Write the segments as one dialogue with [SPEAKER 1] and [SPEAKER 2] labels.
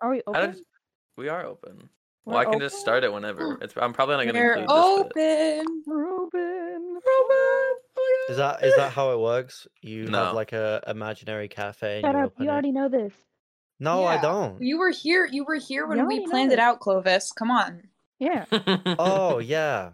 [SPEAKER 1] Are we
[SPEAKER 2] I
[SPEAKER 1] open?
[SPEAKER 2] don't, we are open. well,
[SPEAKER 1] We're
[SPEAKER 2] I can just
[SPEAKER 1] open?
[SPEAKER 2] start it whenever. It's, I'm probably not going to
[SPEAKER 1] We're
[SPEAKER 2] include this bit.
[SPEAKER 3] Open.
[SPEAKER 1] We're open.
[SPEAKER 4] Is that is that how it works? You
[SPEAKER 2] No.
[SPEAKER 4] have like a imaginary cafe. And
[SPEAKER 1] Shut
[SPEAKER 4] you
[SPEAKER 1] up.
[SPEAKER 4] open
[SPEAKER 1] You
[SPEAKER 4] it.
[SPEAKER 1] already know this.
[SPEAKER 4] No, I
[SPEAKER 3] Yeah.
[SPEAKER 4] don't.
[SPEAKER 3] You were here. You were here when
[SPEAKER 1] Yeah, I
[SPEAKER 3] we
[SPEAKER 1] know
[SPEAKER 3] planned it
[SPEAKER 1] that.
[SPEAKER 3] out, Clovis. Come on,
[SPEAKER 1] Yeah.
[SPEAKER 4] Oh yeah.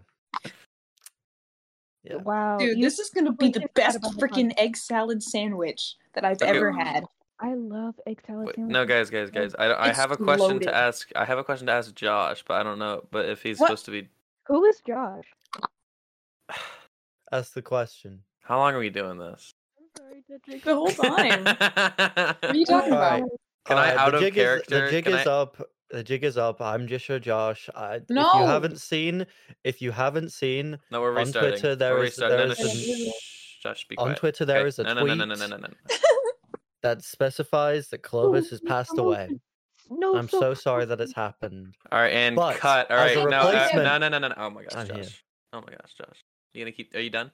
[SPEAKER 4] Yeah.
[SPEAKER 1] Wow.
[SPEAKER 3] dude.
[SPEAKER 1] Oh, you-
[SPEAKER 3] This is gonna be the
[SPEAKER 1] completely forgot
[SPEAKER 3] best
[SPEAKER 1] about the
[SPEAKER 3] freaking egg salad sandwich that I've
[SPEAKER 2] Okay.
[SPEAKER 3] ever had.
[SPEAKER 1] I love egg salad
[SPEAKER 2] Wait,
[SPEAKER 1] sandwiches.
[SPEAKER 2] no, guys, guys, guys. I, don't- I
[SPEAKER 3] It's
[SPEAKER 2] have a question
[SPEAKER 3] loaded.
[SPEAKER 2] to ask. I have a question to ask Josh, but I don't know. But if he's
[SPEAKER 3] What?
[SPEAKER 2] supposed to be,
[SPEAKER 1] Who is Josh?
[SPEAKER 4] That's the question.
[SPEAKER 2] how long are we doing this?
[SPEAKER 1] I'm sorry, Cedric.
[SPEAKER 3] The whole time. what are
[SPEAKER 2] Can
[SPEAKER 3] you talking about?
[SPEAKER 4] Alright,
[SPEAKER 2] I
[SPEAKER 4] Alright,
[SPEAKER 2] out
[SPEAKER 4] Uh, the
[SPEAKER 2] of
[SPEAKER 4] jig Is,
[SPEAKER 2] character?
[SPEAKER 4] the jig
[SPEAKER 2] Can
[SPEAKER 4] is
[SPEAKER 2] I-
[SPEAKER 4] up. The jig is up. I'm just your Josh. I, If
[SPEAKER 3] No.
[SPEAKER 4] you haven't seen, if you haven't seen
[SPEAKER 2] No, we're
[SPEAKER 4] On
[SPEAKER 2] restarting.
[SPEAKER 4] Twitter, there
[SPEAKER 2] we're
[SPEAKER 4] is-
[SPEAKER 2] restarting.
[SPEAKER 4] there
[SPEAKER 2] no, no,
[SPEAKER 1] is a-
[SPEAKER 2] shh, shh, Josh, be
[SPEAKER 4] on
[SPEAKER 2] quiet.
[SPEAKER 4] Twitter, there
[SPEAKER 2] Okay,
[SPEAKER 4] is
[SPEAKER 2] no,
[SPEAKER 4] a tweet
[SPEAKER 2] No, no, no, no, no, no, no.
[SPEAKER 4] that specifies that Clovis has
[SPEAKER 1] no,
[SPEAKER 4] passed
[SPEAKER 1] no,
[SPEAKER 4] away.
[SPEAKER 1] No,
[SPEAKER 4] I'm so sorry that it's happened.
[SPEAKER 2] All right, and
[SPEAKER 4] But,
[SPEAKER 2] cut. All
[SPEAKER 4] as
[SPEAKER 2] right,
[SPEAKER 4] a
[SPEAKER 2] no, uh,
[SPEAKER 4] replacement-
[SPEAKER 2] no, no, no, no, no. Oh my gosh,
[SPEAKER 4] I'm here.
[SPEAKER 2] Josh. Oh my gosh, Josh. You gonna keep? Are you done?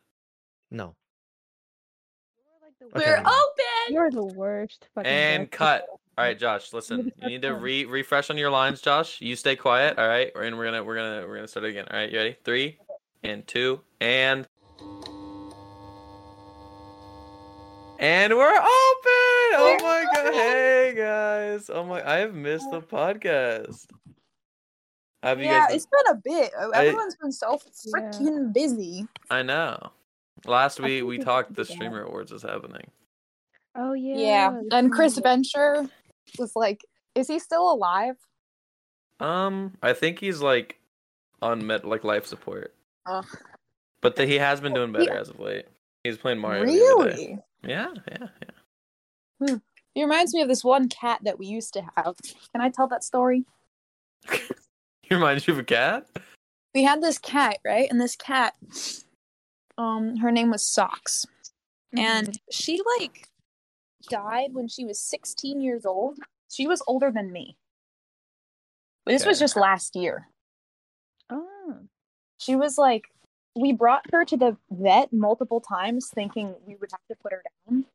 [SPEAKER 4] No. Okay.
[SPEAKER 3] We're
[SPEAKER 4] Okay.
[SPEAKER 3] open.
[SPEAKER 1] You're the worst. fucking
[SPEAKER 2] And
[SPEAKER 1] guest.
[SPEAKER 2] cut. All right, Josh. Listen, you need to
[SPEAKER 1] disgusting.
[SPEAKER 2] re refresh on your lines, Josh. You stay quiet. All right, and we're gonna we're gonna we're gonna start it again. All right, you ready? Three, and two, and and we're open. Oh
[SPEAKER 3] We're
[SPEAKER 2] my god!
[SPEAKER 3] open.
[SPEAKER 2] Hey guys! Oh my! I have missed the podcast. Have you
[SPEAKER 3] Yeah,
[SPEAKER 2] guys?
[SPEAKER 3] it's been a bit. Oh,
[SPEAKER 2] I-
[SPEAKER 3] Everyone's been so freaking busy.
[SPEAKER 2] I know. Last
[SPEAKER 1] I
[SPEAKER 2] week
[SPEAKER 1] think
[SPEAKER 2] we
[SPEAKER 1] we should
[SPEAKER 2] talked.
[SPEAKER 1] do
[SPEAKER 2] The
[SPEAKER 1] that.
[SPEAKER 2] streamer awards is happening.
[SPEAKER 1] Oh yeah.
[SPEAKER 3] Yeah.
[SPEAKER 1] that's
[SPEAKER 3] And
[SPEAKER 1] right.
[SPEAKER 3] Chris Venture was like, is he still alive?
[SPEAKER 2] Um, I think he's like on med like life support,
[SPEAKER 3] Oh,
[SPEAKER 2] but the, he has been doing
[SPEAKER 3] He-
[SPEAKER 2] better as of late. He's playing Mario. the other day.
[SPEAKER 3] really?
[SPEAKER 2] Yeah, yeah, yeah.
[SPEAKER 3] He reminds me of this one cat that we used to have. Can I tell that story?
[SPEAKER 2] He reminds you of a cat.
[SPEAKER 3] We had this cat, right? And this cat, um, her name was Socks. And she like died when she was 16 years old. She was older than me. But this was
[SPEAKER 2] Okay.
[SPEAKER 3] just last year.
[SPEAKER 1] Oh.
[SPEAKER 3] she was like we brought her to the vet multiple times thinking we would have to put her down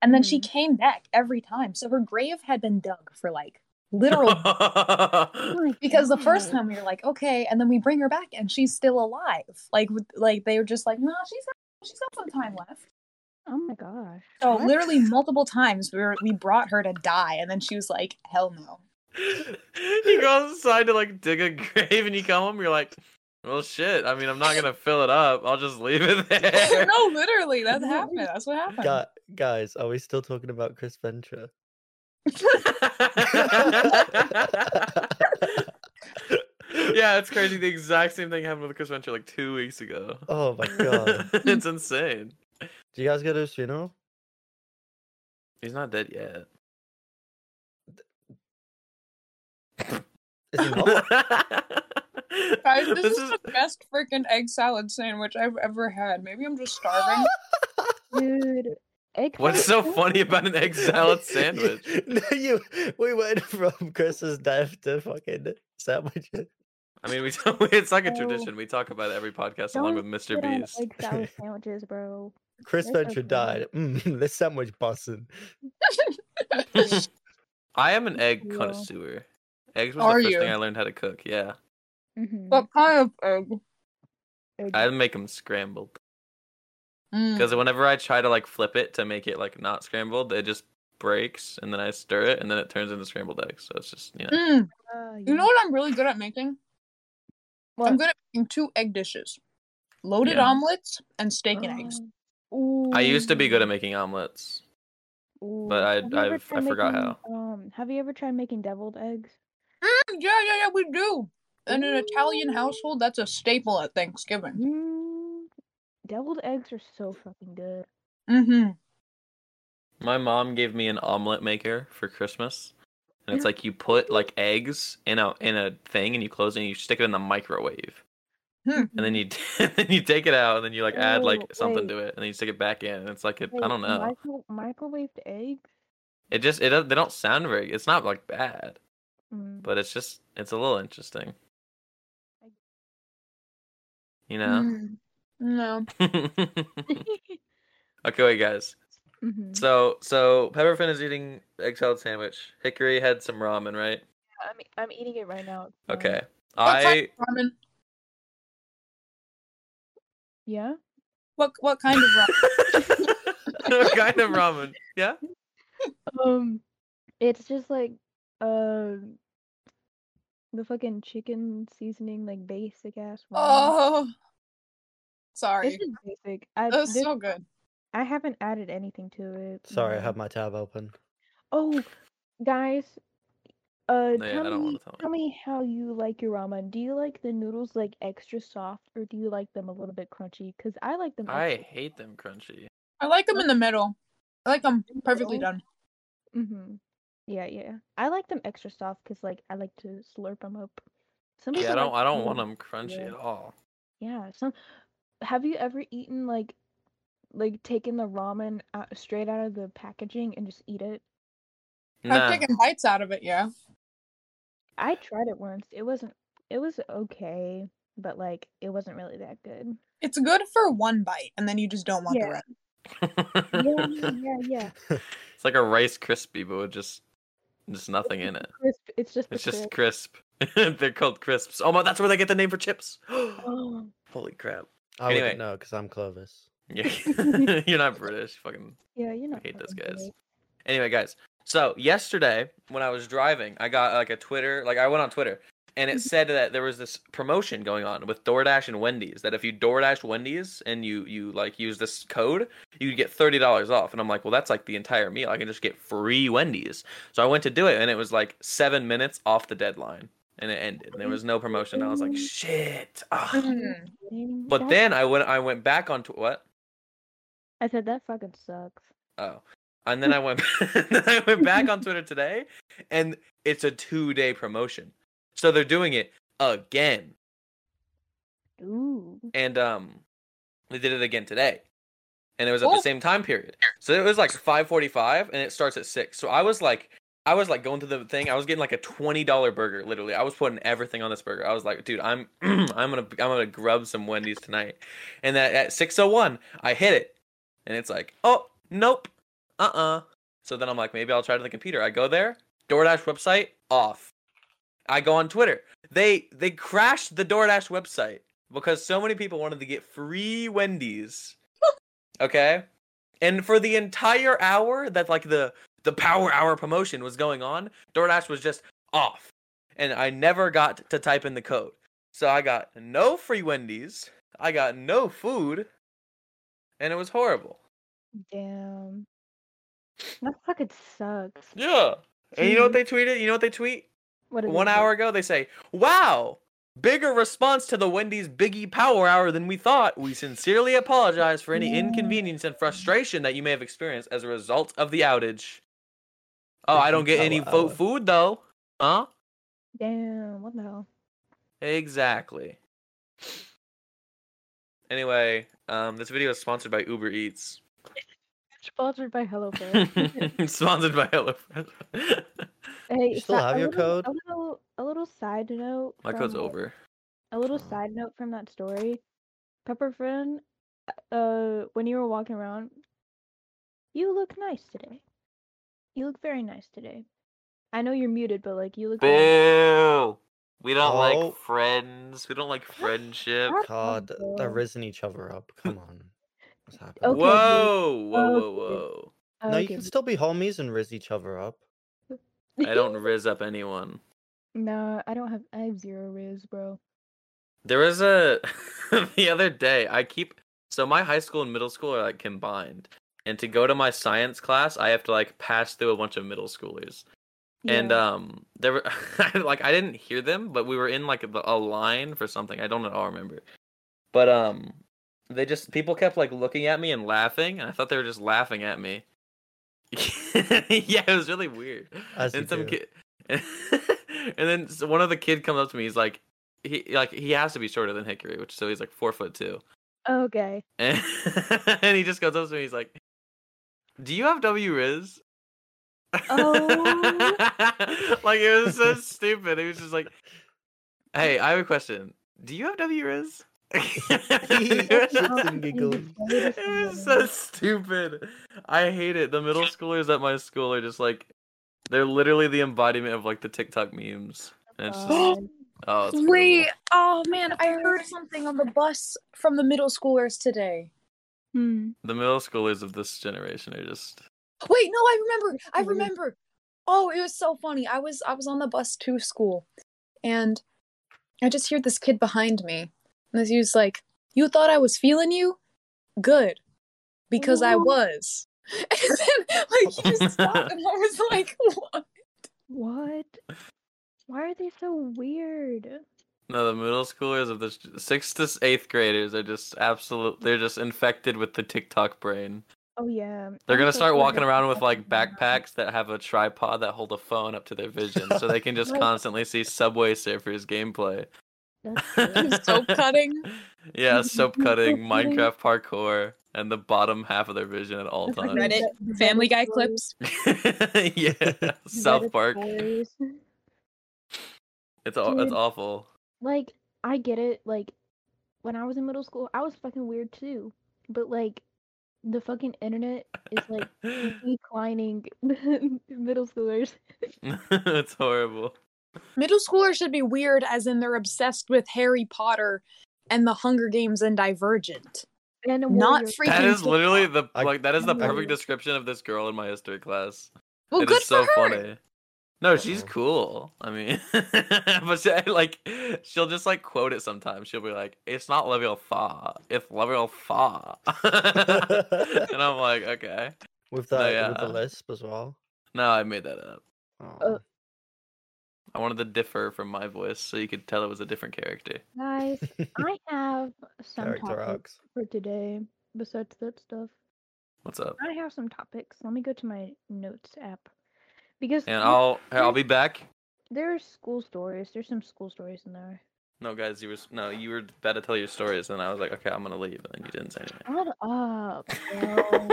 [SPEAKER 3] and then she
[SPEAKER 1] Mhm.
[SPEAKER 3] came back every time so her grave had been dug for like literal
[SPEAKER 1] Oh, my
[SPEAKER 3] because the first
[SPEAKER 1] God.
[SPEAKER 3] time we were like okay and then we bring her back and she's still alive like with- like they were just like no she's got, she's got some time left
[SPEAKER 1] Oh my gosh.
[SPEAKER 3] so
[SPEAKER 2] What?
[SPEAKER 3] literally multiple times we were we brought her to die and then she was like hell no
[SPEAKER 2] you go outside to like dig a grave, and you come home. You're like, well, shit. I mean, I'm not gonna fill it up. I'll just leave it there.
[SPEAKER 3] no literally that happened that's what happened
[SPEAKER 4] Gu guys, are we still talking about Chris Ventura?
[SPEAKER 2] yeah, it's crazy. The exact same thing happened with Chris Venture like two weeks ago.
[SPEAKER 4] Oh my god.
[SPEAKER 2] it's insane.
[SPEAKER 4] Do you guys go to his funeral?
[SPEAKER 2] He's not dead yet.
[SPEAKER 4] Is he not?
[SPEAKER 3] Guys,
[SPEAKER 2] Guys,
[SPEAKER 3] this, is, the best freaking egg salad sandwich I've ever had. Maybe I'm just starving.
[SPEAKER 1] Dude. Egg
[SPEAKER 2] what's so
[SPEAKER 1] salad
[SPEAKER 2] funny about an egg salad sandwich?
[SPEAKER 4] no, you we went from Chris's death to fucking sandwiches.
[SPEAKER 2] I mean, we it's like a
[SPEAKER 1] Oh.
[SPEAKER 2] tradition. We talk about it every podcast
[SPEAKER 1] Don't
[SPEAKER 2] along with Mr.
[SPEAKER 1] shit on
[SPEAKER 2] Beast.
[SPEAKER 1] Egg salad sandwiches, bro.
[SPEAKER 4] Chris
[SPEAKER 1] That's so
[SPEAKER 4] Venture
[SPEAKER 1] funny.
[SPEAKER 4] died. Mm, this sandwich bussin'.
[SPEAKER 2] I am an egg
[SPEAKER 1] Yeah.
[SPEAKER 2] connoisseur. Eggs was
[SPEAKER 3] Are
[SPEAKER 2] the first
[SPEAKER 3] you?
[SPEAKER 2] thing I learned how to cook. Yeah,
[SPEAKER 1] Mhm.
[SPEAKER 3] what kind of egg?
[SPEAKER 1] Egg-
[SPEAKER 2] I make them scrambled.
[SPEAKER 1] Hmm.
[SPEAKER 3] Mm.
[SPEAKER 2] Because whenever I try to like flip it to make it like not scrambled, it just breaks, and then I stir it, and then it turns into scrambled eggs. So it's just you know.
[SPEAKER 3] Mm.
[SPEAKER 1] Oh,
[SPEAKER 3] You know
[SPEAKER 1] yeah.
[SPEAKER 3] what I'm really good at making? I'm
[SPEAKER 1] What?
[SPEAKER 3] good at making two egg dishes. Loaded
[SPEAKER 2] Yeah.
[SPEAKER 3] omelets and steak and eggs.
[SPEAKER 1] Oh.
[SPEAKER 2] I used to be good at
[SPEAKER 1] Ooh.
[SPEAKER 2] making omelets,
[SPEAKER 1] Ooh.
[SPEAKER 2] but I
[SPEAKER 1] Have you ever
[SPEAKER 2] I've, I
[SPEAKER 1] tried
[SPEAKER 2] forgot
[SPEAKER 1] making,
[SPEAKER 2] how.
[SPEAKER 1] Um, have you ever tried making deviled eggs?
[SPEAKER 3] Mm, yeah, yeah, yeah, we do. In an Italian household, that's a staple at Thanksgiving.
[SPEAKER 1] Mm, deviled eggs are so fucking good.
[SPEAKER 3] Mm-hmm.
[SPEAKER 2] My mom gave me an omelet maker for Christmas, and it's like you put like eggs in a in a thing, and you close it, and you stick it in the microwave,
[SPEAKER 1] Hmm.
[SPEAKER 2] and then you then you take it out, and then you like add like
[SPEAKER 1] Oh, wait.
[SPEAKER 2] something to it, and then you stick it back in, and it's like it, I
[SPEAKER 1] Wait,
[SPEAKER 2] don't know.
[SPEAKER 1] micro- microwaved eggs?
[SPEAKER 2] It just it don't- they don't sound very. It's not like bad,
[SPEAKER 1] Mm.
[SPEAKER 2] but it's just it's a little interesting. You know.
[SPEAKER 3] Mm. No.
[SPEAKER 2] okay, wait, guys.
[SPEAKER 1] Mhm.
[SPEAKER 2] So so Pepperfin is eating egg salad sandwich. Hickory had some ramen, right?
[SPEAKER 1] I'm I'm eating it right now. it's fine.
[SPEAKER 2] Okay.
[SPEAKER 3] What
[SPEAKER 2] I
[SPEAKER 3] kind of ramen?
[SPEAKER 1] Yeah.
[SPEAKER 3] What what kind of ramen?
[SPEAKER 2] What kind of ramen. Yeah.
[SPEAKER 1] Um, it's just like um, the fucking chicken seasoning, like basic ass. ramen.
[SPEAKER 3] Oh, sorry.
[SPEAKER 1] it's just basic. I
[SPEAKER 3] That was
[SPEAKER 1] there's-
[SPEAKER 3] so good.
[SPEAKER 1] I haven't added anything to it.
[SPEAKER 4] Sorry, I
[SPEAKER 1] no.
[SPEAKER 4] have my tab open.
[SPEAKER 1] Oh, guys. Uh,
[SPEAKER 2] No, yeah, I
[SPEAKER 1] tell,
[SPEAKER 2] don't
[SPEAKER 1] me,
[SPEAKER 2] want to tell
[SPEAKER 1] tell
[SPEAKER 2] me.
[SPEAKER 1] me how you like your ramen. Do you like the noodles like extra soft, or do you like them a little bit crunchy? Because I like them.
[SPEAKER 2] I hate them crunchy.
[SPEAKER 3] I like them in the middle. I like them perfectly
[SPEAKER 1] middle?
[SPEAKER 3] done.
[SPEAKER 1] Mm-hmm. Yeah, yeah. I like them extra soft because like I like to slurp them up. Some
[SPEAKER 2] Yeah, I
[SPEAKER 1] people
[SPEAKER 2] don't.
[SPEAKER 1] like
[SPEAKER 2] I don't want
[SPEAKER 1] them.
[SPEAKER 2] them crunchy
[SPEAKER 1] Yeah.
[SPEAKER 2] at all.
[SPEAKER 1] Yeah. Some. Have you ever eaten like, like taken the ramen out, straight out of the packaging and just eat it?
[SPEAKER 2] Nah.
[SPEAKER 3] I've taken bites out of it, yeah.
[SPEAKER 1] I tried it once. It wasn't. It was okay, but like it wasn't really that good.
[SPEAKER 3] It's good for one bite, and then you just don't want
[SPEAKER 1] Yeah.
[SPEAKER 3] the rest.
[SPEAKER 1] Yeah, yeah, yeah.
[SPEAKER 2] it's like a Rice crispy, but with just just nothing in it.
[SPEAKER 1] Crisp. It's just. the
[SPEAKER 2] It's just
[SPEAKER 1] crisp.
[SPEAKER 2] crisp. They're called crisps. Oh my, that's where they get the name for chips.
[SPEAKER 1] Oh,
[SPEAKER 2] Holy crap!
[SPEAKER 4] I
[SPEAKER 2] Anyway.
[SPEAKER 4] wouldn't know because I'm Clovis.
[SPEAKER 2] Yeah. You're not British. Fucking.
[SPEAKER 1] yeah, you know.
[SPEAKER 2] hate those guys. Anyway, guys. So yesterday, when I was driving, I got like a Twitter. Like I went on Twitter, and it said that there was this promotion going on with DoorDash and Wendy's. That if you DoorDash Wendy's and you you like use this code, you could get thirty dollars off. And I'm like, well, that's like the entire meal. I can just get free Wendy's. So I went to do it, and it was like seven minutes off the deadline, and it ended. There was no promotion. and I was like, shit.
[SPEAKER 1] Oh
[SPEAKER 2] ah. But then I went I went back on to what.
[SPEAKER 1] I said that fucking sucks.
[SPEAKER 2] Oh. And then I went then I went back on Twitter today and it's a 2-day promotion. So they're doing it again.
[SPEAKER 1] Ooh.
[SPEAKER 2] And um they did it again today. And it was at
[SPEAKER 3] Cool.
[SPEAKER 2] the same time period. So it was like 5:45 and it starts at 6. So I was like I was like going through the thing. I was getting like a $20 burger literally. I was putting everything on this burger. I was like, dude, I'm I'm going to I'm going to grub some Wendy's tonight. And that at 601, I hit it. And it's like, oh, nope. Uh uh So then I'm like, maybe I'll try to the computer. I go there, DoorDash website, off. I go on Twitter. They they crashed the DoorDash website because so many people wanted to get free Wendy's. Okay? And for the entire hour that like the the power hour promotion was going on, DoorDash was just off. And I never got to type in the code. So I got no free Wendy's. I got no food. And it was horrible.
[SPEAKER 1] Damn. That fucking sucks.
[SPEAKER 2] Yeah. And you know what they tweeted? You know what they tweet?
[SPEAKER 1] What is
[SPEAKER 2] One
[SPEAKER 1] it?
[SPEAKER 2] hour ago, they say, Wow, bigger response to the Wendy's Biggie Power Hour than we thought. We sincerely apologize for any
[SPEAKER 1] Yeah.
[SPEAKER 2] inconvenience and frustration that you may have experienced as a result of the outage. Oh, I don't
[SPEAKER 4] Biggie
[SPEAKER 2] get any
[SPEAKER 4] Power
[SPEAKER 2] fo-
[SPEAKER 4] Hour.
[SPEAKER 2] food, though. Huh?
[SPEAKER 1] Damn. What the hell?
[SPEAKER 2] Exactly. Anyway, um, this video is sponsored by Uber Eats.
[SPEAKER 1] Sponsored by HelloFresh.
[SPEAKER 2] sponsored by HelloFresh.
[SPEAKER 1] hey,
[SPEAKER 4] You still
[SPEAKER 1] si-
[SPEAKER 4] have
[SPEAKER 1] a
[SPEAKER 4] your
[SPEAKER 1] little-
[SPEAKER 4] code?
[SPEAKER 1] A little, a little side note.
[SPEAKER 2] My
[SPEAKER 1] from
[SPEAKER 2] code's
[SPEAKER 1] that-
[SPEAKER 2] over.
[SPEAKER 1] A little
[SPEAKER 4] Oh.
[SPEAKER 1] side note from that story. Pepper friend, uh, when you were walking around, you look nice today. You look very nice today. I know you're muted, but like you look. very-
[SPEAKER 2] Boo! We don't
[SPEAKER 4] Oh.
[SPEAKER 2] like friends. We don't like friendship.
[SPEAKER 1] Shut up,
[SPEAKER 4] God, they're
[SPEAKER 1] bro.
[SPEAKER 4] risen each other up. Come on. What's happening?
[SPEAKER 1] Okay, dude.
[SPEAKER 2] whoa, whoa, whoa,
[SPEAKER 1] Okay.
[SPEAKER 2] whoa!
[SPEAKER 4] No, you
[SPEAKER 1] Oh, Okay,
[SPEAKER 4] can still be homies and riz each other up.
[SPEAKER 2] I don't riz up anyone.
[SPEAKER 1] No, I don't have. I have zero riz, bro.
[SPEAKER 2] There was a the other day. I keep so my high school and middle school are like combined, and to go to my science class, I have to like pass through a bunch of middle schoolers. And
[SPEAKER 1] Yeah.
[SPEAKER 2] um, there were like I didn't hear them, but we were in like the- a line for something. I don't at all remember. But um, they just people kept like looking at me and laughing, and I thought they were just laughing at me. yeah, it was really weird.
[SPEAKER 4] As you
[SPEAKER 2] and some
[SPEAKER 4] do.
[SPEAKER 2] kid, and then s- one of the kid comes up to me. He's like, he like he has to be shorter than Hickory, which so he's like four foot two, uh,
[SPEAKER 1] okay.
[SPEAKER 2] and, and he just goes up to me. He's like, "Do you have W Riz?"
[SPEAKER 1] Oh.
[SPEAKER 2] like it was so stupid. It was just like, "Hey, I have a question. Do you have W Riz?"
[SPEAKER 4] Shits and
[SPEAKER 1] Um,
[SPEAKER 4] giggles.
[SPEAKER 1] you say this
[SPEAKER 2] it was
[SPEAKER 1] to
[SPEAKER 2] so
[SPEAKER 1] me.
[SPEAKER 2] stupid. I hate it. The middle schoolers at my school are just like They're literally the embodiment of like the TikTok memes. And it's just,
[SPEAKER 1] Um,
[SPEAKER 2] oh, it's
[SPEAKER 3] Wait, oh man, I heard something on the bus from the middle schoolers today.
[SPEAKER 1] hmm.
[SPEAKER 2] horrible. the middle schoolers of this generation are just
[SPEAKER 3] Wait, no, I remember. I
[SPEAKER 1] Weird.
[SPEAKER 3] remember. Oh, it was so funny. I was I was on the bus to school and I just heard this kid behind me. And he was like, You thought I was feeling you? Good. Because I
[SPEAKER 1] Ooh.
[SPEAKER 3] was. And then like he just stopped and I was like, what?
[SPEAKER 1] What? Why are they so weird?
[SPEAKER 2] no. The middle schoolers of this sixth to eighth graders are just absolute. They're just infected with the TikTok brain.
[SPEAKER 1] Oh yeah.
[SPEAKER 2] They're
[SPEAKER 1] I'm
[SPEAKER 2] gonna
[SPEAKER 1] so
[SPEAKER 2] start
[SPEAKER 1] sorry
[SPEAKER 2] walking
[SPEAKER 1] that
[SPEAKER 2] around
[SPEAKER 1] I'm
[SPEAKER 2] with like
[SPEAKER 1] talking about-
[SPEAKER 2] backpacks that have a tripod that hold a phone up to their vision, so they can just
[SPEAKER 1] Right.
[SPEAKER 2] constantly see Subway Surfers gameplay.
[SPEAKER 1] That's true.
[SPEAKER 3] Soap cutting.
[SPEAKER 2] Yeah, soap
[SPEAKER 1] Soap
[SPEAKER 2] cutting,
[SPEAKER 1] cutting.
[SPEAKER 2] Minecraft parkour, and the bottom half of their vision at all
[SPEAKER 1] That's like
[SPEAKER 2] times.
[SPEAKER 3] Reddit,
[SPEAKER 1] Reddit
[SPEAKER 3] Family Guy
[SPEAKER 1] stories.
[SPEAKER 3] clips.
[SPEAKER 2] yeah,
[SPEAKER 1] Reddit
[SPEAKER 2] South Park.
[SPEAKER 1] stories.
[SPEAKER 2] It's all
[SPEAKER 1] Dude.
[SPEAKER 2] it's awful.
[SPEAKER 1] Like, I get it. Like, when I was in middle school, I was fucking weird too. But like, the fucking internet is like mm-hmm. declining middle schoolers.
[SPEAKER 2] it's horrible.
[SPEAKER 3] Middle schoolers should be weird as in they're obsessed with Harry Potter and the Hunger Games and Divergent.
[SPEAKER 1] And a
[SPEAKER 3] Not
[SPEAKER 1] warrior.
[SPEAKER 3] freaking
[SPEAKER 2] That is literally the
[SPEAKER 4] I-
[SPEAKER 2] like that is the
[SPEAKER 1] I-
[SPEAKER 2] perfect description of this girl in my history class.
[SPEAKER 3] Well,
[SPEAKER 2] It is
[SPEAKER 3] good
[SPEAKER 2] so
[SPEAKER 3] for her.
[SPEAKER 2] funny. No, she's
[SPEAKER 4] Uh-oh.
[SPEAKER 2] cool. I mean, but she, like she'll just like quote it sometimes. She'll be like, "It's not Level Fa, it's Level Fa," and I'm like, "Okay."
[SPEAKER 4] with the with
[SPEAKER 2] yeah.
[SPEAKER 4] the lisp as well.
[SPEAKER 2] No, I made that up.
[SPEAKER 1] Uh,
[SPEAKER 4] Oh.
[SPEAKER 2] I wanted to differ from my voice so you could tell it was a different character.
[SPEAKER 1] Guys, I have some
[SPEAKER 4] Character
[SPEAKER 1] topics
[SPEAKER 4] rocks.
[SPEAKER 1] for today. Besides that stuff,
[SPEAKER 2] What's up?
[SPEAKER 1] I have some topics. Let me go to my notes app because
[SPEAKER 2] And
[SPEAKER 1] there-
[SPEAKER 2] I'll I'll be back.
[SPEAKER 1] there are school stories. There's some school stories in there.
[SPEAKER 2] No, guys, you were s- no, you were about to tell your stories, and I was like, okay, I'm gonna leave, and then you didn't say anything.
[SPEAKER 1] Shut up, bro.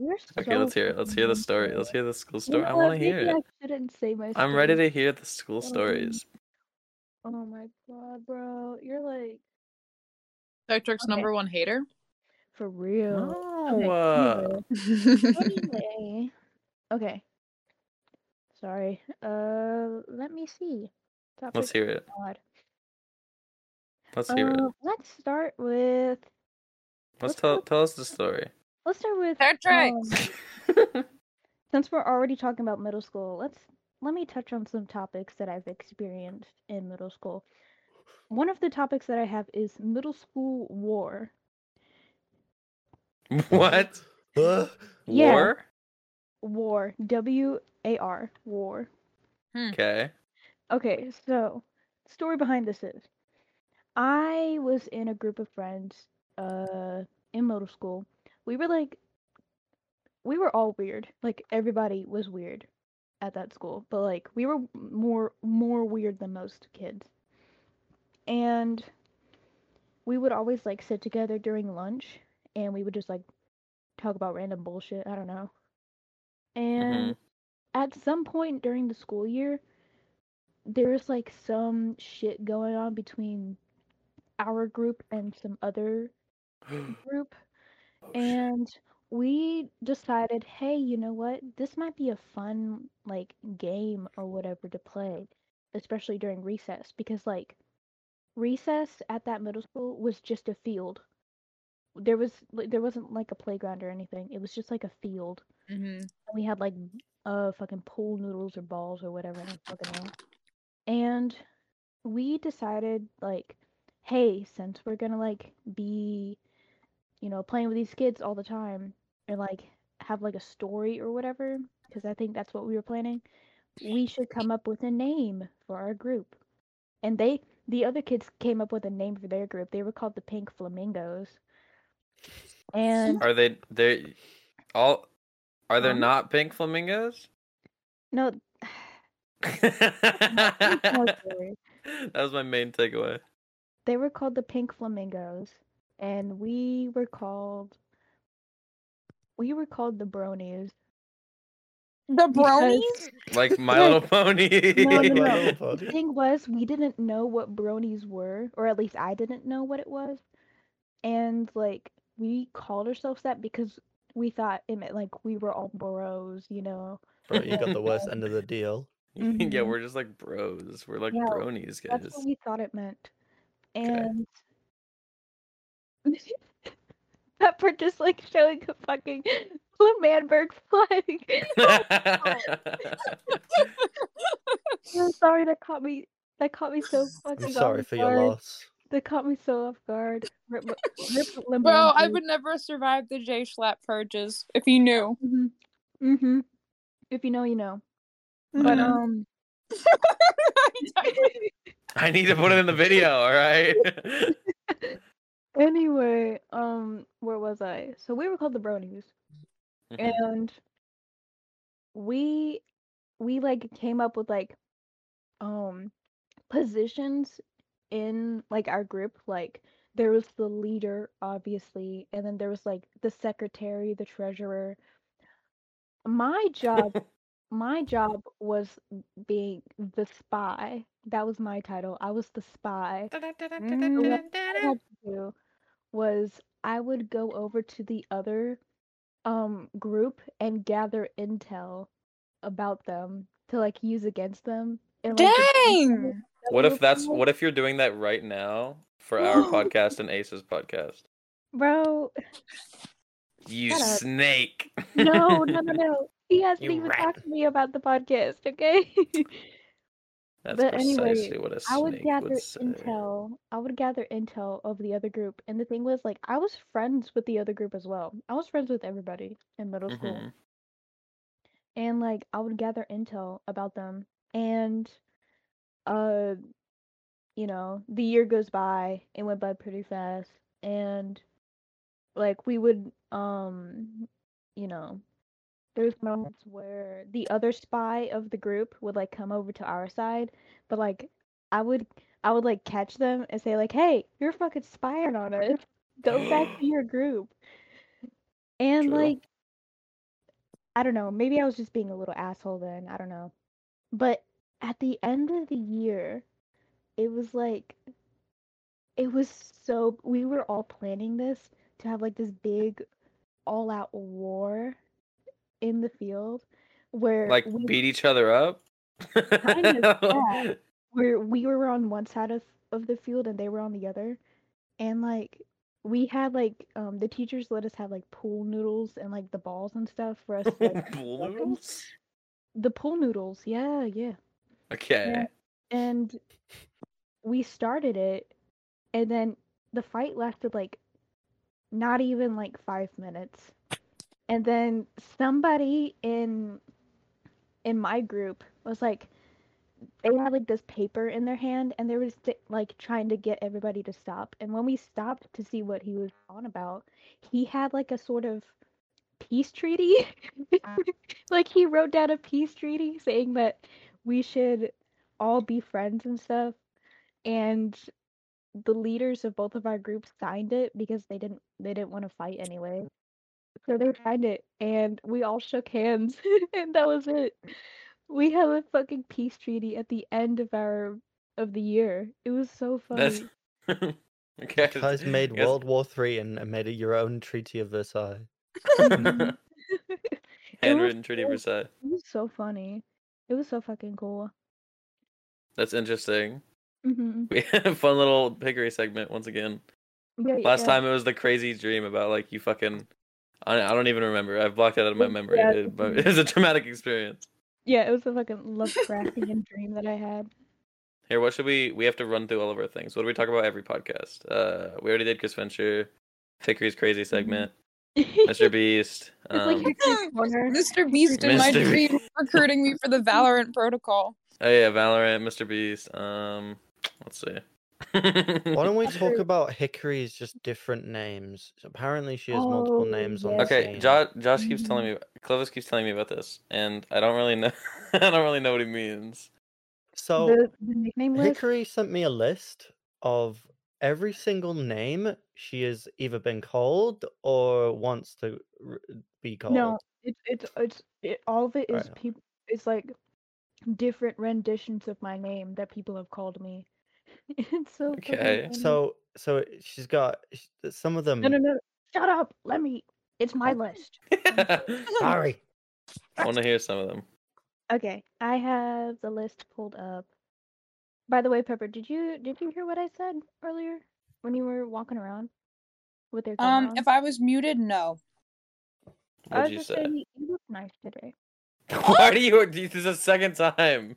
[SPEAKER 1] You're
[SPEAKER 2] Okay,
[SPEAKER 1] so
[SPEAKER 2] let's hear it. Let's hear the
[SPEAKER 1] fucking
[SPEAKER 2] story.
[SPEAKER 1] rude.
[SPEAKER 2] Let's hear the school
[SPEAKER 1] You
[SPEAKER 2] story.
[SPEAKER 1] know
[SPEAKER 2] I
[SPEAKER 1] what?
[SPEAKER 2] want to hear
[SPEAKER 1] Maybe
[SPEAKER 2] it.
[SPEAKER 1] I shouldn't say my.
[SPEAKER 2] I'm ready
[SPEAKER 1] story.
[SPEAKER 2] to hear the school stories.
[SPEAKER 1] Oh my god, bro! You're like
[SPEAKER 3] Doctor's
[SPEAKER 1] Okay.
[SPEAKER 3] number one hater.
[SPEAKER 1] for real. Okay,
[SPEAKER 2] No.
[SPEAKER 1] anyway. Anyway. okay. Sorry. Uh, let me see.
[SPEAKER 2] Let's
[SPEAKER 1] Topic
[SPEAKER 2] hear it.
[SPEAKER 1] pod.
[SPEAKER 2] Let's hear it.
[SPEAKER 1] Uh, let's start with.
[SPEAKER 2] Let's
[SPEAKER 1] let's
[SPEAKER 2] tell
[SPEAKER 1] go-
[SPEAKER 2] tell us the story.
[SPEAKER 1] Let's start with.
[SPEAKER 3] Patrick's.
[SPEAKER 1] um, since we're already talking about middle school, let's let me touch on some topics that I've experienced in middle school. One of the topics that I have is middle school war.
[SPEAKER 2] what?
[SPEAKER 4] Huh?
[SPEAKER 1] Yeah.
[SPEAKER 2] War?
[SPEAKER 1] War. W A R. War.
[SPEAKER 2] Okay.
[SPEAKER 1] Okay, so story behind this is I was in a group of friends uh in middle school. We were like we were all weird. Like everybody was weird at that school, but like we were more more weird than most kids. And we would always like sit together during lunch and we would just like talk about random bullshit, I don't know. And at some point during the school year, there was like some shit going on between our group and some other group and we decided hey you know what this might be a fun like game or whatever to play especially during recess because like recess at that middle school was just a field there was like, there wasn't like a playground or anything it was just like a field and we had like uh fucking pool noodles or balls or whatever I don't fucking know. And we decided like, hey, since we're gonna like be, you know, playing with these kids all the time and like have like a story or whatever, because I think that's what we were planning. We should come up with a name for our group. And they the other kids came up with a name for their group. They were called the Pink Flamingos. And
[SPEAKER 2] Are they they all? Are there
[SPEAKER 1] Um,
[SPEAKER 2] not pink flamingos?
[SPEAKER 1] no,
[SPEAKER 2] that
[SPEAKER 1] sorry.
[SPEAKER 2] was my main takeaway.
[SPEAKER 1] They were called the Pink Flamingos, and we were called we were called the Bronies.
[SPEAKER 3] The
[SPEAKER 1] Because-
[SPEAKER 3] bronies?
[SPEAKER 2] Like My Little Pony.
[SPEAKER 1] No, no,
[SPEAKER 4] My
[SPEAKER 1] no.
[SPEAKER 4] Little
[SPEAKER 1] The
[SPEAKER 4] Pony.
[SPEAKER 1] thing was, we didn't know what bronies were, or at least I didn't know what it was, and like we called ourselves that because we thought it meant like we were all bros, you know.
[SPEAKER 4] Bro, you got the worst end of the deal.
[SPEAKER 2] yeah,
[SPEAKER 1] Mhm.
[SPEAKER 2] we're just like bros. We're like
[SPEAKER 1] Yeah,
[SPEAKER 2] bronies, guys.
[SPEAKER 1] That's what we thought it meant. And Pepper just like showing a fucking Manberg flag. I'm sorry that caught me that caught me so fucking
[SPEAKER 4] I'm
[SPEAKER 1] off
[SPEAKER 4] sorry for your
[SPEAKER 1] guard.
[SPEAKER 4] loss.
[SPEAKER 1] That caught me so off guard. Rip, rip
[SPEAKER 3] Bro, I would never survive the J Schlap purges if you knew.
[SPEAKER 1] hmm hmm If you know, you know.
[SPEAKER 2] I
[SPEAKER 3] Mm-hmm.
[SPEAKER 1] But
[SPEAKER 2] know.
[SPEAKER 1] um
[SPEAKER 2] I need to put it in the video, all right?
[SPEAKER 1] anyway, um where was I? So we were called the Bronies. and we we like came up with like um positions in like our group like there was the leader obviously and then there was like the secretary the treasurer my job my job was being the spy that was my title i was the spy Mm, I had to do was I would go over to the other um group and gather intel about them to like use against them. And, like, the people
[SPEAKER 3] Dang!
[SPEAKER 1] that
[SPEAKER 2] what if
[SPEAKER 1] were
[SPEAKER 2] that's
[SPEAKER 1] cool-
[SPEAKER 2] what if you're doing that right now for our podcast and Ace's podcast?
[SPEAKER 1] bro?
[SPEAKER 2] You
[SPEAKER 1] Shut up.
[SPEAKER 2] snake.
[SPEAKER 1] No, no, no, no. He hasn't
[SPEAKER 2] You
[SPEAKER 1] even
[SPEAKER 2] rat.
[SPEAKER 1] talked to me about the podcast. Okay.
[SPEAKER 2] That's
[SPEAKER 1] But anyway,
[SPEAKER 2] precisely what a snake
[SPEAKER 1] I would gather
[SPEAKER 2] say.
[SPEAKER 1] intel. I would gather intel of the other group, and the thing was, like, I was friends with the other group as well. I was friends with everybody in middle school.
[SPEAKER 2] Mhm.
[SPEAKER 1] and like I would gather intel about them. And uh you know, the year goes by, it went by pretty fast and like we would um you know, there's moments where the other spy of the group would like come over to our side, but like I would I would like catch them and say like, "Hey, you're fucking spying on us. Go back to your group." And
[SPEAKER 2] True.
[SPEAKER 1] like I don't know, maybe I was just being a little asshole then, I don't know. But at the end of the year, it was like it was so we were all planning this to have like this big all out war in the field where
[SPEAKER 2] Like
[SPEAKER 1] we,
[SPEAKER 2] beat each other up?
[SPEAKER 1] Kind of, yeah. where we were on one side of, of the field and they were on the other. And like we had like um the teachers let us have like pool noodles and like the balls and stuff for us to, like
[SPEAKER 2] Pool noodles?
[SPEAKER 1] the pool noodles, yeah, yeah.
[SPEAKER 2] Okay.
[SPEAKER 1] and we started it and then the fight lasted like not even like five minutes and then somebody in in my group was like they had like this paper in their hand and they were just like trying to get everybody to stop and when we stopped to see what he was on about he had like a sort of peace treaty like he wrote down a peace treaty saying that we should all be friends and stuff and the leaders of both of our groups signed it because they didn't they didn't want to fight anyway so they signed it and we all shook hands and that was it we have a fucking peace treaty at the end of our of the year it was so funny
[SPEAKER 2] That's okay.
[SPEAKER 4] You guys made
[SPEAKER 2] Yes.
[SPEAKER 4] World War Three and and made it your own Treaty of Versailles.
[SPEAKER 1] Mhm.
[SPEAKER 2] Handwritten treaty percent.
[SPEAKER 1] it was so funny it was so fucking cool
[SPEAKER 2] That's interesting.
[SPEAKER 1] hmm
[SPEAKER 2] We had a fun little pickery segment once again.
[SPEAKER 1] yeah,
[SPEAKER 2] Last
[SPEAKER 1] yeah.
[SPEAKER 2] time it was the crazy dream about like you fucking. I I don't even remember. I've blocked it out of my memory.
[SPEAKER 1] Yeah.
[SPEAKER 2] It, but it was a traumatic experience.
[SPEAKER 1] yeah it was a fucking lovecraftian dream that i had
[SPEAKER 2] Here, what should we? We have to run through all of our things. What do we talk about every podcast? Uh, we already did Chris Venture, Pickery's crazy segment, Mr. Beast.
[SPEAKER 1] Mm-hmm. like
[SPEAKER 2] Um,
[SPEAKER 1] Hickory's Corner.
[SPEAKER 3] Mr. Beast in my
[SPEAKER 2] Mr.
[SPEAKER 3] dream recruiting me for the Valorant protocol.
[SPEAKER 2] oh yeah, Valorant, Mr. Beast. Um, let's see.
[SPEAKER 4] Why don't we talk
[SPEAKER 1] True.
[SPEAKER 4] about Hickory's just different names? Apparently, she has multiple
[SPEAKER 1] Oh,
[SPEAKER 4] names on.
[SPEAKER 1] yeah.
[SPEAKER 4] the
[SPEAKER 2] Okay,
[SPEAKER 4] same.
[SPEAKER 2] Josh, Josh keeps telling
[SPEAKER 1] Mm-hmm.
[SPEAKER 2] me, Clovis keeps telling me about this, and I don't really know. I don't really know what he means.
[SPEAKER 4] So
[SPEAKER 1] the, the nickname list.
[SPEAKER 4] Hickory sent me a list of every single name she has either been called or wants to r- be called.
[SPEAKER 1] No, it's it's it's it, all of it is
[SPEAKER 4] Right.
[SPEAKER 1] people. It's like different renditions of my name that people have called me. it's so fucking
[SPEAKER 2] Okay.
[SPEAKER 1] funny.
[SPEAKER 4] So so she's got sh- some of them.
[SPEAKER 1] no no no shut up let me It's my list.
[SPEAKER 4] Sorry.
[SPEAKER 2] I want to hear some of them.
[SPEAKER 1] Okay, I have the list pulled up. By the way, Pepper, did you did you hear what I said earlier when you were walking around with their
[SPEAKER 3] Um, if I was muted, no.
[SPEAKER 1] I was
[SPEAKER 2] What'd you
[SPEAKER 1] just
[SPEAKER 2] say?
[SPEAKER 1] saying you- you look nice today.
[SPEAKER 2] Why do you? This is the second time.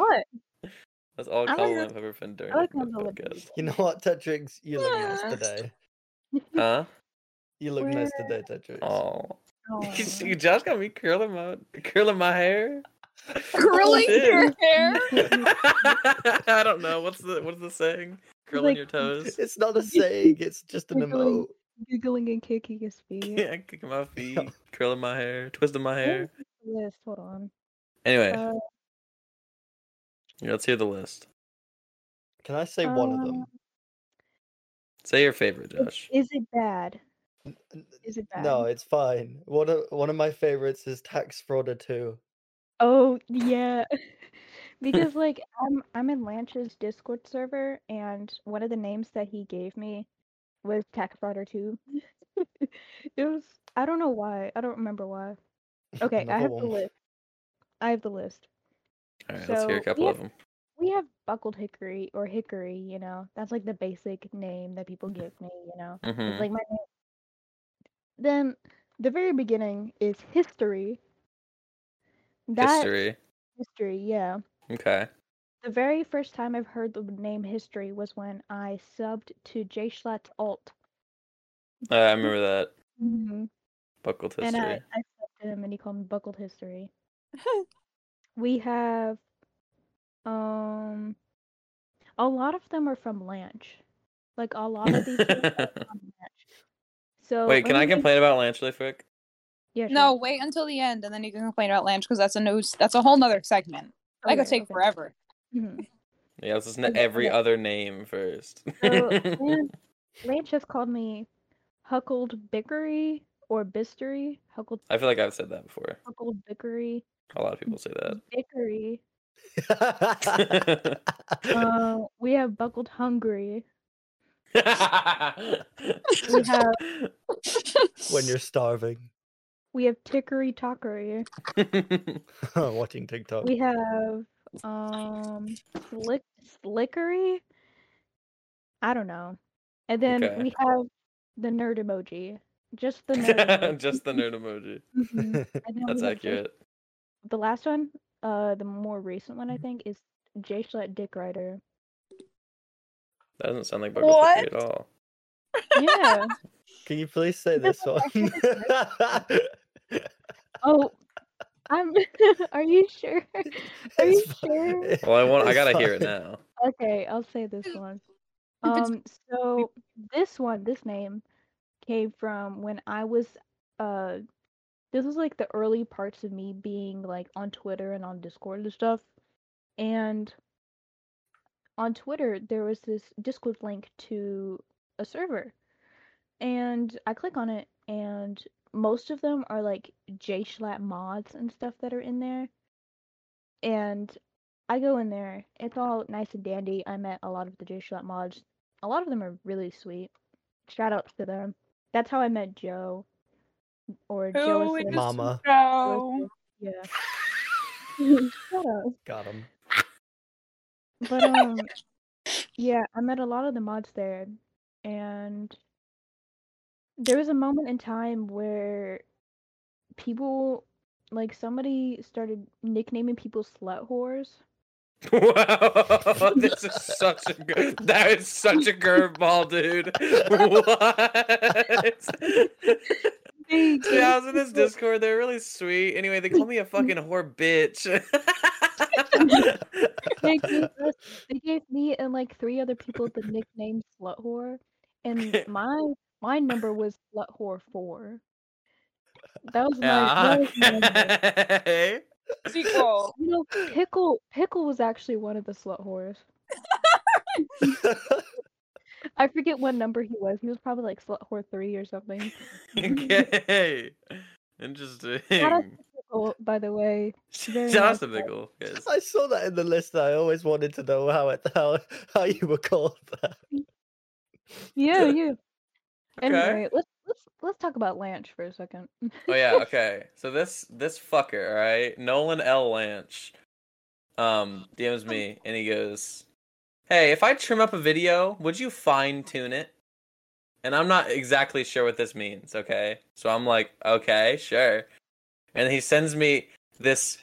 [SPEAKER 1] What?
[SPEAKER 2] That's all
[SPEAKER 3] I like
[SPEAKER 2] Colin
[SPEAKER 3] that-
[SPEAKER 2] I've ever been doing.
[SPEAKER 1] I like
[SPEAKER 2] this
[SPEAKER 1] how the
[SPEAKER 2] podcast.
[SPEAKER 4] You know what, Tetrix? You look nice
[SPEAKER 3] Yeah.
[SPEAKER 4] today.
[SPEAKER 2] Huh?
[SPEAKER 4] You look nice
[SPEAKER 1] Where-
[SPEAKER 4] today, Tetrix.
[SPEAKER 2] Oh,
[SPEAKER 1] Oh.
[SPEAKER 2] you see, Josh got me curling my curling my hair.
[SPEAKER 3] Curling your
[SPEAKER 2] dear.
[SPEAKER 3] hair?
[SPEAKER 2] I don't know what's the what's the saying? Curling
[SPEAKER 1] like-
[SPEAKER 2] your toes.
[SPEAKER 4] It's not a saying, it's just an
[SPEAKER 1] You're going-
[SPEAKER 4] emote.
[SPEAKER 1] Giggling and kicking his feet.
[SPEAKER 2] Yeah, kicking my feet, curling my hair, twisting my hair.
[SPEAKER 1] List. Hold on.
[SPEAKER 2] Anyway,
[SPEAKER 1] Oh, Uh,
[SPEAKER 2] yeah, let's hear the list.
[SPEAKER 4] Can I say one
[SPEAKER 1] Um,
[SPEAKER 4] of them?
[SPEAKER 2] Say your favorite,
[SPEAKER 1] Is-
[SPEAKER 2] Josh.
[SPEAKER 1] Is it bad?
[SPEAKER 4] N-
[SPEAKER 1] Is it bad?
[SPEAKER 4] No, it's fine. One of one of my favorites is Tax Frauder 2.
[SPEAKER 1] Oh yeah. because like I'm I'm in Lanch's Discord server and one of the names that he gave me was Tax Frauder 2. it was I don't know why. I don't remember why. Okay, I
[SPEAKER 4] Another
[SPEAKER 1] have the
[SPEAKER 4] one.
[SPEAKER 1] list. I have the list.
[SPEAKER 2] All right, let's hear a
[SPEAKER 1] so
[SPEAKER 2] couple
[SPEAKER 1] we
[SPEAKER 2] of them.
[SPEAKER 1] We have buckled hickory or hickory, you know. That's like the basic name that people
[SPEAKER 4] Mm-hmm.
[SPEAKER 1] give me, you know. It's
[SPEAKER 2] hmm
[SPEAKER 1] like my name. Then the very beginning is history. That
[SPEAKER 2] History.
[SPEAKER 1] history, yeah.
[SPEAKER 2] Okay.
[SPEAKER 1] The very first time I've heard the name history was when I subbed to Jay Schlatt's alt.
[SPEAKER 2] Uh, I remember that.
[SPEAKER 1] Mm-hmm.
[SPEAKER 2] Buckled history.
[SPEAKER 1] And uh, I, I subbed to him and he called me Buckled History. We have um a lot of them are from Lanch. Like a lot of these things are from Lanch. So
[SPEAKER 2] Wait,
[SPEAKER 1] let
[SPEAKER 2] can I
[SPEAKER 1] me think-
[SPEAKER 2] complain about Lance really quick?
[SPEAKER 1] Yeah, sure.
[SPEAKER 3] No, wait until the end, and then you can complain about Lanch because that's a no. That's a whole nother segment. That could
[SPEAKER 1] Okay,
[SPEAKER 3] take
[SPEAKER 1] okay.
[SPEAKER 3] forever.
[SPEAKER 1] Mhm.
[SPEAKER 2] Yeah, let's listen to
[SPEAKER 1] Okay,
[SPEAKER 2] every
[SPEAKER 1] okay.
[SPEAKER 2] other name first.
[SPEAKER 1] So, Lan- Lanch has called me Huckled Bickery or Bistery. Huckled
[SPEAKER 2] I feel like I've said that before.
[SPEAKER 1] Huckled Bickery.
[SPEAKER 2] A lot of people say
[SPEAKER 1] Bickery.
[SPEAKER 2] that.
[SPEAKER 1] Uh, we have buckled hungry. We
[SPEAKER 2] we
[SPEAKER 1] have
[SPEAKER 4] when you're starving,
[SPEAKER 1] we have tickery tockery.
[SPEAKER 4] watching
[SPEAKER 2] Oh.
[SPEAKER 4] TikTok.
[SPEAKER 1] We have um slick slickery. I don't know. And then
[SPEAKER 2] Okay.
[SPEAKER 1] we have the nerd emoji. Just the nerd. emoji.
[SPEAKER 2] just the nerd emoji.
[SPEAKER 1] Mhm. And then
[SPEAKER 2] That's
[SPEAKER 1] we have Jay-
[SPEAKER 2] accurate.
[SPEAKER 1] The last one, uh, the more recent
[SPEAKER 2] Mm-hmm.
[SPEAKER 1] one I think is J Schlett Dick Rider.
[SPEAKER 2] That doesn't sound like Buckle
[SPEAKER 3] What?
[SPEAKER 2] Theory at all.
[SPEAKER 1] Yeah.
[SPEAKER 4] Can you please say this one?
[SPEAKER 1] oh, I'm. Are you sure? Are you
[SPEAKER 4] It's fu-
[SPEAKER 1] sure?
[SPEAKER 2] Well, I want. I
[SPEAKER 4] it's
[SPEAKER 2] gotta hear it
[SPEAKER 4] fine.
[SPEAKER 2] now.
[SPEAKER 1] Okay, I'll say this one.
[SPEAKER 3] If it's-
[SPEAKER 1] Um, so this one, this name came from when I was uh this was like the early parts of me being like on Twitter and on Discord and stuff. And on Twitter there was this Discord link to a server. And I click on it and most of them are like J Schlatt mods and stuff that are in there. And I go in there. It's all nice and dandy. I met a lot of the J Schlatt mods. A lot of them are really sweet. Shout outs to them. That's how I met Joe. Or Joe.
[SPEAKER 3] Who
[SPEAKER 1] is
[SPEAKER 3] is
[SPEAKER 1] the-
[SPEAKER 4] Mama.
[SPEAKER 3] Joe?
[SPEAKER 1] Yeah. Shut up.
[SPEAKER 4] Got him.
[SPEAKER 1] But um, yeah, I met a lot of the mods there, and there was a moment in time where people, like somebody, started nicknaming people slut whores.
[SPEAKER 2] Wow, this is such a good. That is such a curveball, dude. What? Dude, I was in this Discord. They're really sweet. Anyway, they call me a fucking whore bitch.
[SPEAKER 1] They gave us- they gave me and like three other people the nickname slut whore, and my my number was slut whore four. That was Oh my.
[SPEAKER 2] yeah.
[SPEAKER 1] That was my number.
[SPEAKER 2] okay.
[SPEAKER 3] Sequel.
[SPEAKER 1] You know, pickle pickle was actually one of the slut whores. I forget what number he was. He was probably like slut whore three or something.
[SPEAKER 2] Okay. Interesting.
[SPEAKER 1] Pickle, by the way, very nice
[SPEAKER 2] Johnson
[SPEAKER 1] guy.
[SPEAKER 2] Bickle. Yes.
[SPEAKER 4] I saw that in the list. and I always wanted to know how it how, how you were called that.
[SPEAKER 1] yeah, yeah.
[SPEAKER 2] Okay.
[SPEAKER 1] Anyway, let's let's let's talk about Lanch for a second.
[SPEAKER 2] Oh yeah, okay. So this this fucker, all right, Nolan L. Lanch, um, DMs me and he goes, "Hey, if I trim up a video, would you fine tune it?" And I'm not exactly sure what this means. Okay, so I'm like, "Okay, sure." And he sends me this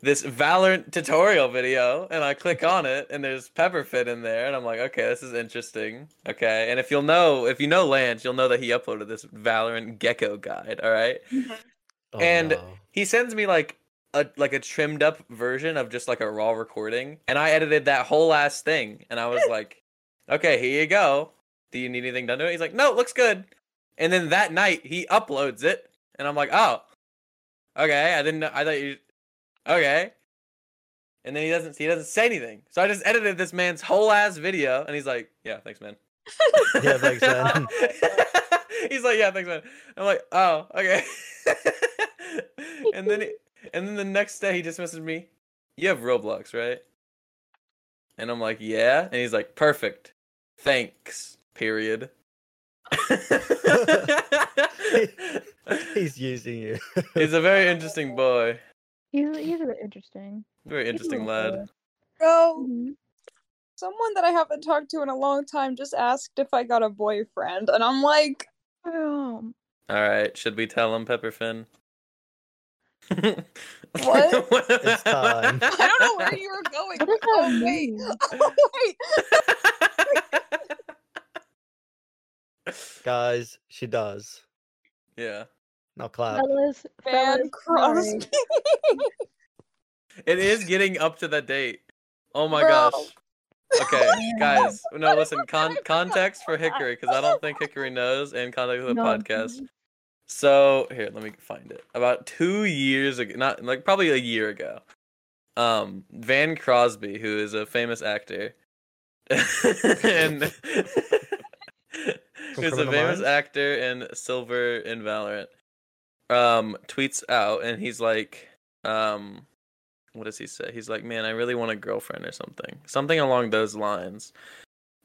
[SPEAKER 2] this Valorant tutorial video, and I click on it, and there's Pepperfit in there, and I'm like, okay, this is interesting. Okay, and if you'll know, if you know Lance, you'll know that he uploaded this Valorant Gecko guide. All right,
[SPEAKER 4] Oh,
[SPEAKER 2] And-
[SPEAKER 4] no.
[SPEAKER 2] he sends me like a like a trimmed up version of just like a raw recording, and I edited that whole last thing, and I was like, okay, here you go. Do you need anything done to it? He's like, no, it looks good. And then that night he uploads it, and I'm like, oh, okay. I didn't. know I thought you. Okay. And then he doesn't. He doesn't say anything. So I just edited this man's whole ass video, and he's like, "Yeah, thanks, man."
[SPEAKER 4] Yeah, thanks, man.
[SPEAKER 2] he's like, "Yeah, thanks, man." I'm like, "Oh, okay." and then, he, and then the next day, he just messaged me, "You have Roblox, right?" And I'm like, "Yeah." And he's like, "Perfect. Thanks." Period.
[SPEAKER 4] he's using you.
[SPEAKER 2] He's a very interesting boy.
[SPEAKER 1] He's he's a bit interesting.
[SPEAKER 2] Very
[SPEAKER 1] He's a
[SPEAKER 2] interesting
[SPEAKER 1] little Mm-hmm.
[SPEAKER 2] lad.
[SPEAKER 3] Bro,
[SPEAKER 1] boy.
[SPEAKER 3] someone that I haven't talked to in a long time just asked if I got a boyfriend, and I'm like,
[SPEAKER 1] Um,
[SPEAKER 2] All right, should we tell him Pepperfin?
[SPEAKER 3] What?
[SPEAKER 4] It's time.
[SPEAKER 3] I don't know where you were going.
[SPEAKER 1] What does that
[SPEAKER 3] Oh wait,
[SPEAKER 1] mean?
[SPEAKER 3] oh wait.
[SPEAKER 4] Guys, she does.
[SPEAKER 2] yeah,
[SPEAKER 4] Now
[SPEAKER 2] Uh,
[SPEAKER 4] clap.
[SPEAKER 1] Fellas,
[SPEAKER 3] Van
[SPEAKER 1] fellas, sorry.
[SPEAKER 3] Crosby.
[SPEAKER 2] it is getting up to that date. Oh my
[SPEAKER 3] Bro.
[SPEAKER 2] gosh. Okay, guys. No,
[SPEAKER 3] What
[SPEAKER 2] listen.
[SPEAKER 3] did I
[SPEAKER 2] Con-
[SPEAKER 3] forget
[SPEAKER 2] context for
[SPEAKER 3] about that?
[SPEAKER 2] Hickory, because I don't think Hickory knows, and context for the
[SPEAKER 1] No,
[SPEAKER 2] podcast. So here, let me find it. About two years ago, not like probably a year ago, um, Van Crosby, who is a famous actor, and who's a
[SPEAKER 4] Criminal
[SPEAKER 2] famous
[SPEAKER 4] Minds?
[SPEAKER 2] actor in Silver and Valorant, um, tweets out, and he's like, um, what does he say? He's like, man, I really want a girlfriend or something, something along those lines.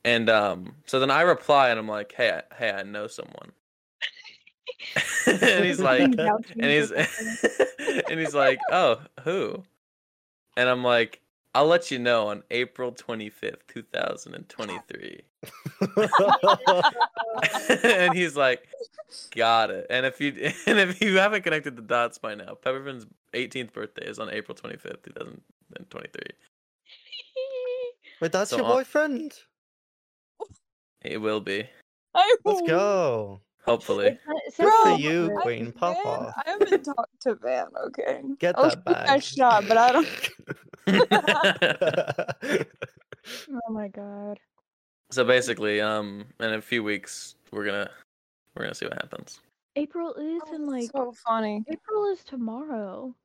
[SPEAKER 2] And um, so then I reply, and I'm like, hey, I, hey, I know someone. and he's like,
[SPEAKER 1] He's vouching
[SPEAKER 2] and he's
[SPEAKER 1] for something.
[SPEAKER 2] and he's like, "Oh, who?" And I'm like, "I'll let you know on April 25th, 2023." and he's like, "Got it." And if you and if you haven't connected the dots by now, Pepperfin's 18th birthday is on April 25th, 2023.
[SPEAKER 4] Wait, that's
[SPEAKER 2] So
[SPEAKER 4] your
[SPEAKER 2] I'll-
[SPEAKER 4] boyfriend?
[SPEAKER 2] It will be,
[SPEAKER 3] I
[SPEAKER 4] Let's go.
[SPEAKER 2] hopefully.
[SPEAKER 1] Uh, it
[SPEAKER 3] Bro,
[SPEAKER 1] says
[SPEAKER 4] for
[SPEAKER 1] Van
[SPEAKER 4] you,
[SPEAKER 1] Crosby.
[SPEAKER 3] I-
[SPEAKER 4] Queen
[SPEAKER 3] Van-
[SPEAKER 4] Papa.
[SPEAKER 3] I haven't talked to Van. Okay.
[SPEAKER 4] Get
[SPEAKER 3] I'll
[SPEAKER 4] that
[SPEAKER 3] shoot
[SPEAKER 4] back.
[SPEAKER 3] that shot, but I don't-
[SPEAKER 1] Oh my god.
[SPEAKER 2] so basically, um, in a few weeks, we're gonna we're gonna see what happens.
[SPEAKER 1] April is
[SPEAKER 2] Oh,
[SPEAKER 1] in like
[SPEAKER 3] so funny.
[SPEAKER 1] April is tomorrow.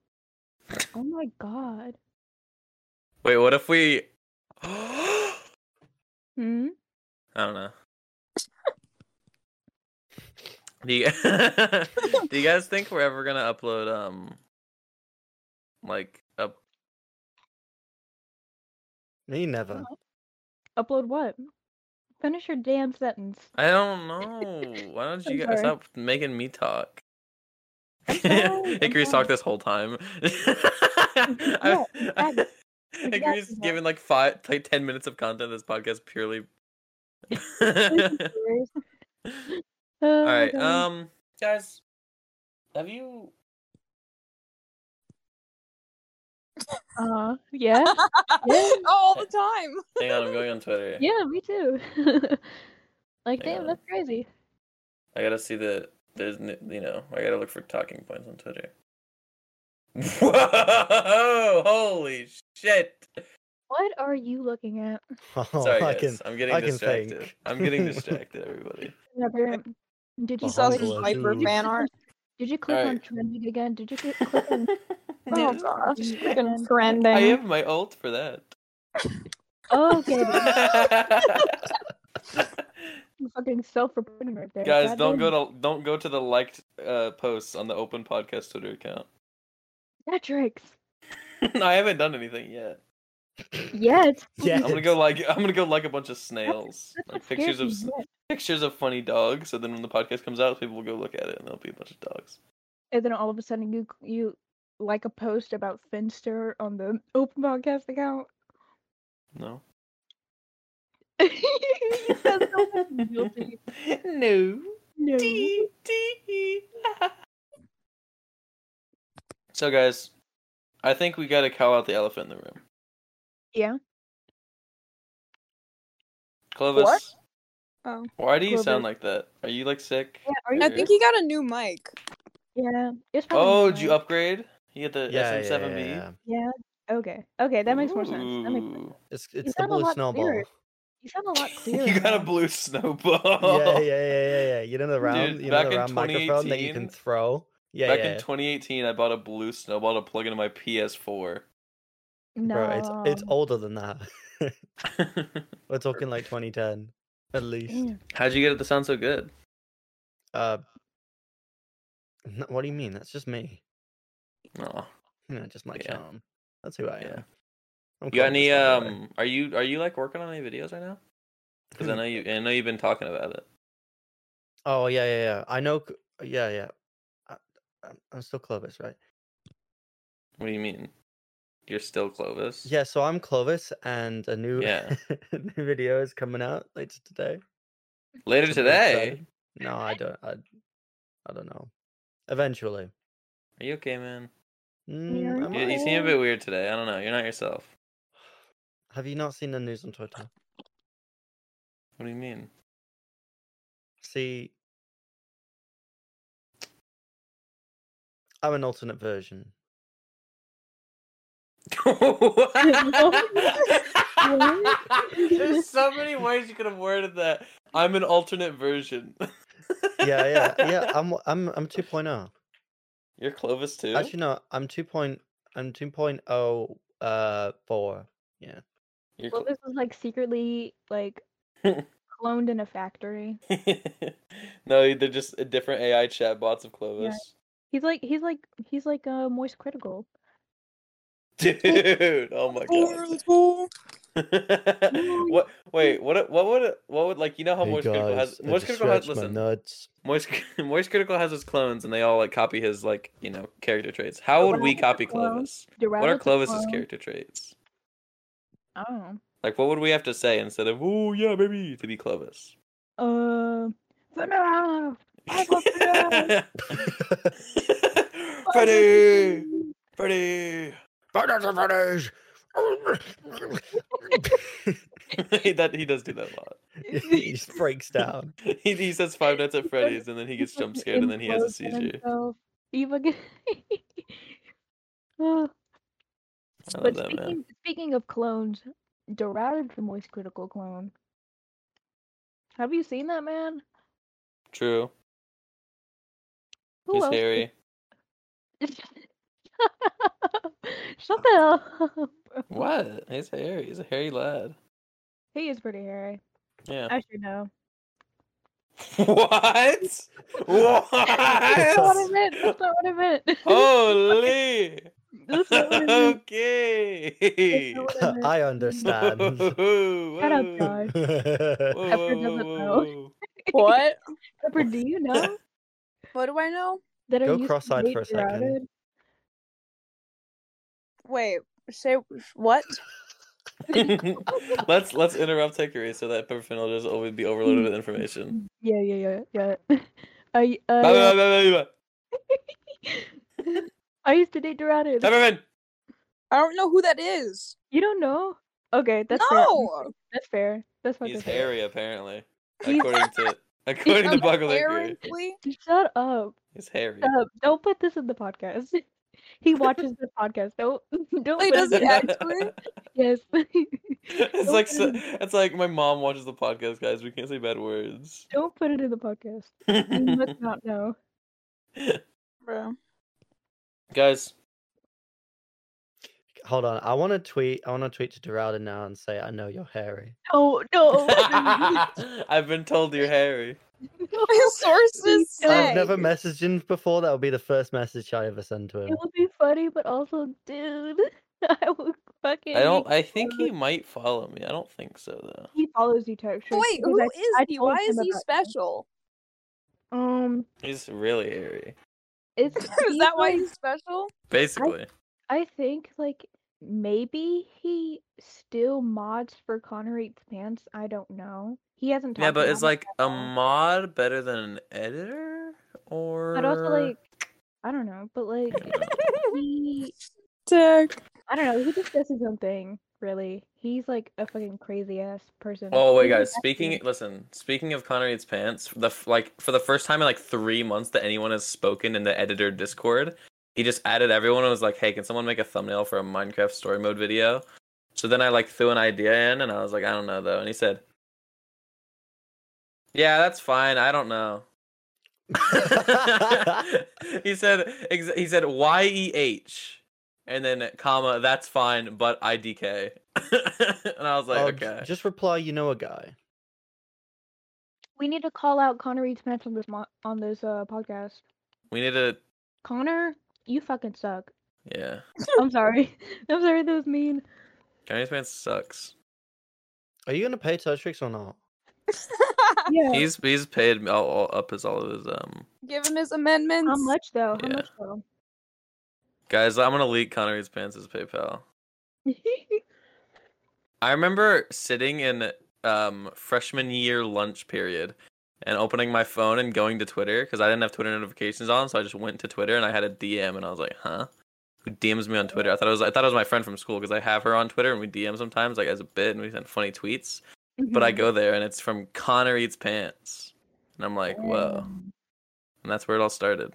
[SPEAKER 1] Oh my god.
[SPEAKER 2] Wait, what if we? I
[SPEAKER 1] Hmm?
[SPEAKER 2] don't know. Do you, do you guys think we're ever gonna upload um like a
[SPEAKER 4] Me never.
[SPEAKER 1] Upload what? Finish your damn sentence.
[SPEAKER 2] I don't know. Why don't you
[SPEAKER 1] I'm
[SPEAKER 2] guys
[SPEAKER 1] sorry.
[SPEAKER 2] stop making me talk?
[SPEAKER 1] I'm sorry, I'm
[SPEAKER 2] Hickory's
[SPEAKER 1] sorry.
[SPEAKER 2] talked this whole time.
[SPEAKER 1] Yeah, exactly.
[SPEAKER 2] Hickory's
[SPEAKER 1] Exactly that.
[SPEAKER 2] given like five like ten minutes of content this podcast purely
[SPEAKER 1] All
[SPEAKER 2] All right, um, guys, have you?
[SPEAKER 1] Uh, yeah.
[SPEAKER 3] All the time.
[SPEAKER 2] Hang on, I'm going on Twitter.
[SPEAKER 1] Yeah, me too. like, damn,
[SPEAKER 2] Yeah.
[SPEAKER 1] that's crazy.
[SPEAKER 2] I gotta see the there's n- you know I gotta look for talking points on Twitter. Whoa! Holy shit!
[SPEAKER 1] What are you looking at?
[SPEAKER 4] Oh,
[SPEAKER 2] Sorry,
[SPEAKER 4] I
[SPEAKER 2] guys.
[SPEAKER 4] can.
[SPEAKER 2] I'm getting
[SPEAKER 4] I can
[SPEAKER 2] distracted.
[SPEAKER 4] think.
[SPEAKER 2] I'm getting distracted, everybody.
[SPEAKER 1] Never. Did you
[SPEAKER 4] Well,
[SPEAKER 3] He saw
[SPEAKER 1] click-
[SPEAKER 3] some
[SPEAKER 4] Hungler,
[SPEAKER 3] hyper
[SPEAKER 4] dude.
[SPEAKER 3] fan art.
[SPEAKER 1] Did you click
[SPEAKER 2] Alright.
[SPEAKER 1] on trending again? Did you click, click on?
[SPEAKER 3] Oh
[SPEAKER 1] Yeah.
[SPEAKER 3] gosh,
[SPEAKER 1] Yeah.
[SPEAKER 3] freaking
[SPEAKER 2] I
[SPEAKER 3] trending.
[SPEAKER 2] have my alt for that.
[SPEAKER 1] Oh, okay, fucking self-reporting right there.
[SPEAKER 2] guys, don't go to don't go to the liked uh, posts on the Open Podcast Twitter account.
[SPEAKER 1] Patrick's.
[SPEAKER 2] I haven't done anything yet.
[SPEAKER 1] Yes.
[SPEAKER 4] Yeah.
[SPEAKER 2] I'm gonna go like I'm gonna go like a bunch of snails,
[SPEAKER 1] That's
[SPEAKER 2] like
[SPEAKER 1] what scares
[SPEAKER 2] pictures of
[SPEAKER 1] me,
[SPEAKER 2] s-
[SPEAKER 1] yes.
[SPEAKER 2] pictures of funny dogs. So then when the podcast comes out, people will go look at it, and there'll be a bunch of dogs.
[SPEAKER 1] and then all of a sudden you you like a post about Finster on the open podcast account.
[SPEAKER 2] No.
[SPEAKER 1] You sound so guilty.
[SPEAKER 2] no.
[SPEAKER 1] No.
[SPEAKER 2] Dee, dee. so guys, I think we gotta call out the elephant in the room.
[SPEAKER 1] Yeah.
[SPEAKER 2] Clovis,
[SPEAKER 3] What? Oh.
[SPEAKER 2] why do you sound
[SPEAKER 1] Clovis.
[SPEAKER 2] like that? Are you like sick?
[SPEAKER 1] Yeah, are you?
[SPEAKER 3] I think he got a new mic.
[SPEAKER 1] yeah. It's probably
[SPEAKER 2] Oh,
[SPEAKER 1] mine.
[SPEAKER 2] did you upgrade? You get the
[SPEAKER 4] Yeah, yeah,
[SPEAKER 2] SM7B.
[SPEAKER 4] yeah, yeah.
[SPEAKER 1] Yeah. Okay. Okay, that makes more sense. That makes
[SPEAKER 2] Ooh.
[SPEAKER 4] It's it's the
[SPEAKER 1] sound a
[SPEAKER 4] blue
[SPEAKER 1] lot
[SPEAKER 4] snowball.
[SPEAKER 1] clearer. you sound a lot clearer.
[SPEAKER 2] you got a
[SPEAKER 1] now.
[SPEAKER 2] blue snowball.
[SPEAKER 4] Yeah, yeah, yeah, yeah, yeah. You know the round,
[SPEAKER 2] Oh. Dude,
[SPEAKER 4] you
[SPEAKER 2] back
[SPEAKER 4] know the
[SPEAKER 2] in
[SPEAKER 4] round microphone that you can
[SPEAKER 2] 2018
[SPEAKER 4] throw. Yeah,
[SPEAKER 2] Back
[SPEAKER 4] yeah.
[SPEAKER 2] in 2018, I bought a blue snowball to plug into my PS4.
[SPEAKER 1] No.
[SPEAKER 4] bro, it's it's older than that. We're talking like 2010 at least.
[SPEAKER 1] damn.
[SPEAKER 2] How'd you get it to sound so good?
[SPEAKER 4] Uh, n- what do you mean? That's just me.
[SPEAKER 2] Oh,
[SPEAKER 4] No, just my
[SPEAKER 2] Yeah.
[SPEAKER 4] charm. That's who I
[SPEAKER 2] Yeah.
[SPEAKER 4] am. I'm
[SPEAKER 2] you got
[SPEAKER 4] Clovis,
[SPEAKER 2] any?
[SPEAKER 4] by the way.
[SPEAKER 2] Um, are you are you like working on any videos right now? Because I know you, I know you've been talking about it.
[SPEAKER 4] Oh yeah, yeah, yeah. I know. c- Yeah, yeah. I, I'm- I'm still Clovis, right?
[SPEAKER 2] What do you mean? You're still Clovis.
[SPEAKER 4] Yeah. So I'm Clovis, and a new
[SPEAKER 2] Yeah.
[SPEAKER 4] a new video is coming out later today.
[SPEAKER 2] Later
[SPEAKER 4] Super
[SPEAKER 2] today.
[SPEAKER 4] excited. No, I don't. I, I don't know. Eventually.
[SPEAKER 2] Are you okay, man?
[SPEAKER 4] Mm,
[SPEAKER 1] Yeah,
[SPEAKER 4] am
[SPEAKER 2] You,
[SPEAKER 4] I?
[SPEAKER 2] you seem a bit weird today. I don't know. You're not yourself.
[SPEAKER 4] Have you not seen the news on Twitter?
[SPEAKER 2] What do you mean?
[SPEAKER 4] See, I'm an alternate version.
[SPEAKER 1] There's
[SPEAKER 2] so many ways you could have worded that. I'm an alternate version.
[SPEAKER 4] Yeah, yeah, yeah. I'm I'm I'm 2.0.
[SPEAKER 2] You're Clovis too.
[SPEAKER 4] Actually, no, I'm 2. Point, I'm 2.0 uh 4.
[SPEAKER 2] You're
[SPEAKER 1] Well,
[SPEAKER 2] Clo-
[SPEAKER 1] this was like secretly like cloned in a factory.
[SPEAKER 2] no, they're just different AI chatbots of Clovis.
[SPEAKER 1] He's like he's like he's like uh moist critical.
[SPEAKER 2] Dude, oh my god. what? Wait, what? What would? What would like? You know how Moist Critical has Moist Critical has listen.
[SPEAKER 4] nuts.
[SPEAKER 2] Moist, Moist Critical has his clones, and they all like copy his like you know character traits. How would
[SPEAKER 1] Dorado
[SPEAKER 2] we
[SPEAKER 1] is a
[SPEAKER 2] copy
[SPEAKER 1] clone.
[SPEAKER 2] Clovis? What
[SPEAKER 1] Dorado
[SPEAKER 2] are
[SPEAKER 1] is a
[SPEAKER 2] Clovis's
[SPEAKER 1] clone.
[SPEAKER 2] character traits?
[SPEAKER 1] I don't
[SPEAKER 2] Like, what would we have to say instead of "Oh yeah, baby" to be Clovis?
[SPEAKER 1] know. Uh vanilla. I love Clovis.
[SPEAKER 2] Freddy, Freddy. that he does do that a lot.
[SPEAKER 4] he just breaks down.
[SPEAKER 2] He, he says Five Nights at Freddy's, and then he gets
[SPEAKER 1] fucking
[SPEAKER 2] jump scared, and then he has a
[SPEAKER 1] implodes on
[SPEAKER 2] seizure.
[SPEAKER 1] himself. He fucking- Oh,
[SPEAKER 2] I love
[SPEAKER 1] but
[SPEAKER 2] that man.
[SPEAKER 1] speaking, speaking of clones, Dorado's the moist critical clone. Have you seen that man?
[SPEAKER 2] True.
[SPEAKER 1] Who
[SPEAKER 2] He's
[SPEAKER 1] else is-
[SPEAKER 2] hairy.
[SPEAKER 1] Shut the hell up.
[SPEAKER 2] What? He's hairy. He's a hairy lad.
[SPEAKER 1] He is pretty hairy.
[SPEAKER 2] Yeah.
[SPEAKER 1] I should know.
[SPEAKER 2] What?
[SPEAKER 1] That's not what I
[SPEAKER 2] What?
[SPEAKER 1] meant. That's not what I meant.
[SPEAKER 2] Oh! Holy.
[SPEAKER 1] That's not what I meant.
[SPEAKER 2] okay.
[SPEAKER 1] That's not what I meant.
[SPEAKER 4] I understand.
[SPEAKER 1] Shut up, Josh.
[SPEAKER 4] Whoa,
[SPEAKER 1] Pepper doesn't know.
[SPEAKER 3] What?
[SPEAKER 1] Pepper, do you know
[SPEAKER 3] what do I know?
[SPEAKER 1] that I
[SPEAKER 4] Go
[SPEAKER 1] used to
[SPEAKER 4] cross-eyed
[SPEAKER 1] date
[SPEAKER 4] for a second.
[SPEAKER 1] Gerard?
[SPEAKER 3] Wait, say what?
[SPEAKER 2] let's let's interrupt Hickory so that Pepperfin will just always be overloaded with information.
[SPEAKER 1] Yeah, yeah, yeah, yeah. I
[SPEAKER 2] Bye, bye,
[SPEAKER 1] uh,
[SPEAKER 2] bye, bye,
[SPEAKER 1] I used to date Dorado.
[SPEAKER 2] bye, bye. Pepperfin.
[SPEAKER 3] I don't know who that is.
[SPEAKER 1] You don't know? Okay, that's fair.
[SPEAKER 3] no.
[SPEAKER 1] That's fair. That's fucking
[SPEAKER 2] He's
[SPEAKER 1] fair.
[SPEAKER 2] hairy apparently,
[SPEAKER 1] He's-
[SPEAKER 2] according to according to Buckle Hickory.
[SPEAKER 3] Apparently,
[SPEAKER 1] Shut up.
[SPEAKER 2] He's hairy.
[SPEAKER 1] Shut up. Don't put this in the podcast. He watches this podcast. Don't don't
[SPEAKER 3] Wait,
[SPEAKER 1] put
[SPEAKER 3] does
[SPEAKER 1] it
[SPEAKER 3] he
[SPEAKER 1] in-
[SPEAKER 3] actually?
[SPEAKER 1] Yes.
[SPEAKER 2] it's
[SPEAKER 1] Don't
[SPEAKER 2] like
[SPEAKER 1] put
[SPEAKER 2] so,
[SPEAKER 1] it in-
[SPEAKER 2] it's like my mom watches the podcast, guys. We can't say bad words.
[SPEAKER 1] don't put it in the podcast. You must not know.
[SPEAKER 3] Bro.
[SPEAKER 2] guys,
[SPEAKER 4] Hold on. I want to tweet. I want to tweet to Dorada now and say, "I know you're hairy."
[SPEAKER 1] No, no.
[SPEAKER 2] I've been told you're hairy.
[SPEAKER 1] no.
[SPEAKER 3] His sources
[SPEAKER 1] I've
[SPEAKER 3] say.
[SPEAKER 4] I've never messaged him before. That will be the first message I ever send to
[SPEAKER 1] It
[SPEAKER 4] him.
[SPEAKER 1] would be funny, but also, dude, I will fucking.
[SPEAKER 2] I don't. I think he might follow me. I don't think so though.
[SPEAKER 1] He follows you, Texture.
[SPEAKER 3] Wait, who is he?
[SPEAKER 1] told
[SPEAKER 3] Why
[SPEAKER 1] him
[SPEAKER 3] is he
[SPEAKER 1] about you.
[SPEAKER 3] special?
[SPEAKER 1] Um,
[SPEAKER 2] He's really airy,
[SPEAKER 1] it's
[SPEAKER 3] Is that why
[SPEAKER 1] like-
[SPEAKER 3] he's special?
[SPEAKER 2] basically.
[SPEAKER 1] I think like maybe he still mods for Connor Eight's pants. I don't know. He hasn't.
[SPEAKER 2] yeah,
[SPEAKER 1] talked
[SPEAKER 2] but
[SPEAKER 1] about
[SPEAKER 2] is
[SPEAKER 1] it
[SPEAKER 2] like
[SPEAKER 1] that
[SPEAKER 2] a
[SPEAKER 1] long.
[SPEAKER 2] mod better than an editor, or
[SPEAKER 1] But also like, I don't know. But like, he,
[SPEAKER 3] Tech.
[SPEAKER 1] I don't know. He just does his own thing. Really, he's like a fucking crazy ass person.
[SPEAKER 2] Oh wait,
[SPEAKER 1] He's an
[SPEAKER 2] guys. Speaking,
[SPEAKER 1] actor.
[SPEAKER 2] listen. Speaking of Connor Eats Pants, the f- like for the first time in like three months that anyone has spoken in the editor Discord, he just added everyone and was like, "Hey, can someone make a thumbnail for a Minecraft story mode video?" So then I like threw an idea in, and I was like, "I don't know though," and he said, "Yeah, that's fine. I don't know." he said, ex- "He said Y E H, and then comma. That's fine, but I D K." and I was like,
[SPEAKER 4] I'll Oh, j-
[SPEAKER 2] "Okay."
[SPEAKER 4] Just reply, you know a guy.
[SPEAKER 1] we need to call out Connor Eight's pants on this mo- on this uh podcast.
[SPEAKER 2] We need to,
[SPEAKER 1] Connor, you fucking suck.
[SPEAKER 2] yeah.
[SPEAKER 1] I'm sorry. I'm sorry. That was mean.
[SPEAKER 2] Chinese pants sucks.
[SPEAKER 4] Are you gonna pay Tertrix or not?
[SPEAKER 1] Yeah.
[SPEAKER 2] He's he's paid all, all up his all of his um
[SPEAKER 3] Give him his amendments.
[SPEAKER 1] How much though? How
[SPEAKER 2] Yeah.
[SPEAKER 1] much though?
[SPEAKER 2] guys. I'm gonna leak Connery's pants as PayPal. I remember sitting in um freshman year lunch period and opening my phone and going to Twitter because I didn't have Twitter notifications on, so I just went to Twitter and I had a DM and I was like, huh. Who DMs me on Twitter? I thought it was I thought it was my friend from school because I have her on Twitter and we DM sometimes like as a bit and we send funny tweets. But
[SPEAKER 1] Hmm. Mm-hmm.
[SPEAKER 2] I go there and it's from Connor Eats Pants, and I'm like, whoa. And that's where it all started.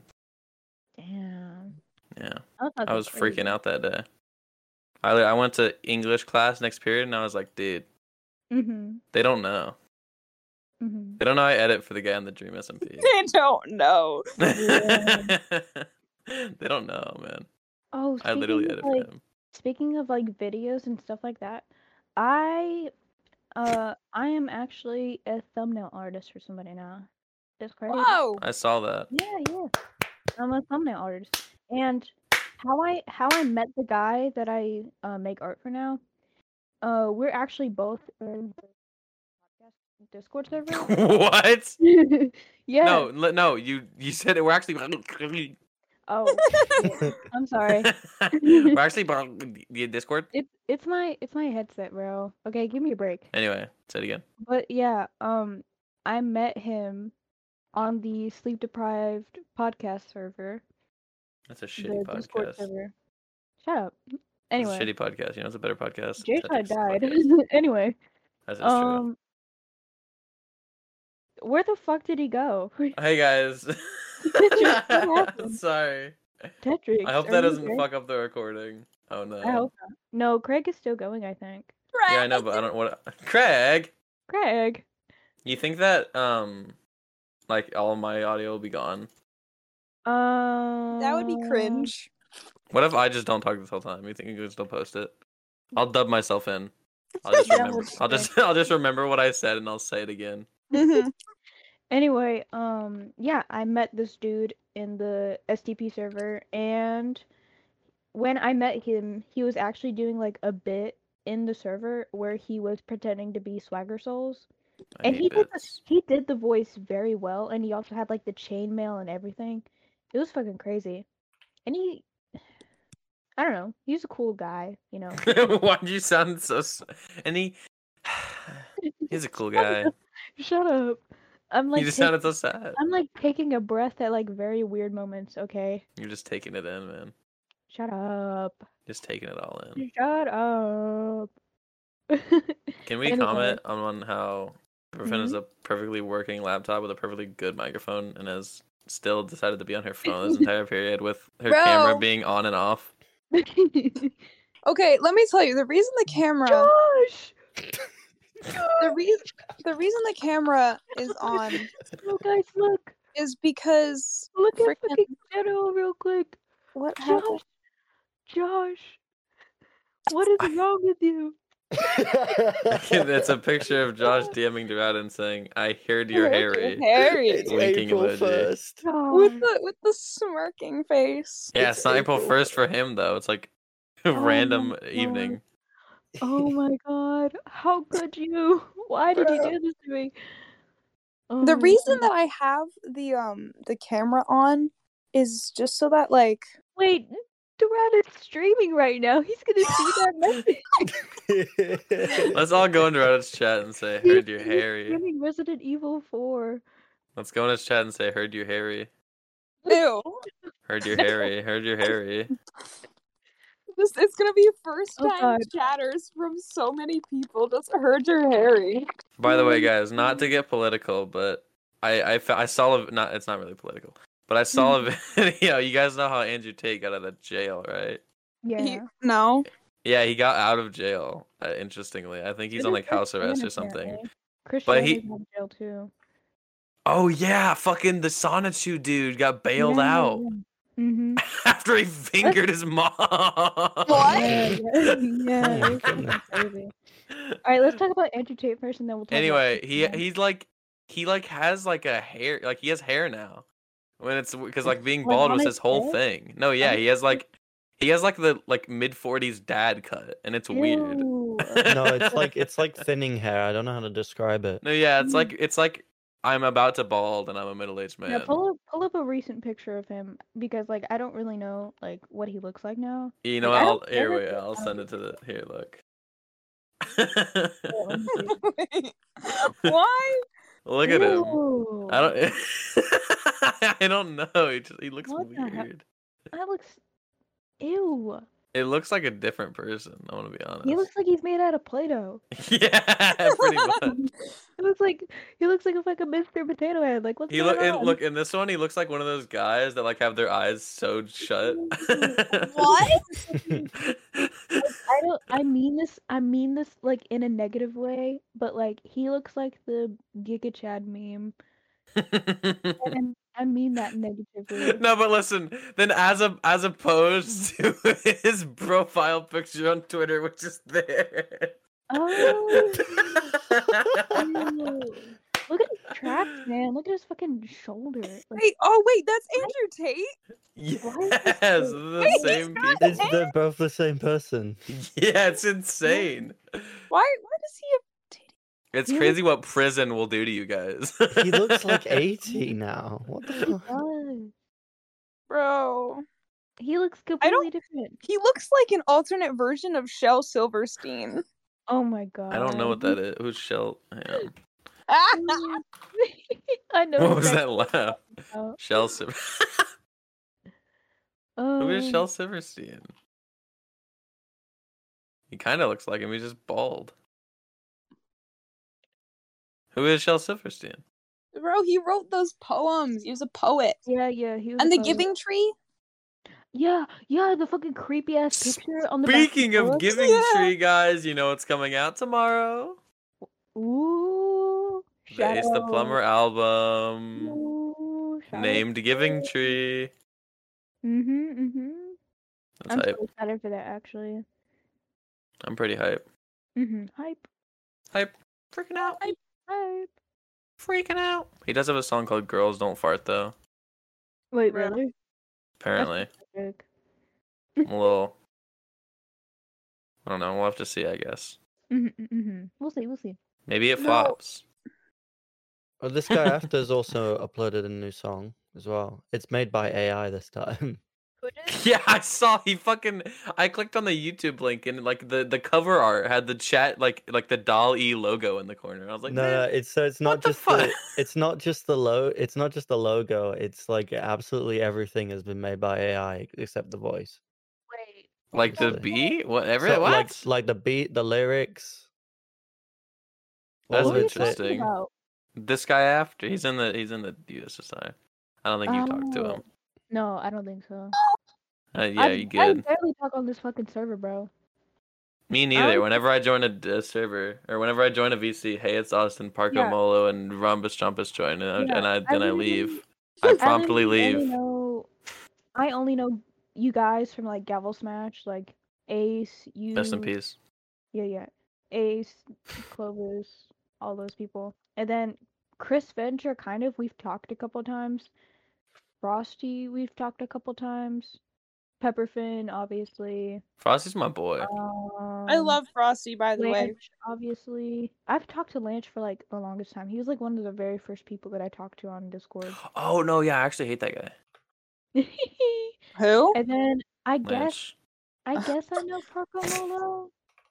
[SPEAKER 1] Damn.
[SPEAKER 2] Yeah.
[SPEAKER 1] That
[SPEAKER 2] I
[SPEAKER 1] fucking
[SPEAKER 2] was
[SPEAKER 1] crazy.
[SPEAKER 2] freaking out that day. I I went to English class next period and I was like, dude,
[SPEAKER 1] Mhm.
[SPEAKER 2] they don't know.
[SPEAKER 1] Mhm.
[SPEAKER 2] They don't know I edit for the guy in the Dream SMP.
[SPEAKER 3] They don't know.
[SPEAKER 2] they don't know, man.
[SPEAKER 1] Oh,
[SPEAKER 2] I literally
[SPEAKER 1] speaking
[SPEAKER 2] edit
[SPEAKER 1] of,
[SPEAKER 2] for
[SPEAKER 1] like,
[SPEAKER 2] him.
[SPEAKER 1] Speaking of like videos and stuff like that, I, uh, I am actually a thumbnail artist for somebody now. It's crazy.
[SPEAKER 3] Whoa.
[SPEAKER 2] I saw that.
[SPEAKER 1] Yeah, yeah. I'm a thumbnail artist, and how I how I met the guy that I uh, make art for now. Uh, we're actually both in the podcast Discord server.
[SPEAKER 2] what?
[SPEAKER 1] yeah.
[SPEAKER 2] No, le- no, you you said it. We're actually
[SPEAKER 1] Oh, I'm sorry.
[SPEAKER 2] we're actually the Discord.
[SPEAKER 1] It's it's my it's my headset, bro. Okay, give me a break.
[SPEAKER 2] Anyway, say it again.
[SPEAKER 1] But yeah, um, I met him on the sleep deprived podcast server,
[SPEAKER 2] That's a shitty
[SPEAKER 1] the Discord
[SPEAKER 2] podcast. That's
[SPEAKER 1] server. Shut up.
[SPEAKER 2] a
[SPEAKER 1] Anyway,
[SPEAKER 2] shitty podcast. You know, it's a better podcast.
[SPEAKER 1] Jay Todd
[SPEAKER 2] Tactics
[SPEAKER 1] died.
[SPEAKER 2] podcast.
[SPEAKER 1] anyway,
[SPEAKER 2] That's that's true.
[SPEAKER 1] um, where the fuck did he go?
[SPEAKER 2] Hey guys.
[SPEAKER 1] Patrick, what happened?
[SPEAKER 2] Sorry.
[SPEAKER 1] Tetrix.
[SPEAKER 2] I hope
[SPEAKER 1] are
[SPEAKER 2] that
[SPEAKER 1] you
[SPEAKER 2] doesn't
[SPEAKER 1] there?
[SPEAKER 2] fuck up the recording. Oh no.
[SPEAKER 1] I hope not. No, Craig is still going. I think.
[SPEAKER 2] Yeah, I know, but I don't want Craig,
[SPEAKER 1] Craig.
[SPEAKER 2] you think that um like all my audio will be gone?
[SPEAKER 1] Um.
[SPEAKER 3] That would be cringe.
[SPEAKER 2] What if I just don't talk this whole time? You think you can still post it? I'll dub myself in. I'll just
[SPEAKER 1] That
[SPEAKER 2] remember.
[SPEAKER 1] would be
[SPEAKER 2] I'll just I'll just remember what I said and I'll say it again.
[SPEAKER 3] Mhm.
[SPEAKER 1] Anyway, um, yeah, I met this dude in the STP server, and when I met him, he was actually doing like a bit in the server where he was pretending to be Swagger Souls,
[SPEAKER 2] I
[SPEAKER 1] and
[SPEAKER 2] hate
[SPEAKER 1] he did the,
[SPEAKER 2] bits.
[SPEAKER 1] he did the voice very well, and he also had like the chainmail and everything. It was fucking crazy, and he, I don't know, he's a cool guy, you know.
[SPEAKER 2] Why do you sound so s- and he He's a cool guy.
[SPEAKER 1] Shut up! I'm like
[SPEAKER 2] you just
[SPEAKER 1] take-
[SPEAKER 2] sounded so sad.
[SPEAKER 1] I'm like taking a breath at like very weird moments. Okay,
[SPEAKER 2] You're just taking it in, man.
[SPEAKER 1] shut up.
[SPEAKER 2] Just taking it all in.
[SPEAKER 1] Shut up.
[SPEAKER 2] Can we
[SPEAKER 1] Anyway.
[SPEAKER 2] comment on, on how Griffin is a perfectly working laptop with a perfectly good microphone and has still decided to be on her phone this entire period with her camera
[SPEAKER 3] Bro.
[SPEAKER 2] being on and off?
[SPEAKER 3] Okay, let me tell you. The reason the camera,
[SPEAKER 1] Josh!
[SPEAKER 3] the reason, the reason the camera is on
[SPEAKER 1] Oh, guys, look.
[SPEAKER 3] is because
[SPEAKER 1] Look at
[SPEAKER 3] Frickin-
[SPEAKER 1] fucking Shadow real quick.
[SPEAKER 3] what
[SPEAKER 1] Josh.
[SPEAKER 3] happened?
[SPEAKER 1] Josh. What is wrong with you?
[SPEAKER 2] it's a picture of Josh DMing Gerard and saying, I heard you're hairy.
[SPEAKER 3] Harry.
[SPEAKER 4] It's
[SPEAKER 2] Winking
[SPEAKER 4] April
[SPEAKER 2] emoji.
[SPEAKER 4] first.
[SPEAKER 1] Josh.
[SPEAKER 3] With the with the smirking face.
[SPEAKER 2] Yeah,
[SPEAKER 4] It's
[SPEAKER 2] it's Oh not April
[SPEAKER 4] April.
[SPEAKER 2] 1st for him, though. It's like random
[SPEAKER 1] God.
[SPEAKER 2] evening.
[SPEAKER 1] Oh my god. How could you? Why did you do this to me? Oh
[SPEAKER 3] the
[SPEAKER 1] my
[SPEAKER 3] reason
[SPEAKER 1] God.
[SPEAKER 3] that I have the um the camera on is just so that like
[SPEAKER 1] Wait, Duran is streaming right now. He's gonna see that message.
[SPEAKER 2] Let's all go into Reddit's chat and say,
[SPEAKER 1] He's-
[SPEAKER 2] "Heard you,
[SPEAKER 1] he's
[SPEAKER 2] Harry."
[SPEAKER 1] streaming Resident Evil 4.
[SPEAKER 2] Let's go into his chat and say, "Heard you, Harry."
[SPEAKER 3] ew.
[SPEAKER 2] Heard you, Harry. Heard you, Harry.
[SPEAKER 3] This it's gonna be first
[SPEAKER 1] Oh,
[SPEAKER 3] time
[SPEAKER 1] God.
[SPEAKER 3] chatters from so many people. Just heard your Harry.
[SPEAKER 2] By the way, guys, not to get political, but I I, fa- I saw a, not it's not really political, but I saw a video. You guys know how Andrew Tate got out of jail, right?
[SPEAKER 1] Yeah.
[SPEAKER 3] He- no.
[SPEAKER 2] Yeah, he got out of jail. Uh, interestingly, I think he's on like house arrest or something. But he-
[SPEAKER 1] Christian in jail too.
[SPEAKER 2] Oh yeah, fucking the Sonichu dude got bailed out
[SPEAKER 1] Mm-hmm.
[SPEAKER 2] after he fingered his mom.
[SPEAKER 3] What?
[SPEAKER 1] Yeah, yeah, yeah,
[SPEAKER 4] my
[SPEAKER 1] it's fucking
[SPEAKER 4] goodness.
[SPEAKER 1] crazy. All right, let's talk about Andrew Tate first, and then we'll talk. about
[SPEAKER 2] Anyway,
[SPEAKER 1] Christian
[SPEAKER 2] he
[SPEAKER 1] Bale.
[SPEAKER 2] he's like he like has like a hair like he has hair now. When it's because like being
[SPEAKER 1] Like,
[SPEAKER 2] bald
[SPEAKER 1] on
[SPEAKER 2] was
[SPEAKER 1] his
[SPEAKER 2] his
[SPEAKER 1] head?
[SPEAKER 2] whole thing. No, yeah, he has like he has like the like mid forties dad cut, and it's weird.
[SPEAKER 1] Ew.
[SPEAKER 4] no, it's like it's like thinning hair. I don't know how to describe it.
[SPEAKER 2] no, yeah, it's
[SPEAKER 1] Mm.
[SPEAKER 2] like it's like I'm about to bald and I'm a middle aged man.
[SPEAKER 1] Yeah, pull up pull up a recent picture of him because like I don't really know like what he looks like now.
[SPEAKER 2] you know,
[SPEAKER 1] like, I
[SPEAKER 2] what, I'll
[SPEAKER 1] don't- I
[SPEAKER 2] here
[SPEAKER 1] don't
[SPEAKER 2] we
[SPEAKER 1] think
[SPEAKER 2] I'll
[SPEAKER 1] I
[SPEAKER 2] send
[SPEAKER 1] would
[SPEAKER 2] it to the here. Look,
[SPEAKER 1] Let me see.
[SPEAKER 3] Why?
[SPEAKER 2] look at him.
[SPEAKER 1] Ew.
[SPEAKER 2] I don't. I don't know. He, just, he looks
[SPEAKER 1] What the heck?
[SPEAKER 2] weird.
[SPEAKER 1] That looks. Ew.
[SPEAKER 2] It looks like a different person. I want to be honest.
[SPEAKER 1] He looks like he's made out of Play-Doh.
[SPEAKER 2] yeah, pretty much.
[SPEAKER 1] He looks like he looks like a fucking Mr. Potato Head. Like what's
[SPEAKER 2] He
[SPEAKER 1] going
[SPEAKER 2] look and
[SPEAKER 1] on?
[SPEAKER 2] look in this one. He looks like one of those guys that like have their eyes sewed shut.
[SPEAKER 3] What?
[SPEAKER 1] I don't. I mean this. I mean this like in a negative way, but like he looks like the Giga Chad meme. And I mean that negatively.
[SPEAKER 2] no, but listen. Then as a as opposed to his profile picture on Twitter, which is there.
[SPEAKER 1] Oh. ew. Look at his tracks, man. Look at his fucking shoulder. Like,
[SPEAKER 3] Wait, oh wait, that's Andrew Tate.
[SPEAKER 2] yes,
[SPEAKER 1] so-
[SPEAKER 2] the same
[SPEAKER 4] Is
[SPEAKER 2] people.
[SPEAKER 4] they're both the same person?
[SPEAKER 2] Yeah, it's insane.
[SPEAKER 3] Why why does he have
[SPEAKER 2] It's
[SPEAKER 1] He
[SPEAKER 2] crazy what prison will do to you guys.
[SPEAKER 4] He looks like eighty now. What the fuck?
[SPEAKER 1] God.
[SPEAKER 3] bro?
[SPEAKER 1] He looks
[SPEAKER 3] I don't-
[SPEAKER 1] completely different.
[SPEAKER 3] He looks like an alternate version of Shel Silverstein.
[SPEAKER 1] Oh my god.
[SPEAKER 2] I don't know what that is. Who's Shell? hang on.
[SPEAKER 1] Mm. I know.
[SPEAKER 2] What was
[SPEAKER 1] exactly
[SPEAKER 2] that laugh?
[SPEAKER 1] about-
[SPEAKER 2] Shell Silver. Who is
[SPEAKER 1] Oh,
[SPEAKER 2] Shell Silverstein? He kind of looks like him. He's just bald. Who is Shell Silverstein?
[SPEAKER 3] Bro, he wrote those poems. He was a poet.
[SPEAKER 1] Yeah, yeah. He was
[SPEAKER 3] And the
[SPEAKER 1] about-
[SPEAKER 3] Giving Tree.
[SPEAKER 1] Yeah, yeah. The fucking creepy ass picture on the. back
[SPEAKER 2] Speaking of
[SPEAKER 1] book.
[SPEAKER 2] Giving
[SPEAKER 3] Yeah.
[SPEAKER 2] Tree, guys, you know what's coming out tomorrow?
[SPEAKER 1] Ooh.
[SPEAKER 2] The Ace the
[SPEAKER 1] Shadow.
[SPEAKER 2] Plumber um, album
[SPEAKER 1] Ooh,
[SPEAKER 2] named Giving Tree.
[SPEAKER 1] Mm-hmm. Mm-hmm.
[SPEAKER 2] That's
[SPEAKER 1] I'm
[SPEAKER 2] hype.
[SPEAKER 1] so excited for that actually.
[SPEAKER 2] I'm pretty hype.
[SPEAKER 1] Mm-hmm. Hype.
[SPEAKER 2] Hype. Freaking out.
[SPEAKER 1] Hype.
[SPEAKER 2] Freaking out. He does have a song called Girls Don't Fart, though,
[SPEAKER 1] Wait,
[SPEAKER 3] Bro.
[SPEAKER 1] really?
[SPEAKER 2] apparently.
[SPEAKER 1] Sick.
[SPEAKER 2] I'm a little. I don't know. We'll have to see, I guess.
[SPEAKER 1] Mm-hmm, mm-hmm. We'll see. We'll see.
[SPEAKER 2] Maybe it
[SPEAKER 3] No.
[SPEAKER 2] flops.
[SPEAKER 4] Well, this guy after has also uploaded a new song as well. It's made by AI this time.
[SPEAKER 2] Yeah, I saw he fucking. I clicked on the YouTube link and like the the cover art had the chat like like the Doll E logo in the corner. I was like,
[SPEAKER 4] no,
[SPEAKER 2] "Man,
[SPEAKER 4] no, it's so it's not
[SPEAKER 2] the
[SPEAKER 4] just
[SPEAKER 2] fuck?"
[SPEAKER 4] the it's not just the lo it's not just the logo. It's like absolutely everything has been made by AI except the voice.
[SPEAKER 1] Wait.
[SPEAKER 2] like the
[SPEAKER 4] obviously.
[SPEAKER 2] B, whatever.
[SPEAKER 4] So,
[SPEAKER 2] what?
[SPEAKER 4] Like like the beat, the lyrics.
[SPEAKER 2] That's
[SPEAKER 4] all of it's it.
[SPEAKER 2] interesting. this guy after he's in the he's in the USSI. I don't think you talked to him.
[SPEAKER 1] Oh, No, I don't think so.
[SPEAKER 2] Uh, yeah,
[SPEAKER 1] I,
[SPEAKER 2] you
[SPEAKER 1] Um, I
[SPEAKER 2] good.
[SPEAKER 1] barely talk on this fucking server, bro.
[SPEAKER 2] Me neither.
[SPEAKER 1] don't-
[SPEAKER 2] whenever I join a, d- a server or whenever I join a VC, hey, it's Austin Parco
[SPEAKER 1] Yeah.
[SPEAKER 2] Molo and Rhombus Chompus join, and, I
[SPEAKER 1] Yeah,
[SPEAKER 2] and I
[SPEAKER 1] I
[SPEAKER 2] then I,
[SPEAKER 1] literally-
[SPEAKER 2] leave. I promptly
[SPEAKER 1] literally only
[SPEAKER 2] leave.
[SPEAKER 1] know- I only know you guys from like Gavel Smash, like Ace, you.
[SPEAKER 2] Rest in peace.
[SPEAKER 1] Yeah, yeah. Ace, Clovis, all those people. And then Chris Venture, kind of, we've talked a couple times. Frosty, we've talked a couple times. Pepperfin, obviously.
[SPEAKER 2] Frosty's my boy.
[SPEAKER 1] Um,
[SPEAKER 5] I love Frosty, by the way.
[SPEAKER 1] Lanch, obviously. I've talked to Lanch for like the longest time. He was like one of the very first people that I talked to on Discord.
[SPEAKER 2] Oh no, yeah, I actually hate that guy.
[SPEAKER 1] and
[SPEAKER 5] Who?
[SPEAKER 1] then I guess
[SPEAKER 2] Lynch.
[SPEAKER 1] I guess I know Parko Molo.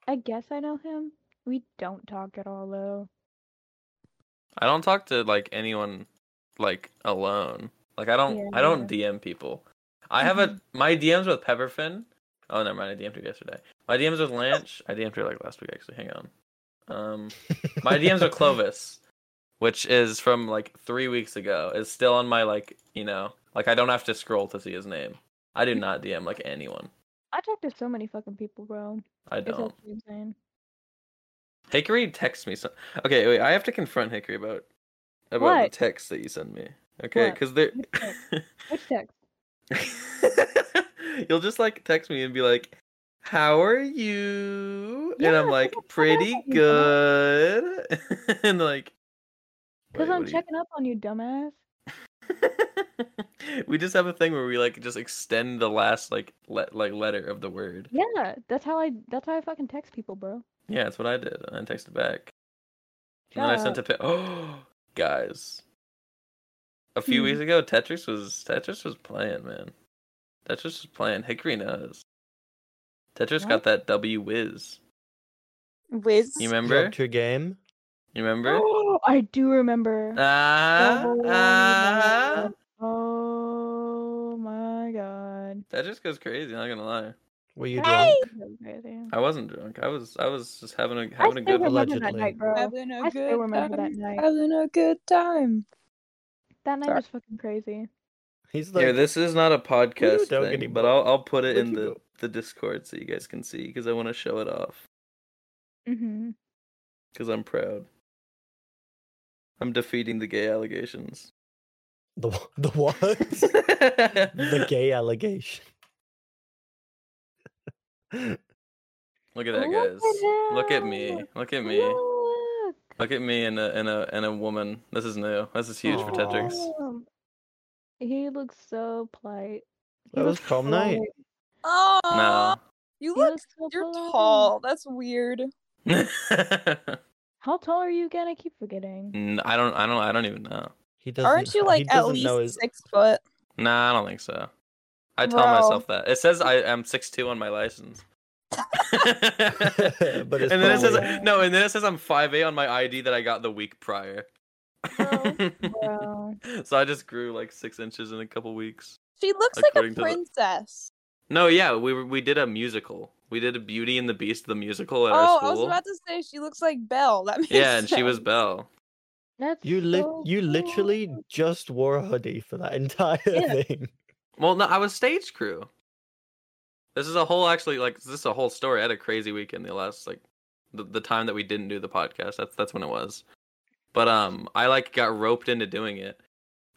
[SPEAKER 1] I guess I know him. We don't talk at all though.
[SPEAKER 2] I don't talk to like anyone like alone. Like I don't I don't DM people. I have a my DMs with Pepperfin. Oh never mind, I DM'd her yesterday. My DMs with Lanch. I DM'd her like last week actually. Hang on. Um my DMs with Clovis, which is from like three weeks ago, is still on my like you know like I don't have to scroll to see his name. I do not DM like anyone.
[SPEAKER 1] I talk to so many fucking people, bro.
[SPEAKER 2] I
[SPEAKER 1] It's
[SPEAKER 2] don't.
[SPEAKER 1] actually insane.
[SPEAKER 2] Hickory texts me some. Okay, wait. I have to confront Hickory about about
[SPEAKER 1] What?
[SPEAKER 2] the text that you send me. Okay,
[SPEAKER 1] What?
[SPEAKER 2] because they're.
[SPEAKER 1] Which text? Which text?
[SPEAKER 2] You'll just like text me and be like, "How are you?" and I'm
[SPEAKER 1] Yeah,
[SPEAKER 2] like,
[SPEAKER 1] 'cause I'm
[SPEAKER 2] "Pretty
[SPEAKER 1] checking up
[SPEAKER 2] good." and like,
[SPEAKER 1] Because
[SPEAKER 2] wait,
[SPEAKER 1] I'm
[SPEAKER 2] what are you-
[SPEAKER 1] checking up on you, dumbass.
[SPEAKER 2] we just have a thing where we like just extend the last like le- like letter of the word.
[SPEAKER 1] Yeah, that's how I. That's how I fucking text people, bro.
[SPEAKER 2] Yeah, that's what I did. And I texted back.
[SPEAKER 1] Shut
[SPEAKER 2] And then I
[SPEAKER 1] up.
[SPEAKER 2] sent a pic. Oh, guys, a few
[SPEAKER 1] Hmm.
[SPEAKER 2] weeks ago, Tetris was Tetris was playing, man. Tetris was playing. Hickory knows. Tetris got
[SPEAKER 1] What?
[SPEAKER 2] that W whiz.
[SPEAKER 5] Wiz.
[SPEAKER 2] You remember?
[SPEAKER 4] Dropped your game.
[SPEAKER 2] You remember?
[SPEAKER 1] Oh, I do remember.
[SPEAKER 2] Ah,
[SPEAKER 1] Oh,
[SPEAKER 2] ah.
[SPEAKER 5] Uh-huh.
[SPEAKER 1] no. Oh my god.
[SPEAKER 2] Tetris goes crazy. Not gonna lie,
[SPEAKER 4] Were you
[SPEAKER 5] Hey!
[SPEAKER 4] drunk?
[SPEAKER 1] That was crazy.
[SPEAKER 2] I wasn't drunk. I was I was just having a
[SPEAKER 1] I
[SPEAKER 2] having a
[SPEAKER 1] still
[SPEAKER 2] good.
[SPEAKER 1] remember that
[SPEAKER 4] Allegedly.
[SPEAKER 1] night, bro.
[SPEAKER 5] Having a
[SPEAKER 1] I still
[SPEAKER 5] good
[SPEAKER 1] remember that
[SPEAKER 5] time.
[SPEAKER 1] night.
[SPEAKER 5] Having a good time.
[SPEAKER 1] That night
[SPEAKER 5] Sorry.
[SPEAKER 1] was fucking crazy.
[SPEAKER 4] He's like,
[SPEAKER 2] Here, this is not a podcast
[SPEAKER 4] don't get
[SPEAKER 2] thing,
[SPEAKER 4] any
[SPEAKER 2] but I'll I'll put it
[SPEAKER 4] Where'd
[SPEAKER 2] in
[SPEAKER 4] you
[SPEAKER 2] the
[SPEAKER 4] go?
[SPEAKER 2] the Discord so you guys can see because I want to show it off
[SPEAKER 1] Mm-hmm.
[SPEAKER 2] because I'm proud. I'm defeating the gay allegations.
[SPEAKER 4] the wh- the what? the
[SPEAKER 2] Look
[SPEAKER 4] gay allegation.
[SPEAKER 2] at that,
[SPEAKER 1] Look at
[SPEAKER 2] guys. Look at me.
[SPEAKER 1] him.
[SPEAKER 2] Look at me.
[SPEAKER 1] Look.
[SPEAKER 2] Look at me and a and a and a woman. This is new. This is huge for
[SPEAKER 4] Aw.
[SPEAKER 2] Tetrix.
[SPEAKER 1] Damn. He looks so polite. He
[SPEAKER 4] That was
[SPEAKER 1] looks
[SPEAKER 4] prom night.
[SPEAKER 1] polite.
[SPEAKER 5] Oh,
[SPEAKER 2] No.
[SPEAKER 5] you
[SPEAKER 1] He
[SPEAKER 5] look.
[SPEAKER 1] looks so
[SPEAKER 5] You're
[SPEAKER 1] polite.
[SPEAKER 5] tall. That's weird.
[SPEAKER 2] N-
[SPEAKER 1] How tall are you again? I keep forgetting.
[SPEAKER 2] I don't. I don't. I don't even know.
[SPEAKER 4] He doesn't.
[SPEAKER 5] Aren't you
[SPEAKER 4] he
[SPEAKER 5] like at
[SPEAKER 4] doesn't know
[SPEAKER 5] least
[SPEAKER 4] his-
[SPEAKER 5] six foot?
[SPEAKER 2] Nah, I don't think so. I tell
[SPEAKER 5] Bro.
[SPEAKER 2] myself that. It says I am six two on my license.
[SPEAKER 4] But it's
[SPEAKER 2] and then it
[SPEAKER 1] probably-
[SPEAKER 2] says no, and then it says I'm five eight on my ID that I got the week prior.
[SPEAKER 5] Bro.
[SPEAKER 1] Bro.
[SPEAKER 2] so I just grew like six inches in a couple weeks.
[SPEAKER 5] She looks like a
[SPEAKER 2] According to the-
[SPEAKER 5] princess.
[SPEAKER 2] No, yeah, we were, we did a musical. We did a Beauty and the Beast the musical at
[SPEAKER 5] Oh,
[SPEAKER 2] our
[SPEAKER 5] I was
[SPEAKER 2] school.
[SPEAKER 5] about to say she looks like Belle. That makes
[SPEAKER 2] yeah, and she was
[SPEAKER 5] sense.
[SPEAKER 2] Belle.
[SPEAKER 1] That's
[SPEAKER 4] You li-
[SPEAKER 1] so
[SPEAKER 4] you literally
[SPEAKER 1] cool.
[SPEAKER 4] just wore a hoodie for that entire
[SPEAKER 1] Yeah.
[SPEAKER 4] thing.
[SPEAKER 2] Well, no, I was stage crew. This is a whole actually like this is a whole story. I had a crazy weekend the last like the, the time that we didn't do the podcast. That's that's when it was. But um I like got roped into doing it.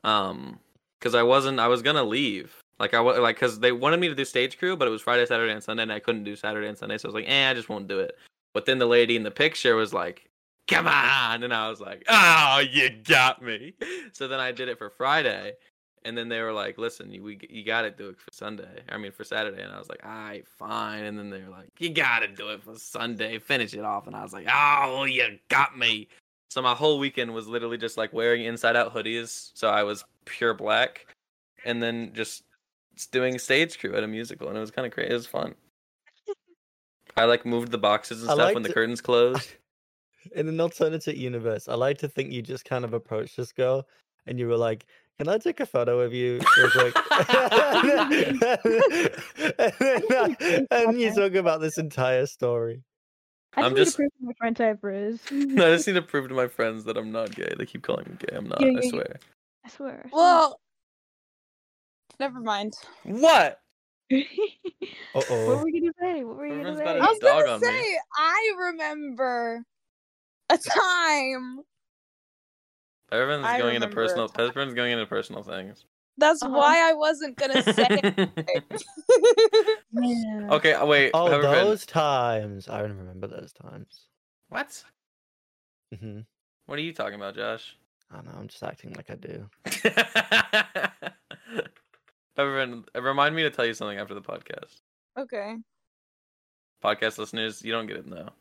[SPEAKER 2] Um cuz I wasn't I was going to leave. Like I wa- like cuz they wanted me to do stage crew, but it was Friday, Saturday and Sunday and I couldn't do Saturday and Sunday. So I was like, "Eh, I just won't do it." But then the lady in the picture was like, "Come on." And I was like, "Oh, you got me." So then I did it for Friday. And then they were like, "Listen, you we, you gotta do it for Sunday. I mean, for Saturday." And I was like, "All right, fine." And then they were like, "You gotta do it for Sunday. Finish it off." And I was like, "Oh, you got me." So my whole weekend was literally just like wearing inside out hoodies. So I was pure black, and then just doing stage crew at a musical, and it was kind of crazy. It was fun. I like moved the boxes and
[SPEAKER 4] I
[SPEAKER 2] stuff when the
[SPEAKER 4] liked-
[SPEAKER 2] curtains closed.
[SPEAKER 4] In an alternate universe, I like to think you just kind of approached this girl and you were like, "Can I take a photo of you?" It was like, and,
[SPEAKER 1] think I
[SPEAKER 4] you
[SPEAKER 1] can.
[SPEAKER 4] talk about this entire story.
[SPEAKER 1] I just
[SPEAKER 2] I'm
[SPEAKER 1] need to
[SPEAKER 2] just-
[SPEAKER 1] prove to my friend Typer is.
[SPEAKER 2] I just need to prove to my friends that I'm not gay. They keep calling me gay. I'm not.
[SPEAKER 1] Yeah,
[SPEAKER 2] I
[SPEAKER 1] yeah, yeah.
[SPEAKER 2] swear.
[SPEAKER 1] I swear.
[SPEAKER 5] Well, never mind.
[SPEAKER 2] What?
[SPEAKER 4] Uh
[SPEAKER 1] What
[SPEAKER 4] oh.
[SPEAKER 1] were you gonna say? What were you
[SPEAKER 2] Everyone's
[SPEAKER 1] gonna say?
[SPEAKER 2] about
[SPEAKER 5] I was
[SPEAKER 2] Dog
[SPEAKER 5] gonna
[SPEAKER 2] on me.
[SPEAKER 5] say I remember a time.
[SPEAKER 2] Everyone's
[SPEAKER 5] I
[SPEAKER 2] going into
[SPEAKER 5] remember a
[SPEAKER 2] personal.
[SPEAKER 5] time.
[SPEAKER 2] Everyone's going into personal things.
[SPEAKER 5] That's
[SPEAKER 1] Uh-huh.
[SPEAKER 5] why I wasn't gonna say
[SPEAKER 2] okay,
[SPEAKER 5] it.
[SPEAKER 1] Man.
[SPEAKER 2] uh, wait.
[SPEAKER 4] Oh,
[SPEAKER 2] have a friend.
[SPEAKER 4] those times. I don't remember those times.
[SPEAKER 2] What?
[SPEAKER 4] hmm
[SPEAKER 2] What are you talking about, Josh?
[SPEAKER 4] I don't know. I'm just acting like I do.
[SPEAKER 2] Everyone, uh, remind me to tell you something after the podcast.
[SPEAKER 5] Okay.
[SPEAKER 2] Podcast listeners, you don't get it now.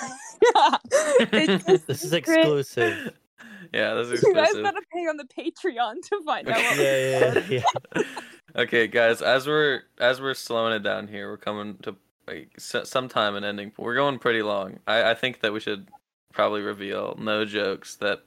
[SPEAKER 5] yeah. It's just,
[SPEAKER 4] This is exclusive.
[SPEAKER 2] yeah, this is
[SPEAKER 5] you guys
[SPEAKER 2] exclusive.
[SPEAKER 5] gotta pay on the Patreon to find out.
[SPEAKER 4] yeah,
[SPEAKER 5] What
[SPEAKER 4] yeah, yeah, yeah.
[SPEAKER 2] okay, guys, as we're as we're slowing it down here, we're coming to like s- sometime an ending. We're going pretty long. I I think that we should probably reveal, no jokes, that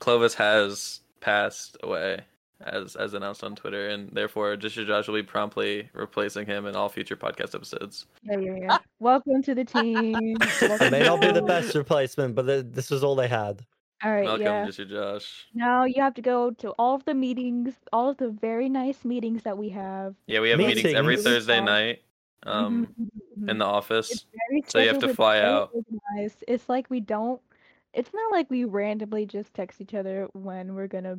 [SPEAKER 2] Clovis has passed away as as announced on Twitter, and therefore Joshua Josh will be promptly replacing him in all future podcast episodes.
[SPEAKER 1] Yeah, yeah, yeah. Welcome to the team.
[SPEAKER 4] It may not be the
[SPEAKER 1] Welcome.
[SPEAKER 4] best replacement, but th- this was all they had.
[SPEAKER 1] All right,
[SPEAKER 2] Welcome,
[SPEAKER 1] yeah.
[SPEAKER 2] Joshua Josh.
[SPEAKER 1] Now you have to go to all of the meetings, all of the very nice meetings that we have.
[SPEAKER 2] Yeah, we have meetings, every
[SPEAKER 4] Meetings.
[SPEAKER 2] Thursday
[SPEAKER 1] Yeah.
[SPEAKER 2] night. Um.
[SPEAKER 1] Mhm, mhm,
[SPEAKER 2] in
[SPEAKER 1] mhm.
[SPEAKER 2] the office.
[SPEAKER 1] Very
[SPEAKER 2] so you have
[SPEAKER 1] scheduled,
[SPEAKER 2] to
[SPEAKER 1] it's
[SPEAKER 2] fly
[SPEAKER 1] very
[SPEAKER 2] out.
[SPEAKER 1] organized. It's like we don't. It's not like we randomly just text each other when we're gonna,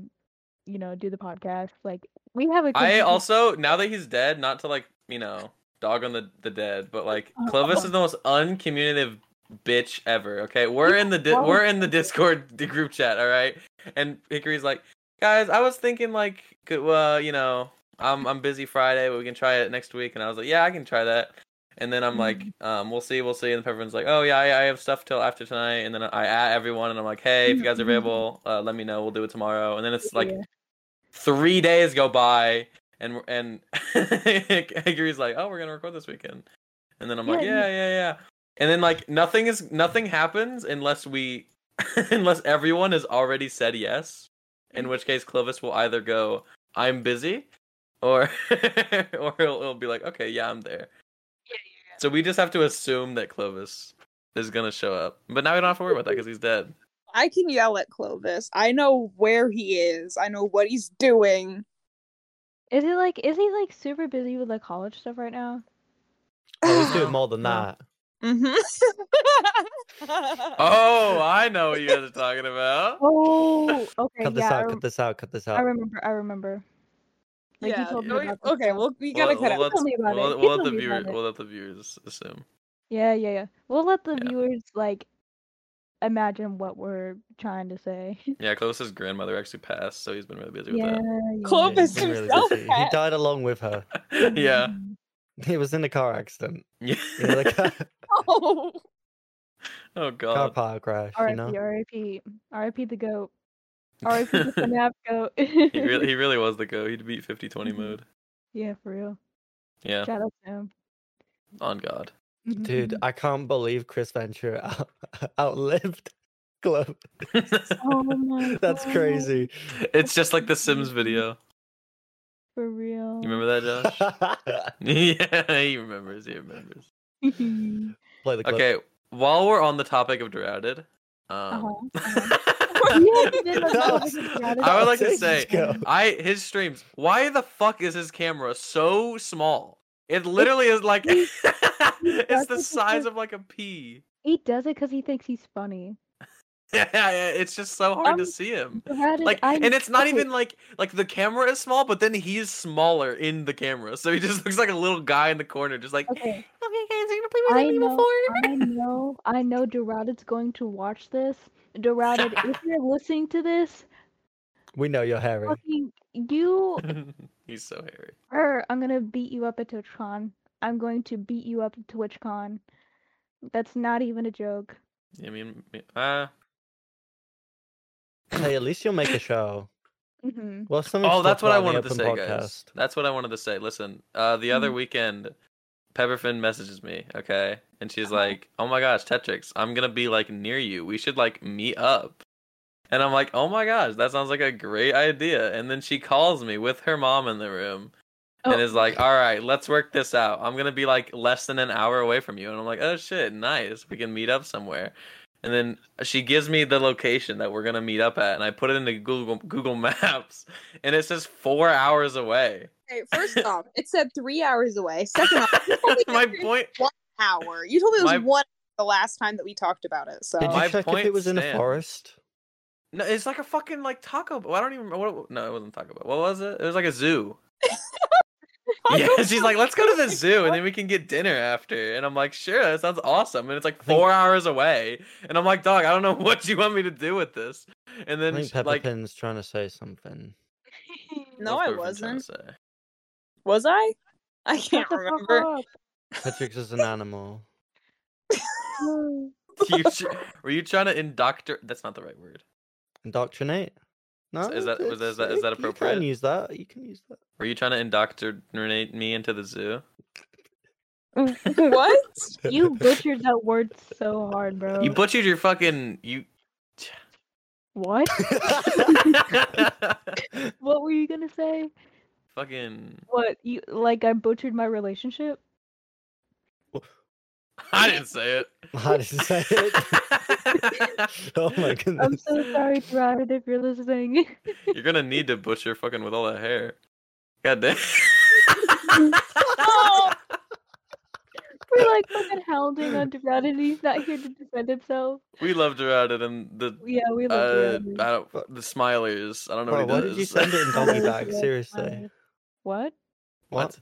[SPEAKER 1] you know, do the podcast. Like we have a.
[SPEAKER 2] I
[SPEAKER 1] consistent-
[SPEAKER 2] also now that he's dead, not to like you know dog on the the dead, but like
[SPEAKER 1] Uh,
[SPEAKER 2] Clovis is the most uncommunicative bitch ever. Okay, we're in the di- we're in the Discord d- group chat. All right, and Hickory's like, guys, I was thinking like, could- well, you know, I'm I'm busy Friday, but we can try it next week. And I was like, yeah, I can try that. And then I'm like, um, we'll see, we'll see. And Pepperman's like, oh yeah, I, I have stuff till after tonight. And then I at everyone, and I'm like, hey, if you guys are available, uh, let me know. We'll do it tomorrow. And then it's like
[SPEAKER 1] Yeah.
[SPEAKER 2] three days go by, and we're- and Hickory's like, oh, we're gonna record this weekend. And then I'm like,
[SPEAKER 1] Yeah,
[SPEAKER 2] yeah, yeah, yeah. And then like nothing is nothing happens unless we unless everyone has already said yes. In which case, Clovis will either go, "I'm busy," or or he'll, he'll be like, "Okay, yeah, I'm there." So we just have to assume that Clovis is gonna show up. But now we don't have to worry about that because he's dead.
[SPEAKER 5] I can yell at Clovis. I know where he is. I know what he's doing.
[SPEAKER 1] Is he like? Is he like super busy with like college stuff right now?
[SPEAKER 4] Oh, he's doing more than
[SPEAKER 2] Yeah.
[SPEAKER 4] that.
[SPEAKER 5] Mm-hmm.
[SPEAKER 2] Oh, I know what you guys are talking about.
[SPEAKER 1] Oh, okay,
[SPEAKER 4] Cut this
[SPEAKER 1] yeah. I,
[SPEAKER 4] out,
[SPEAKER 1] rem-
[SPEAKER 4] cut this out, cut this
[SPEAKER 1] I
[SPEAKER 4] out.
[SPEAKER 1] remember. I remember. Like
[SPEAKER 5] yeah.
[SPEAKER 1] you told me
[SPEAKER 2] no, you-
[SPEAKER 1] about this
[SPEAKER 5] okay,
[SPEAKER 1] stuff.
[SPEAKER 5] well, we gotta
[SPEAKER 2] We'll-
[SPEAKER 5] cut out.
[SPEAKER 2] we'll let-
[SPEAKER 1] Tell me about
[SPEAKER 2] we'll,
[SPEAKER 1] it.
[SPEAKER 2] we'll
[SPEAKER 1] Tell
[SPEAKER 2] let the
[SPEAKER 1] me about
[SPEAKER 2] viewer,
[SPEAKER 1] it.
[SPEAKER 2] we'll let the viewers assume.
[SPEAKER 1] Yeah, yeah, yeah. We'll let the
[SPEAKER 2] Yeah.
[SPEAKER 1] viewers like imagine what we're trying to say.
[SPEAKER 2] Yeah, Clovis's grandmother actually passed, so he's been really busy with
[SPEAKER 1] yeah,
[SPEAKER 4] Yeah, he's
[SPEAKER 5] Clovis
[SPEAKER 4] been really
[SPEAKER 5] himself
[SPEAKER 4] busy. He
[SPEAKER 5] passed.
[SPEAKER 4] died along with her.
[SPEAKER 2] that. yeah.
[SPEAKER 4] He was in a car accident.
[SPEAKER 2] Yeah.
[SPEAKER 4] You know, the car,
[SPEAKER 5] Oh.
[SPEAKER 2] oh
[SPEAKER 4] car
[SPEAKER 2] god.
[SPEAKER 4] park crash, you
[SPEAKER 1] R.I.P.
[SPEAKER 4] know?
[SPEAKER 1] R.I.P. R.I.P. the goat. R.I.P. the FNAF goat.
[SPEAKER 2] he really he really was the go. He'd beat 50-20
[SPEAKER 1] Mm-hmm.
[SPEAKER 2] mode.
[SPEAKER 1] yeah, for real.
[SPEAKER 2] Yeah,
[SPEAKER 1] Shout out to him. Mm-hmm.
[SPEAKER 2] on god.
[SPEAKER 4] Dude, I can't believe Chris Ventura out- outlived Glow.
[SPEAKER 1] oh my
[SPEAKER 4] That's
[SPEAKER 1] God,
[SPEAKER 4] crazy.
[SPEAKER 2] it's just like the Sims video.
[SPEAKER 1] For real.
[SPEAKER 2] You remember that, Josh? yeah, he remembers. He remembers.
[SPEAKER 4] Play the clip.
[SPEAKER 2] Okay, while we're on the topic of Drowned, um,
[SPEAKER 1] Uh-huh. Yeah, we did on the
[SPEAKER 4] That
[SPEAKER 1] topic of
[SPEAKER 4] was-
[SPEAKER 1] Drowned.
[SPEAKER 2] I would like to
[SPEAKER 4] Let's
[SPEAKER 2] say,
[SPEAKER 4] go.
[SPEAKER 2] I his streams. Why the fuck is his camera so small? It literally is like it's the size of like a pea.
[SPEAKER 1] He does it because he thinks he's funny.
[SPEAKER 2] Yeah, yeah, it's just so hard to
[SPEAKER 1] Um,
[SPEAKER 2] see him.
[SPEAKER 1] Brad is-
[SPEAKER 2] Like,
[SPEAKER 1] I-
[SPEAKER 2] and it's not
[SPEAKER 1] okay,
[SPEAKER 2] even like like the camera is small, but then he is smaller in the camera, so he just looks like a little guy in the corner, just like.
[SPEAKER 1] Okay,
[SPEAKER 2] Okay, guys, are you gonna play
[SPEAKER 1] I
[SPEAKER 2] with me
[SPEAKER 1] know,
[SPEAKER 2] before?
[SPEAKER 1] I know, I know. Doraded's going to watch this. Doraded, if you're listening to this,
[SPEAKER 4] We know you're hairy.
[SPEAKER 1] fucking you
[SPEAKER 2] He's so hairy.
[SPEAKER 1] Err, I'm gonna beat you up at TwitchCon. I'm going to beat you up at TwitchCon. That's not even a joke.
[SPEAKER 2] I mean, me- uh,
[SPEAKER 4] Hey, at least you'll make a show.
[SPEAKER 1] Mm-hmm.
[SPEAKER 4] Well, something
[SPEAKER 2] oh,
[SPEAKER 4] to
[SPEAKER 2] that's
[SPEAKER 4] talk
[SPEAKER 2] what I
[SPEAKER 4] about
[SPEAKER 2] wanted
[SPEAKER 4] on the
[SPEAKER 2] to say,
[SPEAKER 4] open
[SPEAKER 2] guys.
[SPEAKER 4] podcast. Hmm.
[SPEAKER 2] That's what I wanted to say. Listen, uh, the other
[SPEAKER 1] Mhm.
[SPEAKER 2] weekend, Pepperfin messages me, okay, and she's
[SPEAKER 4] Uh-huh.
[SPEAKER 2] like, "Oh my gosh, Tetrix, I'm gonna be like near you. We should like meet up." And I'm like, "Oh my gosh, that sounds like a great idea." And then she calls me with her mom in the room. And
[SPEAKER 1] Oh.
[SPEAKER 2] is like, all right, let's work this out. I'm gonna be like less than an hour away from you, and I'm like, oh shit, nice. We can meet up somewhere. And then she gives me the location that we're gonna meet up at, and I put it into Google Google Maps, and it says four hours away.
[SPEAKER 5] Okay, first off, it said three hours away. Second off, you told me
[SPEAKER 2] my
[SPEAKER 5] that it was
[SPEAKER 2] point,
[SPEAKER 5] an hour. You told me it was
[SPEAKER 2] My-
[SPEAKER 5] one the last time that we talked about it. So
[SPEAKER 4] Did you
[SPEAKER 2] My
[SPEAKER 4] check if
[SPEAKER 2] point
[SPEAKER 4] it was in a
[SPEAKER 2] stands.
[SPEAKER 4] forest?
[SPEAKER 2] no, it's like a fucking like Taco. Bell. I don't even. What, no, it wasn't Taco Bell. What was it? It was like a zoo. yeah, she's like, let's go to the zoo, and then we can get dinner after. And I'm like, sure, that sounds awesome. And it's like
[SPEAKER 4] think-
[SPEAKER 2] four hours away, and I'm like, dog, I don't know what you want me to do with this. And
[SPEAKER 4] I
[SPEAKER 2] then
[SPEAKER 4] think
[SPEAKER 2] she-
[SPEAKER 4] Peppa
[SPEAKER 2] like,
[SPEAKER 4] Pin's trying to say something.
[SPEAKER 5] no,
[SPEAKER 2] What
[SPEAKER 5] I
[SPEAKER 2] Pepperfin trying to
[SPEAKER 5] wasn't.
[SPEAKER 2] say?
[SPEAKER 5] Was I? I can't
[SPEAKER 1] Shut the
[SPEAKER 5] remember.
[SPEAKER 1] fuck up.
[SPEAKER 4] Patrick's is an animal.
[SPEAKER 1] No.
[SPEAKER 2] You tr- were you trying to indoctor? That's not the right word.
[SPEAKER 4] Indoctrinate. No,
[SPEAKER 2] is that- was-
[SPEAKER 4] it's-
[SPEAKER 2] is that- is that
[SPEAKER 4] You
[SPEAKER 2] appropriate?
[SPEAKER 4] can use that. You can use that.
[SPEAKER 2] Were you trying to indoctrinate me into the zoo?
[SPEAKER 5] what?
[SPEAKER 1] You butchered that word so hard, bro.
[SPEAKER 4] Uh,
[SPEAKER 2] You butchered your fucking you.
[SPEAKER 1] what? What were you gonna say?
[SPEAKER 2] fucking.
[SPEAKER 1] What you like? I butchered my relationship.
[SPEAKER 2] I didn't say it.
[SPEAKER 4] How did you say it? oh my goodness.
[SPEAKER 1] I'm so sorry, Brad, if you're listening.
[SPEAKER 2] You're gonna need to butcher fucking with all that hair. God damn.
[SPEAKER 1] We're like fucking hounding on Brad, and he's not here to defend himself.
[SPEAKER 2] we loved Gerard and the
[SPEAKER 1] Yeah, we
[SPEAKER 2] uh,
[SPEAKER 1] love you.
[SPEAKER 2] I don't the Smilers. I don't know what
[SPEAKER 4] Bro,
[SPEAKER 2] he
[SPEAKER 4] why
[SPEAKER 2] does.
[SPEAKER 4] did you send it in doggy
[SPEAKER 1] Smilers,
[SPEAKER 4] bag?
[SPEAKER 1] yeah,
[SPEAKER 4] Seriously.
[SPEAKER 1] Smilers. What?
[SPEAKER 2] what?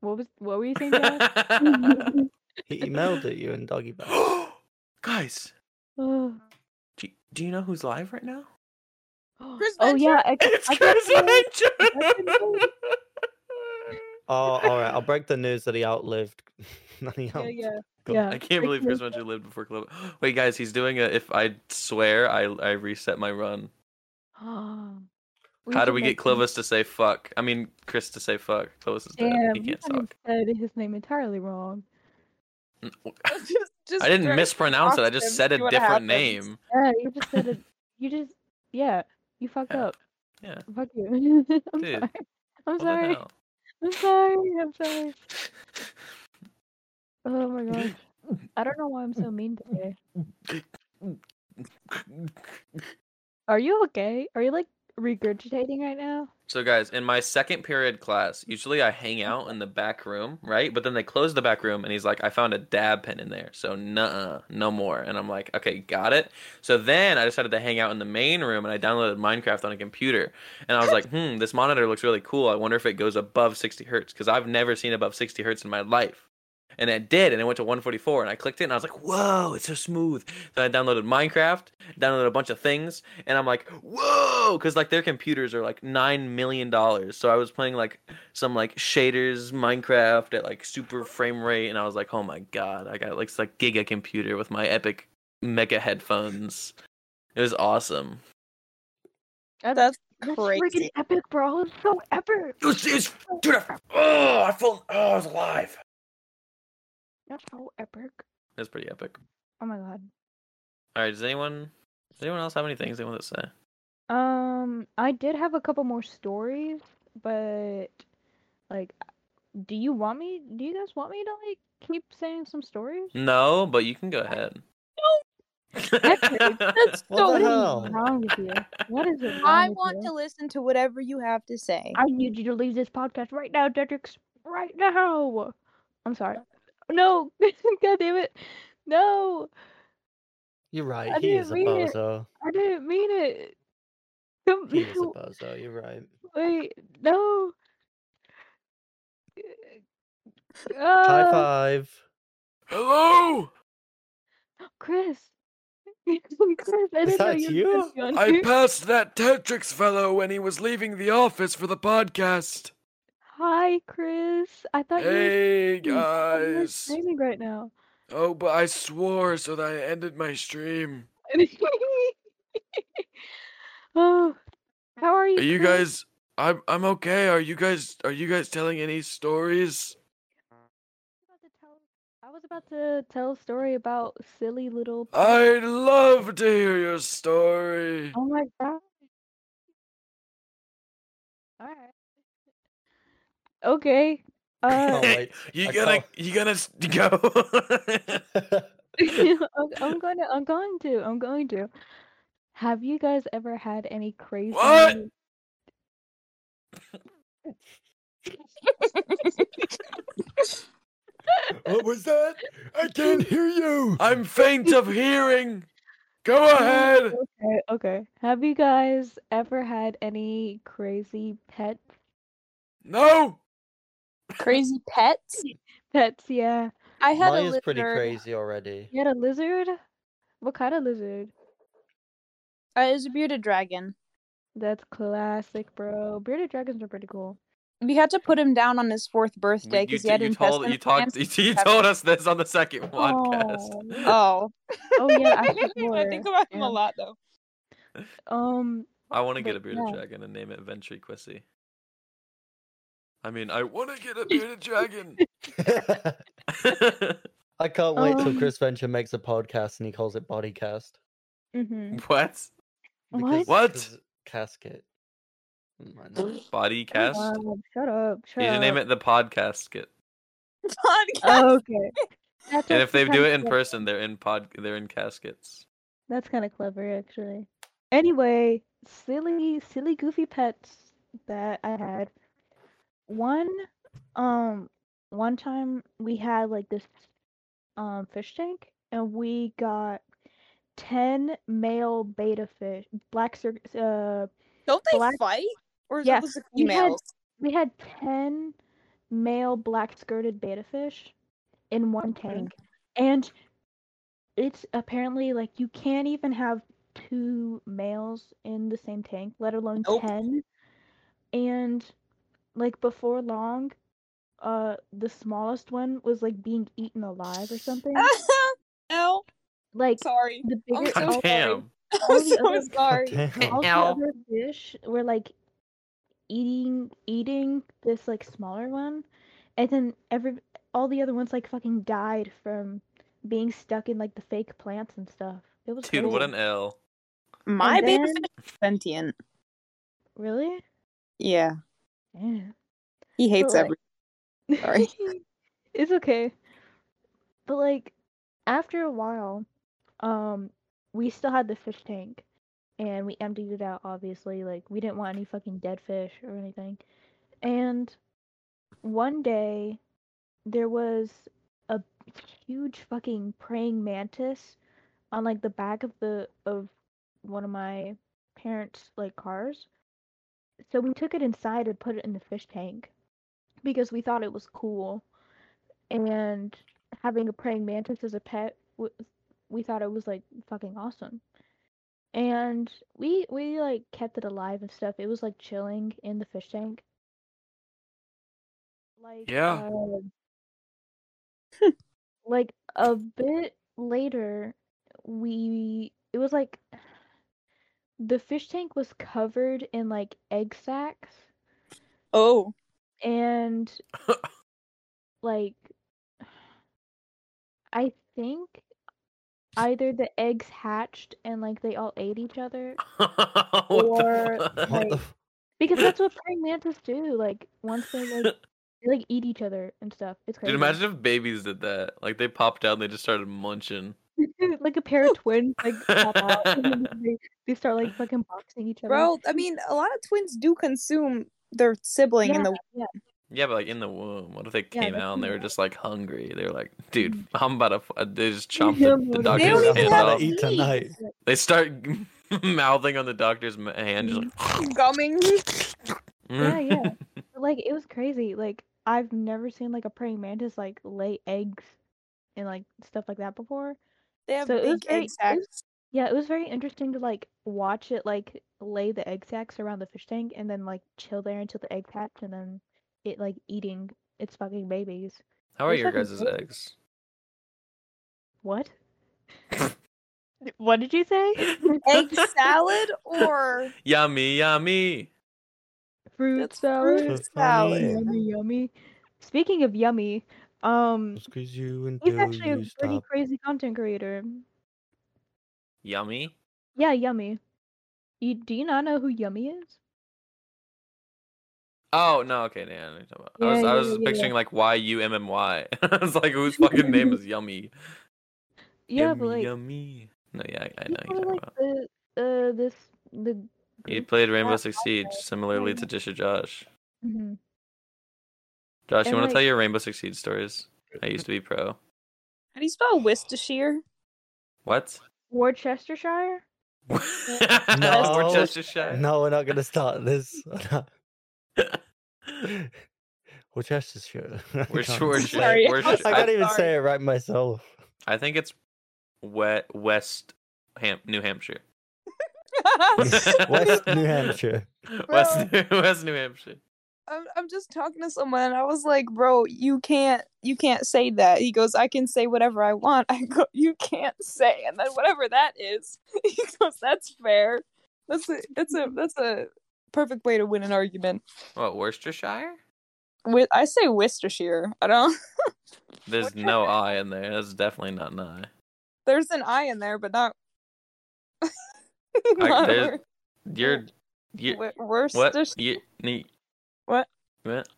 [SPEAKER 1] What was? What were you saying? Brad? Brad?
[SPEAKER 4] He emailed at you in doggy Oh, bag.
[SPEAKER 2] Guys,
[SPEAKER 1] oh
[SPEAKER 2] do, do you know who's live right now?
[SPEAKER 5] Chris
[SPEAKER 1] Oh, yeah, I, can-
[SPEAKER 2] It's
[SPEAKER 1] I can
[SPEAKER 2] Chris
[SPEAKER 1] say it.
[SPEAKER 2] Angel.
[SPEAKER 4] Oh, all right. I'll break the news that he outlived. that he
[SPEAKER 1] Yeah,
[SPEAKER 4] out-
[SPEAKER 1] yeah,
[SPEAKER 4] Go.
[SPEAKER 1] yeah.
[SPEAKER 2] I can't believe Chris Venture lived before Club. Wait, guys, he's doing a. If I swear, I I reset my run.
[SPEAKER 1] We
[SPEAKER 2] How do
[SPEAKER 1] should
[SPEAKER 2] we
[SPEAKER 1] make
[SPEAKER 2] get
[SPEAKER 1] him-
[SPEAKER 2] Clovis to say fuck? I mean, Chris to say fuck. Clovis is dead.
[SPEAKER 1] Damn,
[SPEAKER 2] he
[SPEAKER 1] you
[SPEAKER 2] can't
[SPEAKER 1] haven't
[SPEAKER 2] talk.
[SPEAKER 1] said his name entirely wrong.
[SPEAKER 5] Just, just
[SPEAKER 2] I didn't
[SPEAKER 5] throw-
[SPEAKER 2] mispronounce it. I
[SPEAKER 5] him,
[SPEAKER 2] just said a
[SPEAKER 5] see what happens.
[SPEAKER 2] different name.
[SPEAKER 1] Yeah, you just said it. You just, yeah, you fucked
[SPEAKER 2] Yeah.
[SPEAKER 1] up.
[SPEAKER 2] Yeah.
[SPEAKER 1] Fuck you. I'm
[SPEAKER 2] Dude,
[SPEAKER 1] sorry. I'm
[SPEAKER 2] What the
[SPEAKER 1] sorry.
[SPEAKER 2] hell?
[SPEAKER 1] I'm sorry. I'm sorry. Oh my gosh. I don't know why I'm so mean today. Are you okay? Are you like regurgitating right now?
[SPEAKER 2] So, guys, in my second period class, usually I hang out in the back room, right? But then they close the back room, and he's like, I found a dab pen in there. So, nuh no more. And I'm like, okay, got it. So then I decided to hang out in the main room, and I downloaded Minecraft on a computer. And I was like, hmm, this monitor looks really cool. I wonder if it goes above 60 hertz, because I've never seen above 60 hertz in my life. And it did, and it went to 144, and I clicked it, and I was like, whoa, it's so smooth. Then I downloaded Minecraft, downloaded a bunch of things, and I'm like, whoa, because like their computers are like nine million dollars. So I was playing like some like shaders Minecraft at like super frame rate, and I was like, oh my god, I got like s- like giga computer with my epic mega headphones. It was awesome.
[SPEAKER 5] That's
[SPEAKER 1] That's freaking
[SPEAKER 5] crazy.
[SPEAKER 1] epic, bro. It's so epic.
[SPEAKER 2] It was, it was dude. I, oh, I felt oh, I was alive.
[SPEAKER 1] That's so epic.
[SPEAKER 2] It was pretty epic.
[SPEAKER 1] Oh my god.
[SPEAKER 2] All right, does anyone does anyone else have any things they want to say?
[SPEAKER 1] Um, I did have a couple more stories, but like, do you want me? Do you guys want me to like keep saying some stories?
[SPEAKER 2] No, but you can go ahead.
[SPEAKER 1] Actually,
[SPEAKER 5] That's
[SPEAKER 4] What
[SPEAKER 5] so
[SPEAKER 4] the
[SPEAKER 1] what is
[SPEAKER 4] hell?
[SPEAKER 1] wrong with you? What is it?
[SPEAKER 3] I
[SPEAKER 1] wrong with
[SPEAKER 3] want
[SPEAKER 1] you?
[SPEAKER 3] to listen to whatever you have to say.
[SPEAKER 1] I need you to leave this podcast right now, Dedrix. Right now. I'm sorry. No. God damn it. No.
[SPEAKER 4] You're right.
[SPEAKER 1] I
[SPEAKER 4] he
[SPEAKER 1] didn't
[SPEAKER 4] is a
[SPEAKER 1] mean it.
[SPEAKER 4] bozo.
[SPEAKER 1] I didn't mean it. Don't-
[SPEAKER 4] He is a
[SPEAKER 1] no,
[SPEAKER 4] bozo. You're right.
[SPEAKER 1] Wait. No.
[SPEAKER 4] High
[SPEAKER 1] Uh,
[SPEAKER 4] five.
[SPEAKER 2] Hello.
[SPEAKER 1] Chris. Chris, I didn't know
[SPEAKER 4] that
[SPEAKER 1] you. were gonna be on here.
[SPEAKER 2] passed that Tetrix fellow when he was leaving the office for the podcast.
[SPEAKER 1] Hi, Chris. I thought you
[SPEAKER 2] Hey
[SPEAKER 1] were I'm not streaming right now.
[SPEAKER 2] Oh, but I swore so that I ended my stream.
[SPEAKER 1] oh, how are you? Chris?
[SPEAKER 2] I'm I'm okay. Are you guys are you guys telling any stories?
[SPEAKER 1] about to tell- I was about to tell a story about silly little.
[SPEAKER 2] I'd love to hear your story.
[SPEAKER 1] Oh my god! All right. Okay.
[SPEAKER 4] Can't
[SPEAKER 1] Uh,
[SPEAKER 4] wait.
[SPEAKER 2] You
[SPEAKER 4] I
[SPEAKER 2] gonna
[SPEAKER 4] can't-
[SPEAKER 2] you gonna s- go?
[SPEAKER 1] I'm I'm going to. I'm going to. I'm going to. Have you guys ever had any crazy?
[SPEAKER 2] What?
[SPEAKER 4] what was that? I can't hear you.
[SPEAKER 2] I'm faint of hearing. Go ahead.
[SPEAKER 1] Okay. Okay. Have you guys ever had any crazy pet
[SPEAKER 2] No.
[SPEAKER 3] Crazy pets.
[SPEAKER 1] pets? Yeah.
[SPEAKER 3] I had a
[SPEAKER 4] Maya's
[SPEAKER 3] lizard.
[SPEAKER 4] pretty crazy already.
[SPEAKER 1] You had a lizard. What kind of lizard?
[SPEAKER 3] Uh, it was a bearded dragon.
[SPEAKER 1] That's classic, bro. Bearded dragons are pretty cool.
[SPEAKER 3] We had to put him down on his fourth birthday
[SPEAKER 2] We- You,
[SPEAKER 3] because he had
[SPEAKER 2] you told
[SPEAKER 3] investment
[SPEAKER 2] you talked
[SPEAKER 3] plans.
[SPEAKER 2] you told us this on the second podcast.
[SPEAKER 3] Oh.
[SPEAKER 5] Oh,
[SPEAKER 1] Oh yeah,
[SPEAKER 5] I,
[SPEAKER 1] I swore.
[SPEAKER 5] think about him
[SPEAKER 1] Yeah.
[SPEAKER 5] a lot though.
[SPEAKER 1] Um,
[SPEAKER 2] I want to get a
[SPEAKER 1] But
[SPEAKER 2] bearded
[SPEAKER 1] yeah.
[SPEAKER 2] dragon and name it Ventriquissy. I mean, I want to get a bearded dragon.
[SPEAKER 4] I can't wait till
[SPEAKER 1] Um,
[SPEAKER 4] Chris Venture makes a podcast and he calls it Bodycast.
[SPEAKER 1] mhm.
[SPEAKER 2] what?
[SPEAKER 4] because-
[SPEAKER 1] What?
[SPEAKER 2] What?
[SPEAKER 4] because Casket. Never mind.
[SPEAKER 2] Body
[SPEAKER 1] Shut
[SPEAKER 2] cast.
[SPEAKER 1] up, Shut up. Shut
[SPEAKER 2] You should
[SPEAKER 1] up.
[SPEAKER 2] name it the podcast kit.
[SPEAKER 3] Podcast.
[SPEAKER 1] Oh, okay. That's
[SPEAKER 2] And
[SPEAKER 1] actually
[SPEAKER 2] if they do
[SPEAKER 1] kinda
[SPEAKER 2] it in
[SPEAKER 1] clever.
[SPEAKER 2] person, they're in pod. They're in caskets.
[SPEAKER 1] that's kind of clever actually. Anyway, silly, silly, goofy pets that I had. One, um, one time we had like this, um, fish tank, and we got ten male beta fish, black circus, uh,
[SPEAKER 5] Don't they
[SPEAKER 1] Black-
[SPEAKER 5] fight? Or is
[SPEAKER 1] Yeah,
[SPEAKER 5] it just
[SPEAKER 1] we had-
[SPEAKER 5] females?
[SPEAKER 1] We had 10 male black skirted beta fish in one tank. And it's apparently like you can't even have two males in the same tank, let alone
[SPEAKER 5] Nope.
[SPEAKER 1] 10. And like before long, uh the smallest one was like being eaten alive or something.
[SPEAKER 5] no,
[SPEAKER 1] like
[SPEAKER 5] sorry.
[SPEAKER 1] the
[SPEAKER 5] I'm
[SPEAKER 1] bigger Oh,
[SPEAKER 5] so
[SPEAKER 2] God
[SPEAKER 5] sorry.
[SPEAKER 2] damn.
[SPEAKER 5] I'm so sorry.
[SPEAKER 1] all the other-
[SPEAKER 4] Damn.
[SPEAKER 1] all the
[SPEAKER 2] Ow.
[SPEAKER 1] other fish were like eating eating this like smaller one and then every all the other ones like fucking died from being stuck in like the fake plants and stuff it was
[SPEAKER 2] Dude, what
[SPEAKER 1] crazy.
[SPEAKER 2] an L.
[SPEAKER 5] My
[SPEAKER 1] And
[SPEAKER 5] baby
[SPEAKER 1] then-
[SPEAKER 5] fish is sentient.
[SPEAKER 1] really
[SPEAKER 5] Yeah,
[SPEAKER 1] yeah
[SPEAKER 5] he hates
[SPEAKER 1] like-
[SPEAKER 5] everything. Sorry.
[SPEAKER 1] it's okay. But like after a while, um we still had the fish tank and we emptied it out obviously. Like we didn't want any fucking dead fish or anything. And one day there was a huge fucking praying mantis on like the back of the of one of my parents' like cars. So we took it inside and put it in the fish tank because we thought it was cool and having a praying mantis as a pet w- we thought it was like fucking awesome and we we like kept it alive and stuff it was like chilling in the fish tank like
[SPEAKER 2] Yeah.
[SPEAKER 1] uh, like a bit later we it was like the fish tank was covered in like egg sacs
[SPEAKER 5] Oh,
[SPEAKER 1] and like I think either the eggs hatched and like they all ate each other Or,
[SPEAKER 2] what the fuck?
[SPEAKER 4] What the
[SPEAKER 1] like-
[SPEAKER 4] f-
[SPEAKER 1] because that's what praying mantis do. Like once they like they, like eat each other and stuff. It's crazy.
[SPEAKER 2] Dude, imagine if babies did that. Like they popped out and they just started munching.
[SPEAKER 1] like a pair of twins like pop out and then they, they start like fucking boxing each other.
[SPEAKER 5] bro. I mean, a lot of twins do consume their sibling in
[SPEAKER 1] Yeah,
[SPEAKER 5] the.
[SPEAKER 1] yeah.
[SPEAKER 2] Yeah, but like in the womb, what if they
[SPEAKER 1] Yeah,
[SPEAKER 2] came
[SPEAKER 1] that's
[SPEAKER 2] out and they were
[SPEAKER 1] not-
[SPEAKER 2] just like hungry? They were like,
[SPEAKER 1] Mm.
[SPEAKER 2] dude, I'm about to. F-. uh, They just chomped
[SPEAKER 1] Yeah,
[SPEAKER 2] the, the
[SPEAKER 1] bro,
[SPEAKER 2] doctor's
[SPEAKER 5] They don't even
[SPEAKER 2] hand
[SPEAKER 5] have
[SPEAKER 2] off.
[SPEAKER 4] eat tonight.
[SPEAKER 2] They start mouthing on the doctor's ma- hand, just like. "Mm,
[SPEAKER 5] Gumming.
[SPEAKER 1] Mm. Yeah, yeah. But, like it was crazy. Like I've never seen like a praying mantis like lay eggs and like stuff like that before.
[SPEAKER 5] They have
[SPEAKER 1] So it was
[SPEAKER 5] big
[SPEAKER 1] very-
[SPEAKER 5] egg sacs.
[SPEAKER 1] Yeah, it was very interesting to like watch it like lay the egg sacs around the fish tank and then like chill there until the eggs hatch and then it like eating its fucking babies.
[SPEAKER 2] How are
[SPEAKER 1] It's
[SPEAKER 2] your
[SPEAKER 1] fucking
[SPEAKER 2] guys'
[SPEAKER 1] great.
[SPEAKER 2] eggs?
[SPEAKER 1] What? What did you say?
[SPEAKER 5] Egg salad or
[SPEAKER 2] Yummy, yummy.
[SPEAKER 1] Fruit
[SPEAKER 5] That's
[SPEAKER 1] salad.
[SPEAKER 5] fruit
[SPEAKER 4] Funny.
[SPEAKER 5] salad.
[SPEAKER 1] Yummy, yummy. Speaking of yummy, um,
[SPEAKER 4] Squeeze you
[SPEAKER 1] he's
[SPEAKER 4] until
[SPEAKER 1] actually a
[SPEAKER 4] you
[SPEAKER 1] pretty
[SPEAKER 4] stop.
[SPEAKER 1] crazy content creator.
[SPEAKER 2] Yummy?
[SPEAKER 1] Yeah, yummy. You do you not know who Yummy is?
[SPEAKER 2] Oh no, okay, yeah, I know what you're talking about. I
[SPEAKER 1] Yeah,
[SPEAKER 2] was, I
[SPEAKER 1] yeah,
[SPEAKER 2] was
[SPEAKER 1] yeah, yeah.
[SPEAKER 2] picturing like Y U M M Y. I was like, whose fucking name is Yummy?
[SPEAKER 1] Yeah,
[SPEAKER 2] yummy,
[SPEAKER 1] but like
[SPEAKER 2] yummy. No, yeah, I, I
[SPEAKER 1] he's
[SPEAKER 2] know what
[SPEAKER 1] one
[SPEAKER 2] you're
[SPEAKER 1] of,
[SPEAKER 2] talking
[SPEAKER 1] like
[SPEAKER 2] about.
[SPEAKER 1] the uh this the
[SPEAKER 2] He
[SPEAKER 1] group
[SPEAKER 2] played Rainbow
[SPEAKER 1] that
[SPEAKER 2] Six Siege, similarly to
[SPEAKER 1] yeah.
[SPEAKER 2] Disha Josh.
[SPEAKER 1] Mhm.
[SPEAKER 2] Josh, you
[SPEAKER 1] And,
[SPEAKER 2] want to
[SPEAKER 1] like-
[SPEAKER 2] tell your Rainbow Six Siege stories? I used to be pro.
[SPEAKER 5] how do you spell Worcestershire?
[SPEAKER 2] What?
[SPEAKER 1] Worcestershire?
[SPEAKER 4] No.
[SPEAKER 2] Worcestershire.
[SPEAKER 4] No, we're not gonna start this. Worcestershire. I
[SPEAKER 2] We're
[SPEAKER 4] can't
[SPEAKER 2] sure.
[SPEAKER 4] even say it.
[SPEAKER 5] Sorry.
[SPEAKER 2] We're
[SPEAKER 4] I
[SPEAKER 2] sure.
[SPEAKER 4] can't
[SPEAKER 2] I,
[SPEAKER 4] even
[SPEAKER 5] sorry.
[SPEAKER 4] say it right myself.
[SPEAKER 2] I think it's wet West Ham- New Hampshire.
[SPEAKER 4] West New Hampshire.
[SPEAKER 2] West New, West New Hampshire.
[SPEAKER 3] I'm, I'm just talking to someone and I was like, bro, you can't you can't say that. He goes, I can say whatever I want. I go, you can't say and then whatever that is. He goes, that's fair. That's a that's a that's a perfect way to win an argument.
[SPEAKER 2] What Worcestershire?
[SPEAKER 3] With I say Worcestershire. I don't
[SPEAKER 2] There's no I in there. That's definitely not an I.
[SPEAKER 3] there's an I in there, but not,
[SPEAKER 2] I-
[SPEAKER 3] not
[SPEAKER 2] there's-
[SPEAKER 3] Wor-
[SPEAKER 2] You're you
[SPEAKER 3] Wor-
[SPEAKER 2] what
[SPEAKER 3] Worcestershire.
[SPEAKER 2] you ne-
[SPEAKER 3] What?
[SPEAKER 2] What?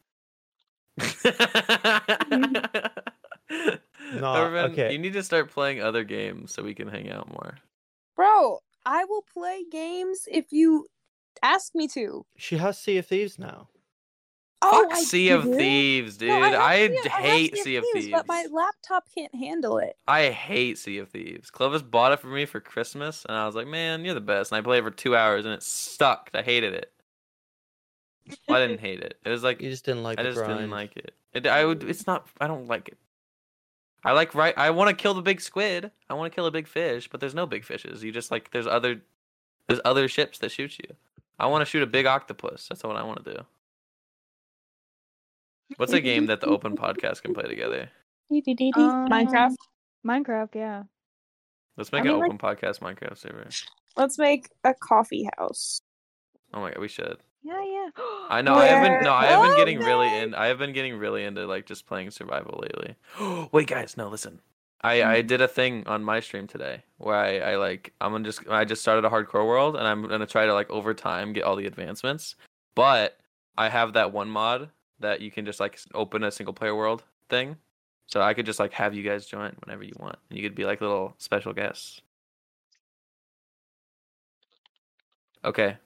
[SPEAKER 4] No,
[SPEAKER 2] Thurman,
[SPEAKER 4] okay.
[SPEAKER 2] You need to start playing other games so we can hang out more.
[SPEAKER 3] Bro, I will play games if you ask me to.
[SPEAKER 4] She has Sea of Thieves now.
[SPEAKER 2] Fuck Sea of Thieves, dude.
[SPEAKER 3] Oh, No, have
[SPEAKER 2] I,
[SPEAKER 3] Sea- have
[SPEAKER 2] hate Sea of Thieves.
[SPEAKER 3] but my laptop can't handle it.
[SPEAKER 2] I hate Sea of Thieves. Clovis bought it for me for Christmas, and I was like, "Man, you're the best." And I played it for two hours, and it sucked. I hated it. Well, I didn't hate it. It was like
[SPEAKER 4] You just didn't like
[SPEAKER 2] I
[SPEAKER 4] the
[SPEAKER 2] just
[SPEAKER 4] grind.
[SPEAKER 2] didn't like it. it. I would. It's not. I don't like it. I like right. I want to kill the big squid. I want to kill a big fish, but there's no big fishes. You just like there's other there's other ships that shoot you. I want to shoot a big octopus. That's what I want to do. What's a game that the open podcast can play together?
[SPEAKER 3] Minecraft?
[SPEAKER 1] Minecraft, yeah.
[SPEAKER 2] Let's
[SPEAKER 3] I
[SPEAKER 2] make an
[SPEAKER 3] mean, like-
[SPEAKER 2] open podcast Minecraft server.
[SPEAKER 3] Let's make a coffee house.
[SPEAKER 2] Oh my god, we should.
[SPEAKER 1] Yeah, yeah.
[SPEAKER 2] I know. I haven't. No, I
[SPEAKER 3] Where-
[SPEAKER 2] haven't getting really
[SPEAKER 3] Okay.
[SPEAKER 2] in. I have been getting really into like just playing survival lately. Wait, guys, no, listen. I I did a thing on my stream today where I I like I'm gonna just I just started a hardcore world and I'm gonna try to like over time get all the advancements, but I have that one mod that you can just like s- open a single player world thing, so I could just like have you guys join whenever you want and you could be like little special guests. Okay.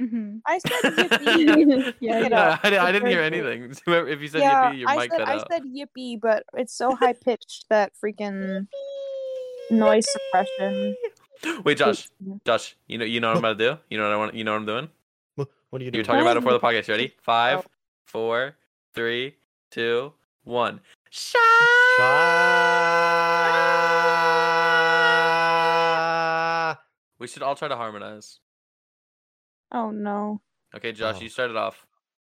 [SPEAKER 1] Mm-hmm.
[SPEAKER 3] I said yippee.
[SPEAKER 2] yeah,
[SPEAKER 1] Yeah,
[SPEAKER 3] Look it
[SPEAKER 2] no,
[SPEAKER 3] up.
[SPEAKER 2] I, I
[SPEAKER 3] It's
[SPEAKER 2] didn't hear
[SPEAKER 3] right there.
[SPEAKER 2] anything. if you said
[SPEAKER 3] yeah,
[SPEAKER 2] yippee, your
[SPEAKER 3] I
[SPEAKER 2] mic
[SPEAKER 3] said
[SPEAKER 2] cut
[SPEAKER 3] I
[SPEAKER 2] out.
[SPEAKER 3] said yippee, but it's so high pitched that freaking noise suppression.
[SPEAKER 2] Wait, Josh, Josh, you know, you know what I'm about to do. You know what I want. You know what I'm doing.
[SPEAKER 4] Wha- What are you
[SPEAKER 2] You
[SPEAKER 4] doing?
[SPEAKER 2] were talking about it before the
[SPEAKER 3] What?
[SPEAKER 2] podcast. You Ready? Five, four, three, two, one. Shut.
[SPEAKER 4] Ah!
[SPEAKER 2] We should all try to harmonize.
[SPEAKER 3] Oh no.
[SPEAKER 2] Okay, Josh,
[SPEAKER 4] Oh.
[SPEAKER 2] you started off.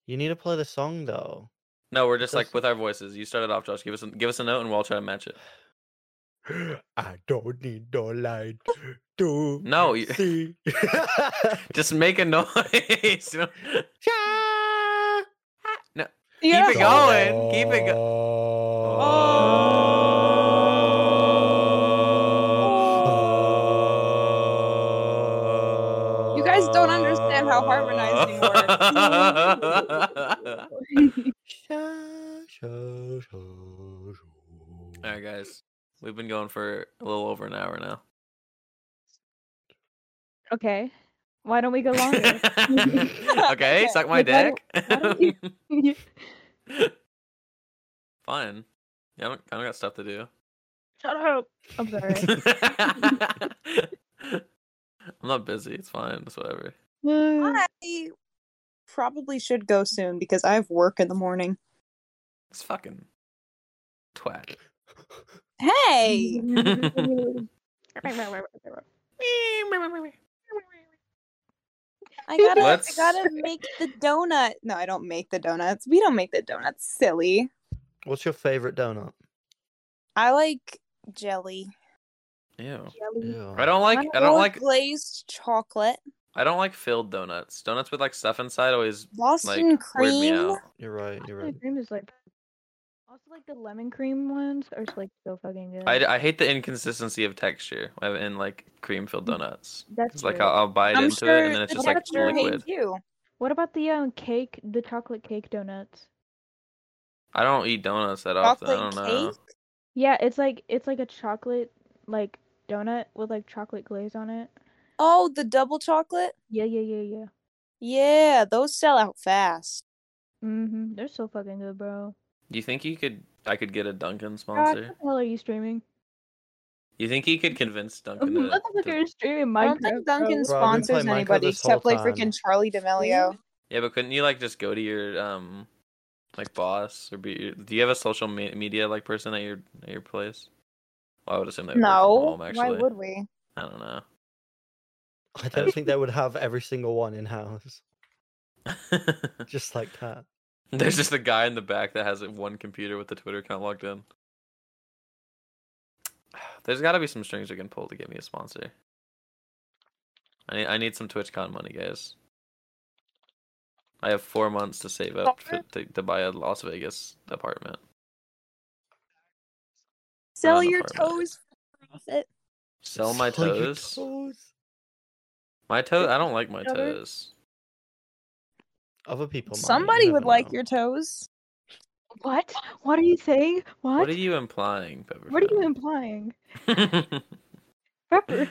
[SPEAKER 4] You need to play the song though.
[SPEAKER 2] No, we're just like
[SPEAKER 4] Does-
[SPEAKER 2] with our voices. You started off, Josh. Give us a, give us a note, and we'll all try to match it.
[SPEAKER 4] I don't need no light to
[SPEAKER 2] No, you-
[SPEAKER 4] see.
[SPEAKER 2] Just make a noise. you know? no,
[SPEAKER 3] Yeah.
[SPEAKER 2] Keep it going. Keep it going.
[SPEAKER 4] Oh.
[SPEAKER 3] You guys don't understand how harmonizing works.
[SPEAKER 1] Mm-hmm.
[SPEAKER 2] All right, guys. We've been going for a little over an hour now.
[SPEAKER 1] Okay. Why don't we go longer?
[SPEAKER 2] okay, suck
[SPEAKER 1] Like,
[SPEAKER 2] my
[SPEAKER 1] why don't-
[SPEAKER 2] dick.
[SPEAKER 1] why don't you-
[SPEAKER 2] Fine. Yeah, I don't, I don't got stuff to do.
[SPEAKER 1] Shut up. I'm sorry.
[SPEAKER 2] I'm not busy. It's fine. It's whatever.
[SPEAKER 1] Uh,
[SPEAKER 3] I probably should go soon because I have work in the morning.
[SPEAKER 2] It's fucking twat.
[SPEAKER 3] Hey. I gotta,
[SPEAKER 2] Let's-
[SPEAKER 3] I gotta make the donut. No, I don't make the donuts. We don't make the donuts. Silly.
[SPEAKER 4] What's your favorite donut?
[SPEAKER 3] I like jelly.
[SPEAKER 2] Ew.
[SPEAKER 4] Ew.
[SPEAKER 2] I don't like. I don't
[SPEAKER 1] Oh.
[SPEAKER 3] Or
[SPEAKER 2] like.
[SPEAKER 3] glazed chocolate,
[SPEAKER 2] I don't like filled donuts. Donuts with like stuff inside always like
[SPEAKER 3] Boston
[SPEAKER 2] weird me
[SPEAKER 3] cream.
[SPEAKER 2] out.
[SPEAKER 4] You're right. You're
[SPEAKER 1] the
[SPEAKER 4] right.
[SPEAKER 1] cream is like. Also, like the lemon cream ones are just, like so fucking good.
[SPEAKER 2] I, I hate the inconsistency of texture of- in like cream filled donuts.
[SPEAKER 1] That's
[SPEAKER 2] It's like
[SPEAKER 1] Mm. true.
[SPEAKER 2] I'll, I'll bite
[SPEAKER 3] I'm
[SPEAKER 2] into
[SPEAKER 3] sure
[SPEAKER 2] it and then it's
[SPEAKER 3] the
[SPEAKER 2] just like
[SPEAKER 3] texture hates
[SPEAKER 2] liquid.
[SPEAKER 3] you.
[SPEAKER 1] What about the um cake, the chocolate cake donuts?
[SPEAKER 2] I don't eat donuts that often. I
[SPEAKER 3] Chocolate
[SPEAKER 2] don't know.
[SPEAKER 3] cake.
[SPEAKER 1] Yeah, it's like it's like a chocolate like donut with like chocolate glaze on it.
[SPEAKER 3] Oh, the double chocolate.
[SPEAKER 1] Yeah, yeah, yeah, yeah.
[SPEAKER 3] Yeah, those sell out fast.
[SPEAKER 1] Mhm. They're so fucking good, bro.
[SPEAKER 2] Do you think you could? I could get a Duncan
[SPEAKER 1] God, what
[SPEAKER 2] sponsor.
[SPEAKER 1] the hell are you streaming?
[SPEAKER 2] You think he could convince Duncan? to-
[SPEAKER 1] Motherfucker
[SPEAKER 2] to-
[SPEAKER 1] is streaming Minecraft.
[SPEAKER 3] I don't think
[SPEAKER 1] bro.
[SPEAKER 3] Duncan
[SPEAKER 4] Bro, I've been
[SPEAKER 3] sponsors
[SPEAKER 4] playing Minecraft
[SPEAKER 3] anybody
[SPEAKER 4] this whole
[SPEAKER 3] except like
[SPEAKER 4] time.
[SPEAKER 3] freaking Charlie D'Amelio.
[SPEAKER 2] Yeah, but couldn't you like just go to your um, like boss or be? Do you have a social me- media like person at your at your place? Well, I would assume they would work from
[SPEAKER 3] No,
[SPEAKER 2] home,
[SPEAKER 3] why
[SPEAKER 2] actually.
[SPEAKER 3] would we?
[SPEAKER 2] I don't know.
[SPEAKER 4] I don't think they would have every single one in house. just like that.
[SPEAKER 1] Mm-hmm.
[SPEAKER 2] There's just a guy in the back that has one computer with the Twitter account logged in. There's got to be some strings we can pull to get me a sponsor. I need, I need some TwitchCon money, guys. I have four months to save up for, to, to buy a Las Vegas apartment.
[SPEAKER 3] Sell
[SPEAKER 2] an
[SPEAKER 3] your
[SPEAKER 2] apartment.
[SPEAKER 3] toes for profit.
[SPEAKER 2] Sell my
[SPEAKER 4] Sell your
[SPEAKER 2] toes.
[SPEAKER 4] toes.
[SPEAKER 2] My toes. I don't like my
[SPEAKER 3] Toes.
[SPEAKER 2] toes.
[SPEAKER 4] Other people. might, you
[SPEAKER 3] Somebody would
[SPEAKER 4] never
[SPEAKER 3] like
[SPEAKER 4] know.
[SPEAKER 3] your toes.
[SPEAKER 1] What? What are you saying? What?
[SPEAKER 2] What, are you implying, Pepper?
[SPEAKER 1] What are you implying?
[SPEAKER 2] implying?
[SPEAKER 1] Pepper.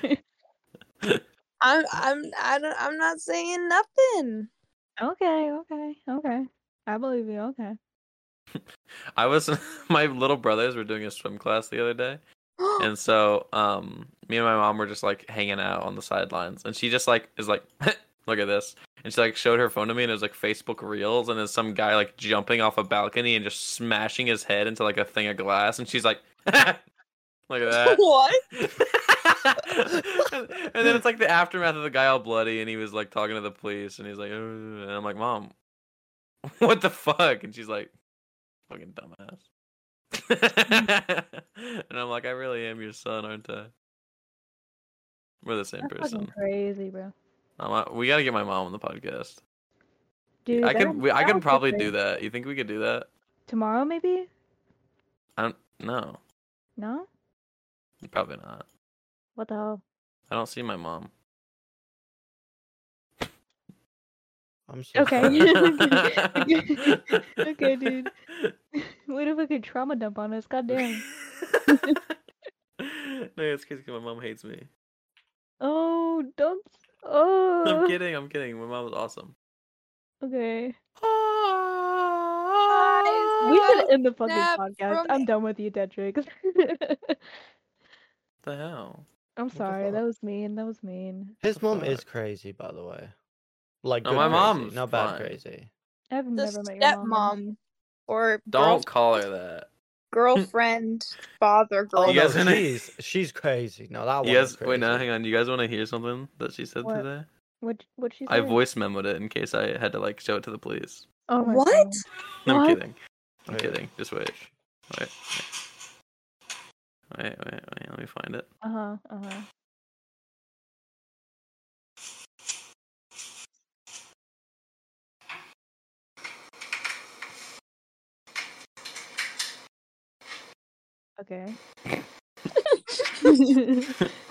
[SPEAKER 3] I'm I'm I don't I'm not saying nothing.
[SPEAKER 1] okay, okay, okay. I believe you. Okay.
[SPEAKER 2] I was. My little brothers were doing a swim class the other day, and so um, me and my mom were just like hanging out on the sidelines, and she just like is like, look at this, and she like showed her phone to me, and it was like Facebook Reels, and there's some guy like jumping off a balcony and just smashing his head into like a thing of glass, and she's like, look at that.
[SPEAKER 3] what?
[SPEAKER 2] and then it's like the aftermath of the guy all bloody, and he was like talking to the police, and he's like, "Uh," and I'm like, Mom, what the fuck? And she's like, fucking dumbass. and I'm like, I really am your son, aren't I? We're the same
[SPEAKER 1] That's fucking
[SPEAKER 2] person.
[SPEAKER 1] crazy, bro.
[SPEAKER 2] I'm not- we gotta get my mom on the podcast.
[SPEAKER 1] Dude,
[SPEAKER 2] I
[SPEAKER 1] that'll-
[SPEAKER 2] could, we, I
[SPEAKER 1] that'll
[SPEAKER 2] could
[SPEAKER 1] be
[SPEAKER 2] probably
[SPEAKER 1] great.
[SPEAKER 2] do that. You think we could do that?
[SPEAKER 1] tomorrow, maybe.
[SPEAKER 2] I don't. No,
[SPEAKER 1] No.
[SPEAKER 2] probably not.
[SPEAKER 1] What the hell?
[SPEAKER 2] I don't see my mom.
[SPEAKER 4] I'm so
[SPEAKER 1] Okay.
[SPEAKER 4] sorry.
[SPEAKER 1] okay, Okay, dude. Way to fucking trauma dump on us. Goddamn.
[SPEAKER 2] no, it's crazy 'cause my mom hates me.
[SPEAKER 1] Oh, don't. Oh.
[SPEAKER 2] I'm kidding. I'm kidding. My mom was awesome.
[SPEAKER 1] Okay.
[SPEAKER 2] What
[SPEAKER 1] We
[SPEAKER 2] Ah,
[SPEAKER 1] should end the fucking
[SPEAKER 3] snap
[SPEAKER 1] podcast.
[SPEAKER 3] from
[SPEAKER 1] I'm
[SPEAKER 3] it.
[SPEAKER 1] done with you, Detrix.
[SPEAKER 2] the hell?
[SPEAKER 1] I'm
[SPEAKER 4] the
[SPEAKER 1] sorry. That
[SPEAKER 4] fuck?
[SPEAKER 1] was mean. That was mean.
[SPEAKER 4] His
[SPEAKER 2] the
[SPEAKER 4] mom is
[SPEAKER 2] fuck?
[SPEAKER 4] crazy, by the way. Like,
[SPEAKER 2] No,
[SPEAKER 4] good
[SPEAKER 2] my
[SPEAKER 4] crazy,
[SPEAKER 2] mom's
[SPEAKER 4] not bad
[SPEAKER 2] fine.
[SPEAKER 4] crazy.
[SPEAKER 1] I've
[SPEAKER 3] The
[SPEAKER 1] never met your mom.
[SPEAKER 3] stepmom or
[SPEAKER 2] Don't
[SPEAKER 3] girlf-
[SPEAKER 2] call her that.
[SPEAKER 3] girlfriend, father,
[SPEAKER 4] Oh,
[SPEAKER 2] You
[SPEAKER 3] girl.
[SPEAKER 4] no,
[SPEAKER 2] guys gonna-
[SPEAKER 4] she's she's crazy. No, that
[SPEAKER 2] You
[SPEAKER 4] one.
[SPEAKER 2] guys,
[SPEAKER 4] is
[SPEAKER 2] wait, no,
[SPEAKER 4] crazy.
[SPEAKER 2] hang on. You guys want to hear something that she said
[SPEAKER 1] What?
[SPEAKER 2] today?
[SPEAKER 1] What? What she said?
[SPEAKER 2] I voice memoed it in case I had to like show it to the police.
[SPEAKER 1] Oh my
[SPEAKER 3] What?
[SPEAKER 1] God.
[SPEAKER 2] No, I'm
[SPEAKER 1] What?
[SPEAKER 2] kidding. I'm
[SPEAKER 4] Wait.
[SPEAKER 2] kidding. Just wait. Wait. Wait. Wait. Wait. wait. Let me find it.
[SPEAKER 1] Uh huh. Uh huh. Okay.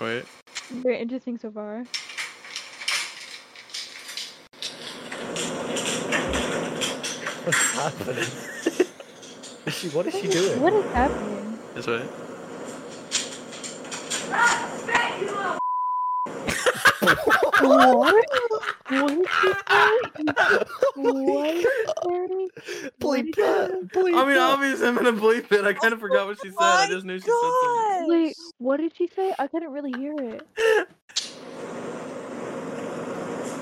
[SPEAKER 2] Wait.
[SPEAKER 1] Very interesting so far.
[SPEAKER 4] What's happening? she, what is she doing?
[SPEAKER 1] What is happening?
[SPEAKER 2] Just wait.
[SPEAKER 1] What? What did she say? What? did she say?
[SPEAKER 4] Bleep
[SPEAKER 1] What is
[SPEAKER 4] that.
[SPEAKER 1] happening?
[SPEAKER 4] Bleep
[SPEAKER 2] I mean,
[SPEAKER 4] that.
[SPEAKER 2] obviously I'm gonna bleep it. I kind of forgot what she said. I
[SPEAKER 3] my
[SPEAKER 2] just knew she
[SPEAKER 3] God.
[SPEAKER 1] Wait, what did she say? I couldn't really hear it.
[SPEAKER 2] said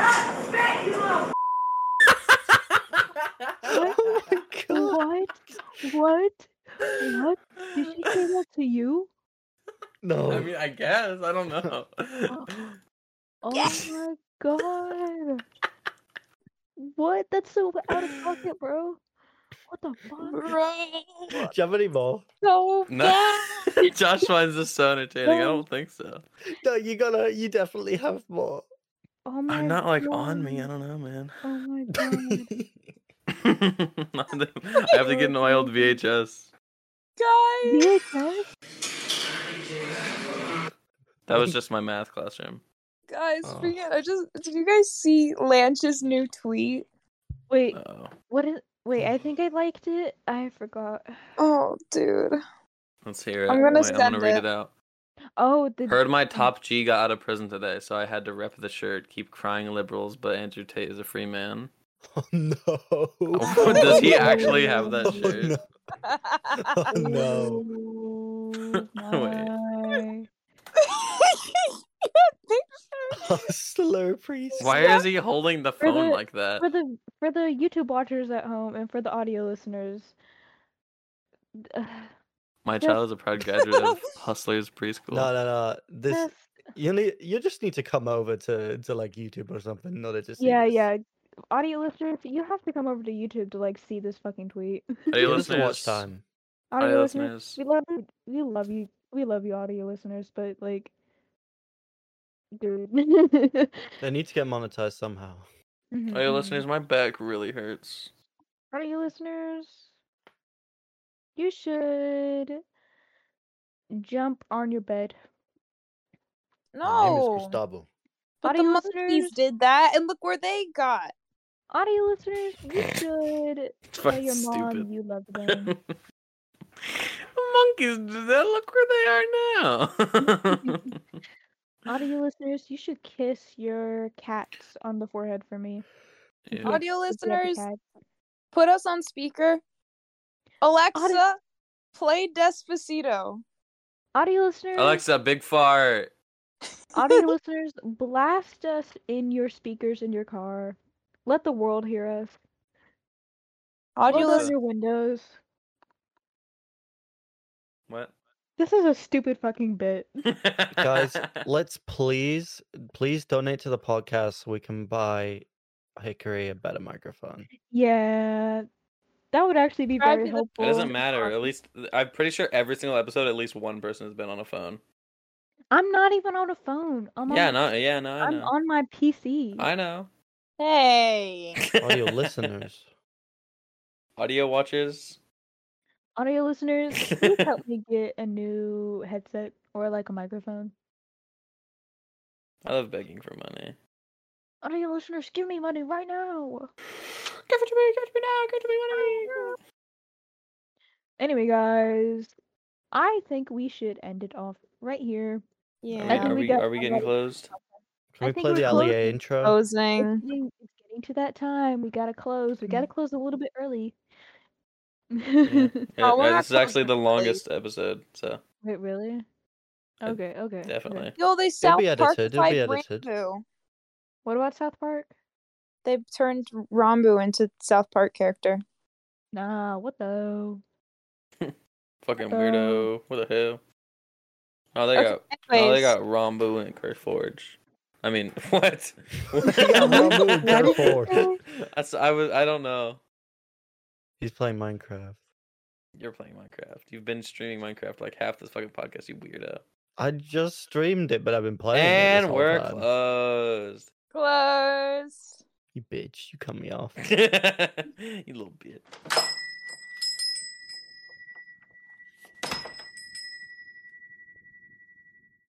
[SPEAKER 4] Oh my god.
[SPEAKER 1] What? What?
[SPEAKER 2] something.
[SPEAKER 1] What? Did she say that to you?
[SPEAKER 4] No.
[SPEAKER 2] I mean, I guess I don't know.
[SPEAKER 1] Oh
[SPEAKER 3] Yes.
[SPEAKER 1] my god. What? That's so out of pocket, bro. What the fuck?
[SPEAKER 4] Do
[SPEAKER 3] Bro,
[SPEAKER 4] you have any more?
[SPEAKER 3] so
[SPEAKER 2] No.
[SPEAKER 3] bad.
[SPEAKER 2] Josh finds this so entertaining. I don't think so.
[SPEAKER 4] No, you gotta. You definitely have more.
[SPEAKER 1] Oh my
[SPEAKER 2] I'm not like on me. I
[SPEAKER 1] god.
[SPEAKER 2] don't know, man.
[SPEAKER 1] Oh my god.
[SPEAKER 4] Oh,
[SPEAKER 2] I have to get into my old VHS.
[SPEAKER 3] guys.
[SPEAKER 1] You okay?
[SPEAKER 2] That was just my math classroom.
[SPEAKER 3] Guys,
[SPEAKER 4] Oh.
[SPEAKER 3] forget. I just did. You guys see Lanch's new tweet?
[SPEAKER 1] Wait,
[SPEAKER 2] Oh,
[SPEAKER 1] what is. Wait, I think I liked it. I forgot.
[SPEAKER 3] Oh, dude.
[SPEAKER 2] let's hear it.
[SPEAKER 3] I'm gonna
[SPEAKER 2] Wait, I'm
[SPEAKER 3] send
[SPEAKER 2] gonna read
[SPEAKER 3] it.
[SPEAKER 2] it out.
[SPEAKER 1] Oh, the.
[SPEAKER 2] Heard my top G got out of prison today, so I had to rep the shirt. Keep crying, liberals, but Andrew Tate is a free man.
[SPEAKER 4] Oh no.
[SPEAKER 2] Does he actually have that
[SPEAKER 4] Oh,
[SPEAKER 2] shirt?
[SPEAKER 4] no. Oh, no.
[SPEAKER 1] Oh my.
[SPEAKER 2] Wait.
[SPEAKER 4] Oh, slow priest.
[SPEAKER 2] Why is he holding the
[SPEAKER 1] For
[SPEAKER 2] phone
[SPEAKER 1] the-
[SPEAKER 2] like that?
[SPEAKER 1] for the for the YouTube watchers at home and for the audio listeners,
[SPEAKER 2] My
[SPEAKER 1] Yes.
[SPEAKER 2] child is a proud graduate of Hustlers Preschool.
[SPEAKER 4] No, no, no. This
[SPEAKER 1] This
[SPEAKER 4] You need you just need to come over to to like YouTube or something in order to see.
[SPEAKER 1] Yeah,
[SPEAKER 4] this.
[SPEAKER 1] yeah. Audio listeners, you have to come over to YouTube to like see this fucking tweet.
[SPEAKER 2] Audio
[SPEAKER 4] Give us some watch
[SPEAKER 2] listeners.
[SPEAKER 4] time.
[SPEAKER 1] Audio
[SPEAKER 2] Audio
[SPEAKER 1] listeners,
[SPEAKER 2] listeners.
[SPEAKER 1] we love you. We love you. We love you, audio listeners. But like, dude.
[SPEAKER 4] They need to get monetized somehow.
[SPEAKER 1] Mhm,
[SPEAKER 2] Audio
[SPEAKER 1] mhm.
[SPEAKER 2] listeners, my back really hurts.
[SPEAKER 1] Audio listeners, you should jump on your bed.
[SPEAKER 4] My name is
[SPEAKER 5] No.
[SPEAKER 4] Gustavo.
[SPEAKER 5] But the
[SPEAKER 1] Audio
[SPEAKER 5] monkeys
[SPEAKER 1] listeners-
[SPEAKER 5] did that, and look where they got.
[SPEAKER 1] Audio listeners, you should
[SPEAKER 2] It's
[SPEAKER 1] tell
[SPEAKER 2] fucking
[SPEAKER 1] your mom
[SPEAKER 2] stupid.
[SPEAKER 1] you love them.
[SPEAKER 2] Monkeys, do that look where they are now.
[SPEAKER 1] Audio listeners, you should kiss your cats on the forehead for me.
[SPEAKER 2] Yeah.
[SPEAKER 5] Audio
[SPEAKER 1] if you have a
[SPEAKER 5] listeners,
[SPEAKER 1] cat.
[SPEAKER 5] put us on speaker. Alexa, play Despacito.
[SPEAKER 1] Audio listeners,
[SPEAKER 2] Alexa, big fart.
[SPEAKER 1] audio listeners, blast us in your speakers in your car. Let the world hear us.
[SPEAKER 5] Audio
[SPEAKER 1] Roll down
[SPEAKER 2] Well,
[SPEAKER 5] listeners,
[SPEAKER 2] listen-
[SPEAKER 1] your windows.
[SPEAKER 2] What?
[SPEAKER 1] This is a stupid fucking bit.
[SPEAKER 4] Guys, Let's please please donate to the podcast so we can buy Hickory a better microphone.
[SPEAKER 1] Yeah, that would actually be
[SPEAKER 5] Subscribe
[SPEAKER 1] very
[SPEAKER 5] to the- It
[SPEAKER 1] helpful.
[SPEAKER 2] It doesn't matter. At least I'm pretty sure every single episode, at least one person has been on a phone.
[SPEAKER 1] I'm not even on a phone. I'm
[SPEAKER 2] yeah,
[SPEAKER 1] on,
[SPEAKER 2] no, yeah, no, I
[SPEAKER 1] I'm
[SPEAKER 2] know.
[SPEAKER 1] on my PC.
[SPEAKER 2] I know.
[SPEAKER 5] hey.
[SPEAKER 4] Audio listeners.
[SPEAKER 2] Audio watchers.
[SPEAKER 1] Audio listeners, please help me get a new headset or like a microphone.
[SPEAKER 2] I love begging for money.
[SPEAKER 1] Audio listeners, give me money right now.
[SPEAKER 2] Give it to me, give it to me now, give it to me money.
[SPEAKER 1] Anyway, guys, I think we should end it off right here.
[SPEAKER 2] Are we-
[SPEAKER 1] think
[SPEAKER 2] Are
[SPEAKER 5] Yeah.
[SPEAKER 1] we
[SPEAKER 2] we,
[SPEAKER 1] got
[SPEAKER 2] are we getting
[SPEAKER 1] somebody.
[SPEAKER 2] closed?
[SPEAKER 4] Can
[SPEAKER 1] I
[SPEAKER 4] we
[SPEAKER 1] think
[SPEAKER 4] play
[SPEAKER 1] we're Oh.
[SPEAKER 4] the
[SPEAKER 1] closing.
[SPEAKER 4] Alia intro?
[SPEAKER 1] It's
[SPEAKER 5] Closing.
[SPEAKER 1] getting, it's getting to that time. We gotta close. We gotta close a little bit early.
[SPEAKER 2] Mm-hmm. Yeah,
[SPEAKER 5] we're
[SPEAKER 2] uh,
[SPEAKER 5] not
[SPEAKER 2] this is actually
[SPEAKER 5] closing,
[SPEAKER 2] the
[SPEAKER 5] really.
[SPEAKER 2] longest episode, so
[SPEAKER 1] Wait, really?
[SPEAKER 2] Uh,
[SPEAKER 1] Okay, okay. okay.
[SPEAKER 2] definitely.
[SPEAKER 5] Yo, they South
[SPEAKER 4] be
[SPEAKER 5] Park
[SPEAKER 4] edited, it'll be edited.
[SPEAKER 5] Rambo.
[SPEAKER 1] What about South Park?
[SPEAKER 5] They've turned Rambo into South Park character.
[SPEAKER 1] Nah, what the?
[SPEAKER 2] Fucking
[SPEAKER 1] Uh,
[SPEAKER 2] weirdo. What the hell? Oh, they
[SPEAKER 5] Okay,
[SPEAKER 2] got oh, they
[SPEAKER 5] Anyways,
[SPEAKER 2] got Rambo and Kurt Forge. I mean, what? What?
[SPEAKER 4] Yeah, Rambo
[SPEAKER 1] What
[SPEAKER 4] and Kurt
[SPEAKER 1] did you
[SPEAKER 4] Forge.
[SPEAKER 2] I s- I was I don't know.
[SPEAKER 4] He's playing Minecraft.
[SPEAKER 2] You're playing Minecraft. You've been streaming Minecraft like half this fucking podcast, you weirdo.
[SPEAKER 4] I just streamed it, but I've been playing it.
[SPEAKER 2] And
[SPEAKER 4] this whole
[SPEAKER 2] we're
[SPEAKER 4] time.
[SPEAKER 2] closed.
[SPEAKER 5] close.
[SPEAKER 4] You bitch, you cut me off.
[SPEAKER 2] you little bitch.